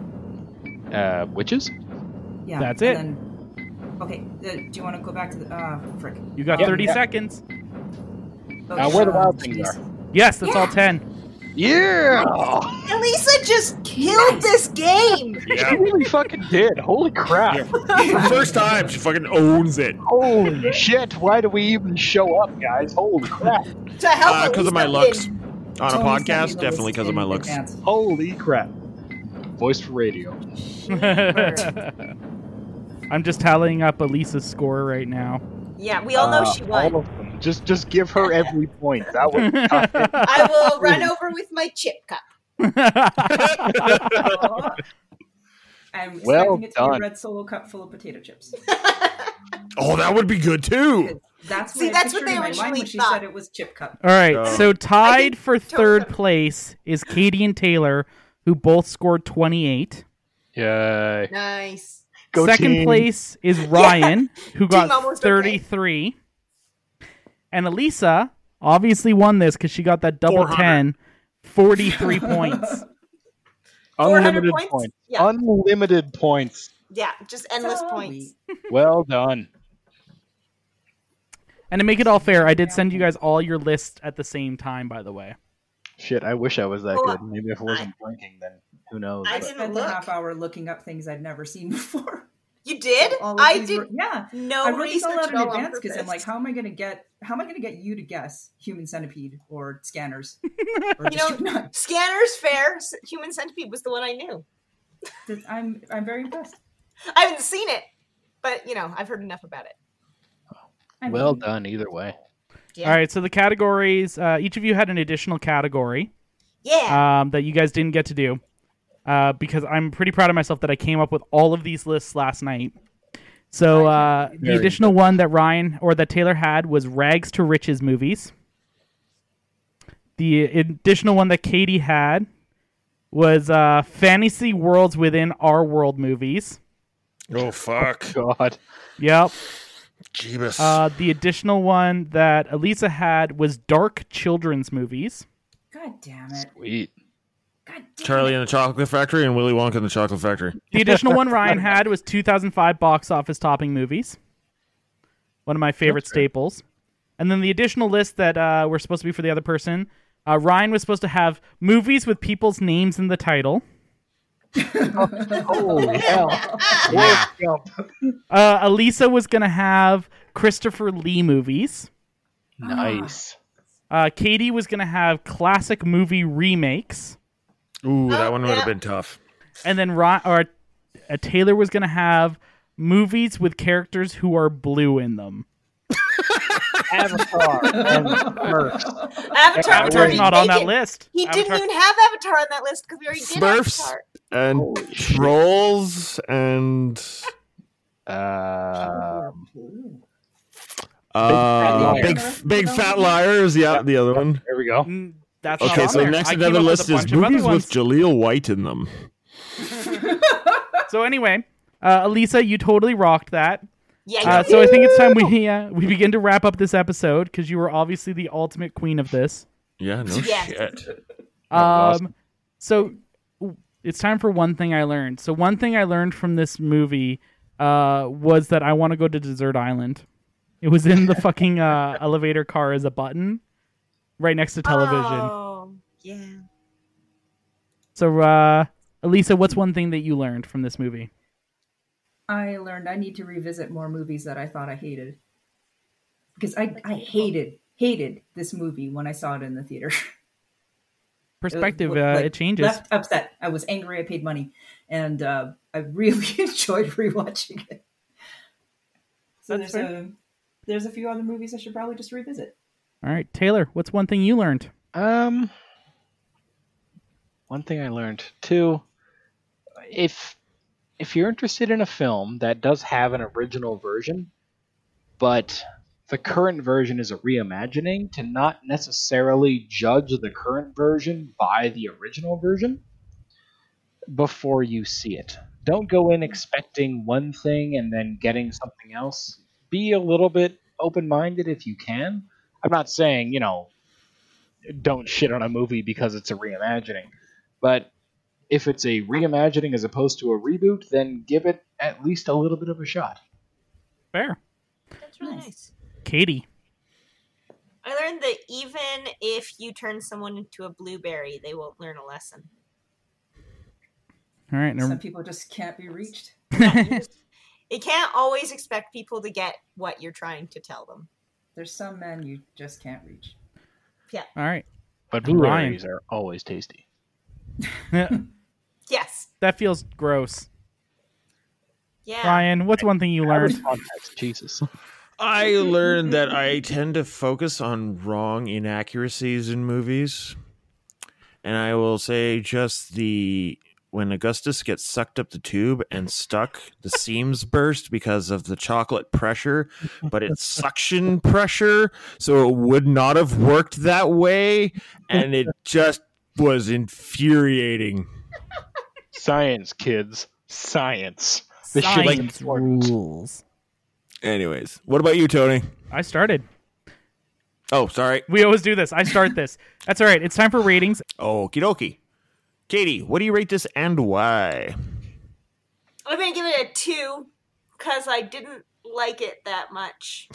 F: Uh, witches?
E: yeah.
C: That's
E: and
C: it.
E: Then, okay, uh, do you want to go back to the uh, frick?
C: You got
E: Um,
C: 30 seconds.
E: okay, uh, geez.
C: Yes, that's all
E: Yeah.
C: 10.
F: Yeah!
A: Elisa just killed this game.
D: Yeah.
F: really fucking did. Holy crap.
D: First time she fucking owns it.
F: Holy shit, why do we even show up, guys? Holy crap.
A: To help
D: Uh, 'cause of my
A: Elisa win.
D: On a
E: Tony sent me
D: podcast,
E: the
D: definitely
E: list
D: because of
E: in
D: my looks.
E: advance.
F: Holy crap. Voice for radio.
C: I'm just tallying up Elisa's score right now.
A: Yeah, we all know
F: Uh,
A: she won.
F: All of them. Just, just give her every point. That was tough.
A: I will run over with my chip cup.
E: Oh, I'm expecting it
F: Well
E: to be a
F: done.
E: red solo cup full of potato chips.
D: Oh, that would be good too.
E: That's what
A: See,
E: I
A: that's what
E: pictured
A: they
E: in my mind
A: originally
E: when she
A: thought.
E: said it was chip cup.
C: All right, so tied for third
A: Totally.
C: place is Katie and Taylor, who both scored 28.
F: Yay.
A: Nice.
F: Go
C: Second
F: team.
C: place is Ryan, who
A: Team
C: got
A: almost okay.
C: 33. And Elisa obviously won this because she got that double 10,
D: 400.
C: 43 points.
A: 400
F: Unlimited
A: points?
F: points.
A: Yeah.
F: Unlimited points.
A: Yeah, just endless points.
F: Well done.
C: And to make it all fair, I did send you guys all your lists at the same time, by the way.
F: Shit, I wish I was that
A: Oh,
F: good. Maybe if I wasn't drinking, then who knows?
A: I
E: I
F: but-
A: didn't
E: spent
A: look.
E: a half hour looking up things I'd never seen before.
A: You did?
E: All of
A: I
E: these
A: did
E: were- yeah.
A: no
E: I wrote these all
A: research
E: out
A: at
E: in
A: all on
E: advance because I'm
A: purpose.
E: like, how am I going to get? How am I going to get you to guess human centipede or scanners? or
A: You know-
E: just-
A: Scanner's Fair, s- Human Centipede was the one I knew.
E: Th- I'm I'm very impressed.
A: I haven't seen it, but you know, I've heard enough about it.
F: well done either way.
C: All right, so the categories. Uh, each of you had an additional category.
A: Yeah.
C: Um, that you guys didn't get to do, uh, because I'm pretty proud of myself that I came up with all of these lists last night. So uh, the
F: Very
C: additional one that Ryan or that Taylor had was rags to riches movies. The additional one that Katie had was uh, fantasy worlds within our world movies.
D: Oh fuck!
N: God.
C: Yep.
D: Jeebus.
C: Uh, the additional one that Elisa had was dark children's movies.
E: God damn it.
D: Sweet. Charlie and the Chocolate Factory and Willy Wonka and the Chocolate Factory.
C: The additional one Ryan had was 2005 box office topping movies. One of my favorite staples. And then the additional list that uh, were supposed to be for the other person, uh, Ryan was supposed to have movies with people's names in the title.
O: Holy hell.
C: Uh, Elisa was going to have Christopher Lee movies.
F: Nice.
C: Uh, Katie was going to have classic movie remakes.
D: Ooh, that one would have been tough.
C: And then Ron, or uh, Taylor was going to have movies with characters who are blue in them.
O: Avatar and Mercs.
A: Avatar,
C: Avatar's
A: didn't
C: Uh, not
A: make
C: on that
A: it.
C: list.
A: He
C: Avatar-
A: didn't even have Avatar on that list because we already did
D: Smurfs
A: Avatar.
D: and trolls and
F: Um,
D: uh,
F: liar.
D: big big fat liars. Yeah, the other one.
F: There we go.
C: Mm, That's not
D: Okay,
C: on
D: so
C: there.
D: next
C: I came
D: on the other
C: up with
D: list
C: a
D: is
C: bunch of other
D: movies
C: ones.
D: with Jaleel White in them.
C: So anyway, uh, Elisa, you totally rocked that.
A: Yeah,
C: Uh,
A: you
C: so I think it's time
A: did.
C: we uh, we begin to wrap up this episode because you were obviously the ultimate queen of this.
D: Yeah, no
A: Yes.
D: shit.
C: Um, so w- it's time for one thing I learned. So one thing I learned from this movie uh, was that I want to go to Desert Island. It was in the fucking uh, elevator car as a button, right next to television.
A: Oh, yeah.
C: So uh, Elisa, what's one thing that you learned from this movie?
E: I learned I need to revisit more movies that I thought I hated. Because I, I hated, hated this movie when I saw it in the theater.
C: Perspective,
E: Like,
C: uh, it changes.
E: Left upset. I was angry. I paid money, and uh, I really enjoyed rewatching it. So
C: That's
E: there's
C: fair.
E: a there's a few other movies I should probably just revisit.
C: All right, Taylor, what's one thing you learned?
F: Um, one thing I learned too, if if you're interested in a film that does have an original version, but the current version is a reimagining, to not necessarily judge the current version by the original version before you see it. Don't go in expecting one thing and then getting something else. Be a little bit open minded if you can. I'm not saying, you know, don't shit on a movie because it's a reimagining. But if it's a reimagining as opposed to a reboot, then give it at least a little bit of a shot.
C: Fair,
A: That's really nice.
C: Katie.
A: I learned that even if you turn someone into a blueberry, they won't learn a lesson.
C: All right,
E: Some
C: and
E: people just can't be reached.
A: You can't always expect people to get what you're trying to tell them.
E: There's some men you just can't reach.
A: Yeah.
C: all right.
F: But
C: And
F: blueberries are always tasty.
A: Yes.
C: That feels gross.
A: Yeah.
C: Ryan, what's one thing you learned?
F: Context, Jesus.
D: I learned that I tend to focus on wrong inaccuracies in movies. And I will say just the when Augustus gets sucked up the tube and stuck, the seams burst because of the chocolate pressure, but it's suction pressure, so it would not have worked that way, and it just was infuriating.
F: Science, kids. Science. This shit's
C: Science
F: important.
C: rules.
D: Anyways, what about you, Tony?
C: I started.
D: Oh, sorry.
C: We always do this. I start this. That's all right. It's time for ratings.
D: Okie dokie. Katie, what do you rate this and why?
A: I'm gonna give it a two because I didn't like it that much.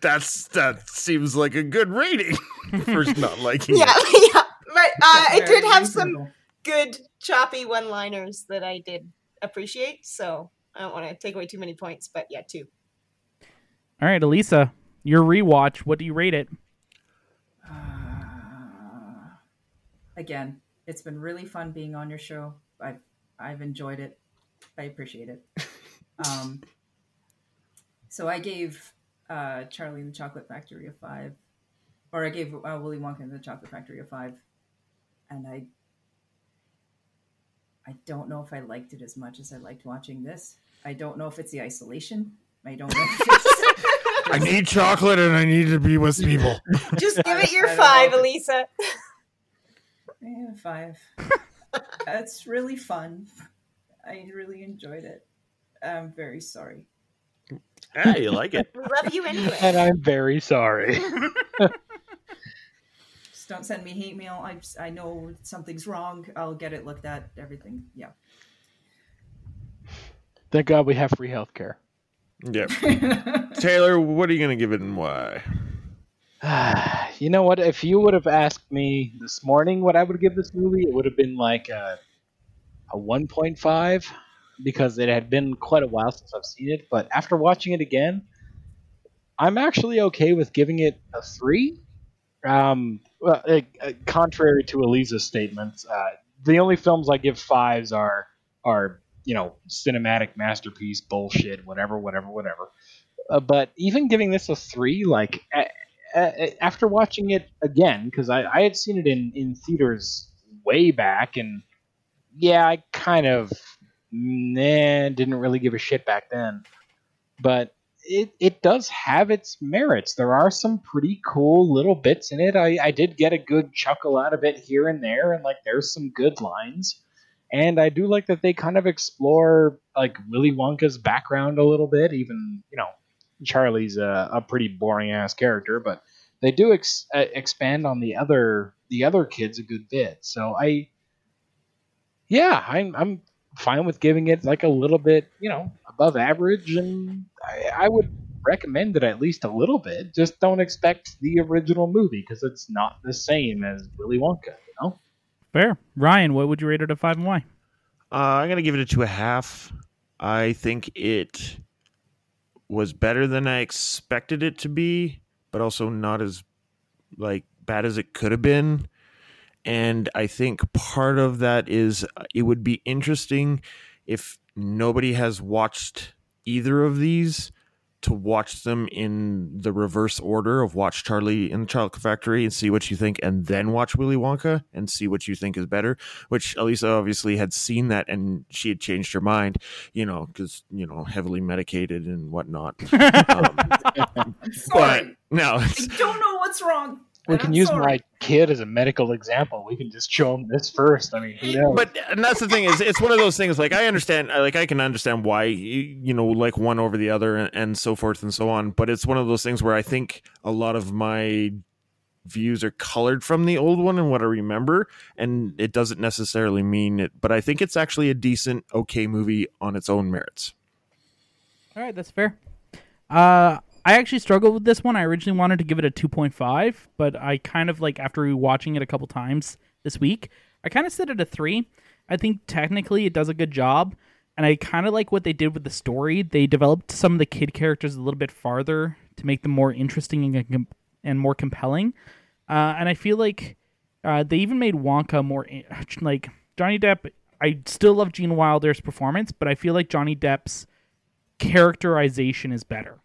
D: That's that seems like a good rating for not liking
A: yeah,
D: it.
A: yeah. But uh, it did have some
E: Reasonable.
A: good choppy one-liners that I did appreciate. So I don't want to take away too many points, but yeah, two.
C: All right, Elisa, your rewatch. What do you rate it?
E: Uh, Again, It's been really fun being on your show. I've I've enjoyed it. I appreciate it. Um, so I gave uh, Charlie and the Chocolate Factory a five, or I gave uh, Willy Wonka and the Chocolate Factory a five, and I I don't know if I liked it as much as I liked watching this. I don't know if it's the isolation. I don't know. If it's
D: I need chocolate and I need to be with people.
A: Just give it your
E: I don't
A: five,
E: know.
A: Elisa.
E: Yeah, five. That's really fun. I really enjoyed it. I'm very sorry.
D: Yeah, you like it.
A: We love you anyway.
F: And I'm very sorry.
E: Just don't send me hate mail. I I know something's wrong. I'll get it looked at. Everything. Yeah.
F: Thank God we have free healthcare.
D: Yep. Taylor, what are you going to give it and why?
F: you know what? If you would have asked me this morning what I would give this movie, it would have been like a, a 1.5 because it had been quite a while since I've seen it. But after watching it again, I'm actually okay with giving it a 3. Um, well, uh, uh, contrary to Elisa's statements, uh, the only films I give fives are are you know cinematic masterpiece bullshit, whatever, whatever, whatever. Uh, but even giving this a three, like a- a- uh, after watching it again, because I, I had seen it in, in theaters way back, and yeah, I kind of nah, didn't really give a shit back then. But it, it does have its merits. There are some pretty cool little bits in it. I, I did get a good chuckle out of it here and there, and like there's some good lines. And I do like that they kind of explore like Willy Wonka's background a little bit, even you know Charlie's a, a pretty boring ass character, but they do ex- uh, expand on the other the other kids a good bit. So I, yeah, I'm I'm fine with giving it like a little bit, you know, above average, and I, I would recommend it at least a little bit. Just don't expect the original movie because it's not the same as Willy Wonka, you know.
C: Fair. Ryan, what would you rate it a five and why?
D: Uh, I'm going to give it a two and a half. I think it was better than I expected it to be, but also not as like bad as it could have been. And I think part of that is uh, it would be interesting if nobody has watched either of these to watch them in the reverse order of watch Charlie in the Chocolate Factory and see what you think, and then watch Willy Wonka and see what you think is better. Which Elisa obviously had seen that and she had changed her mind, you know, because, you know, heavily medicated and whatnot. um, but no,
E: I don't know what's wrong.
F: We
E: and
F: can
E: I'm
F: use
E: sorry.
F: my kid as a medical example. We can just show him this first. I mean, who knows?
D: but and that's the thing is it's one of those things like i understand I- like i can understand why you you know like one over the other and, and so forth and so on but it's one of those things where i think a lot of my views are colored from the old one and what i remember and it doesn't necessarily mean it but i think it's actually a decent okay movie on its own merits
C: All right, that's fair. Uh, I actually struggled with this one. I originally wanted to give it a 2.5, but I kind of like after rewatching it a couple times this week, I kind of set it a 3. I think technically it does a good job, and I kind of like what they did with the story. They developed some of the kid characters a little bit farther to make them more interesting and and more compelling. Uh, and I feel like uh, they even made Wonka more in- like Johnny Depp. I still love Gene Wilder's performance, but I feel like Johnny Depp's characterization is better.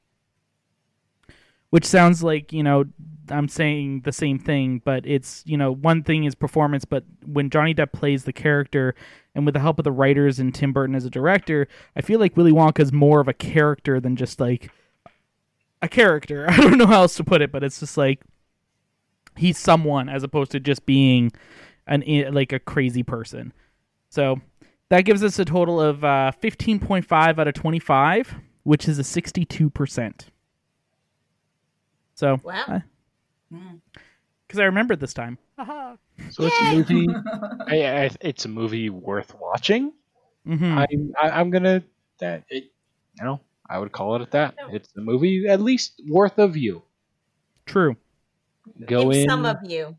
C: Which sounds like, you know, I'm saying the same thing, but it's, you know, one thing is performance, but when Johnny Depp plays the character and with the help of the writers and Tim Burton as a director, I feel like Willy Wonka is more of a character than just like a character. I don't know how else to put it, but it's just like he's someone as opposed to just being an i- like a crazy person. So that gives us a total of uh, 15.5 out of 25, which is a 62%. So,
A: wow.
C: Because I remember this time.
F: So it's a movie. I, I, it's a movie worth watching.
C: Mhm.
F: I'm I, I'm gonna that it, you know I would call it at that. It's a movie at least worth of you.
C: True.
F: Go in.
A: Some of you.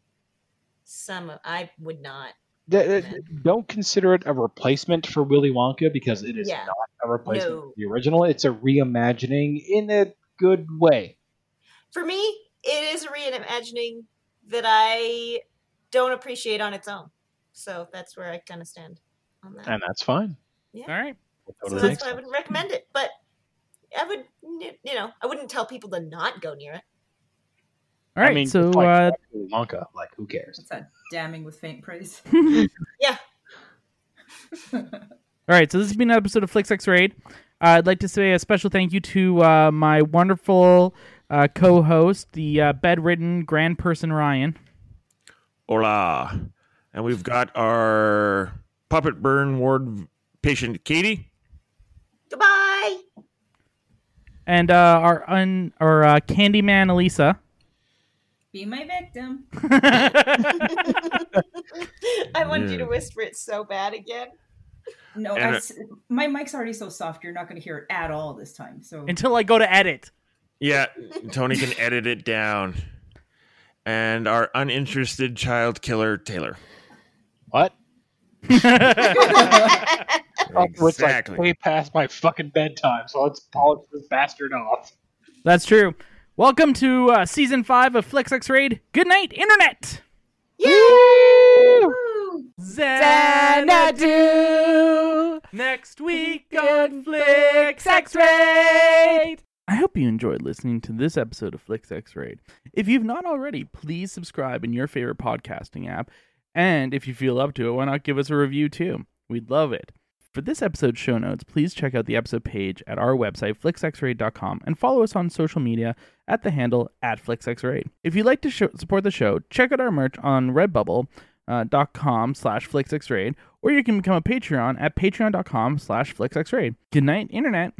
A: Some of I would not.
F: th- th- don't consider it a replacement for Willy Wonka because it is
A: Yeah.
F: not a replacement
A: No.
F: for the original. It's a reimagining in a good way.
A: For me, it is a reimagining that I don't appreciate on its own. So that's where I kind of stand on that.
I: and that's fine.
A: Yeah.
C: All right.
A: so that's why I would recommend it. But I would, you know, I wouldn't tell people to not go near it.
C: All right.
I: I mean,
C: so
I: it's like
C: uh,
I: Willy Wonka, like who cares?
E: What's that? Damning with faint praise.
A: yeah.
C: All right, so this has been an episode of Flix X Raid. Uh, I'd like to say a special thank you to uh, my wonderful uh, co host, the uh, bedridden grand person Ryan.
D: Hola. And we've got our puppet burn ward patient, Katie.
A: Goodbye.
C: And uh, our un- our uh, Candyman Elisa.
E: Be my victim.
A: I wanted you to
C: Yeah.
A: whisper it so bad again.
E: No,
C: And
E: I
C: it-
E: s my mic's already so soft, you're not going to hear it at all this time. So
C: Until I go to edit.
D: Yeah, Tony can edit it down. And our uninterested child killer, Taylor.
I: What? It's like
D: Exactly.
I: way past my fucking bedtime, so let's polish this bastard off.
C: That's true. Welcome to uh, season five of Flix X Raid. Good night, Internet. Xanadu. Next week on Flix X Raid. I hope you enjoyed listening to this episode of Flix X Raid. If you've not already, please subscribe in your favorite podcasting app. And if you feel up to it, why not give us a review too? We'd love it. For this episode's show notes, please check out the episode page at our website, flixxraid.com, and follow us on social media at the handle at flixxraid. If you'd like to show support the show, check out our merch on Redbubble uh, dot com slash flixxraid, or you can become a Patreon at patreon.com slash flixxraid. Good night, Internet.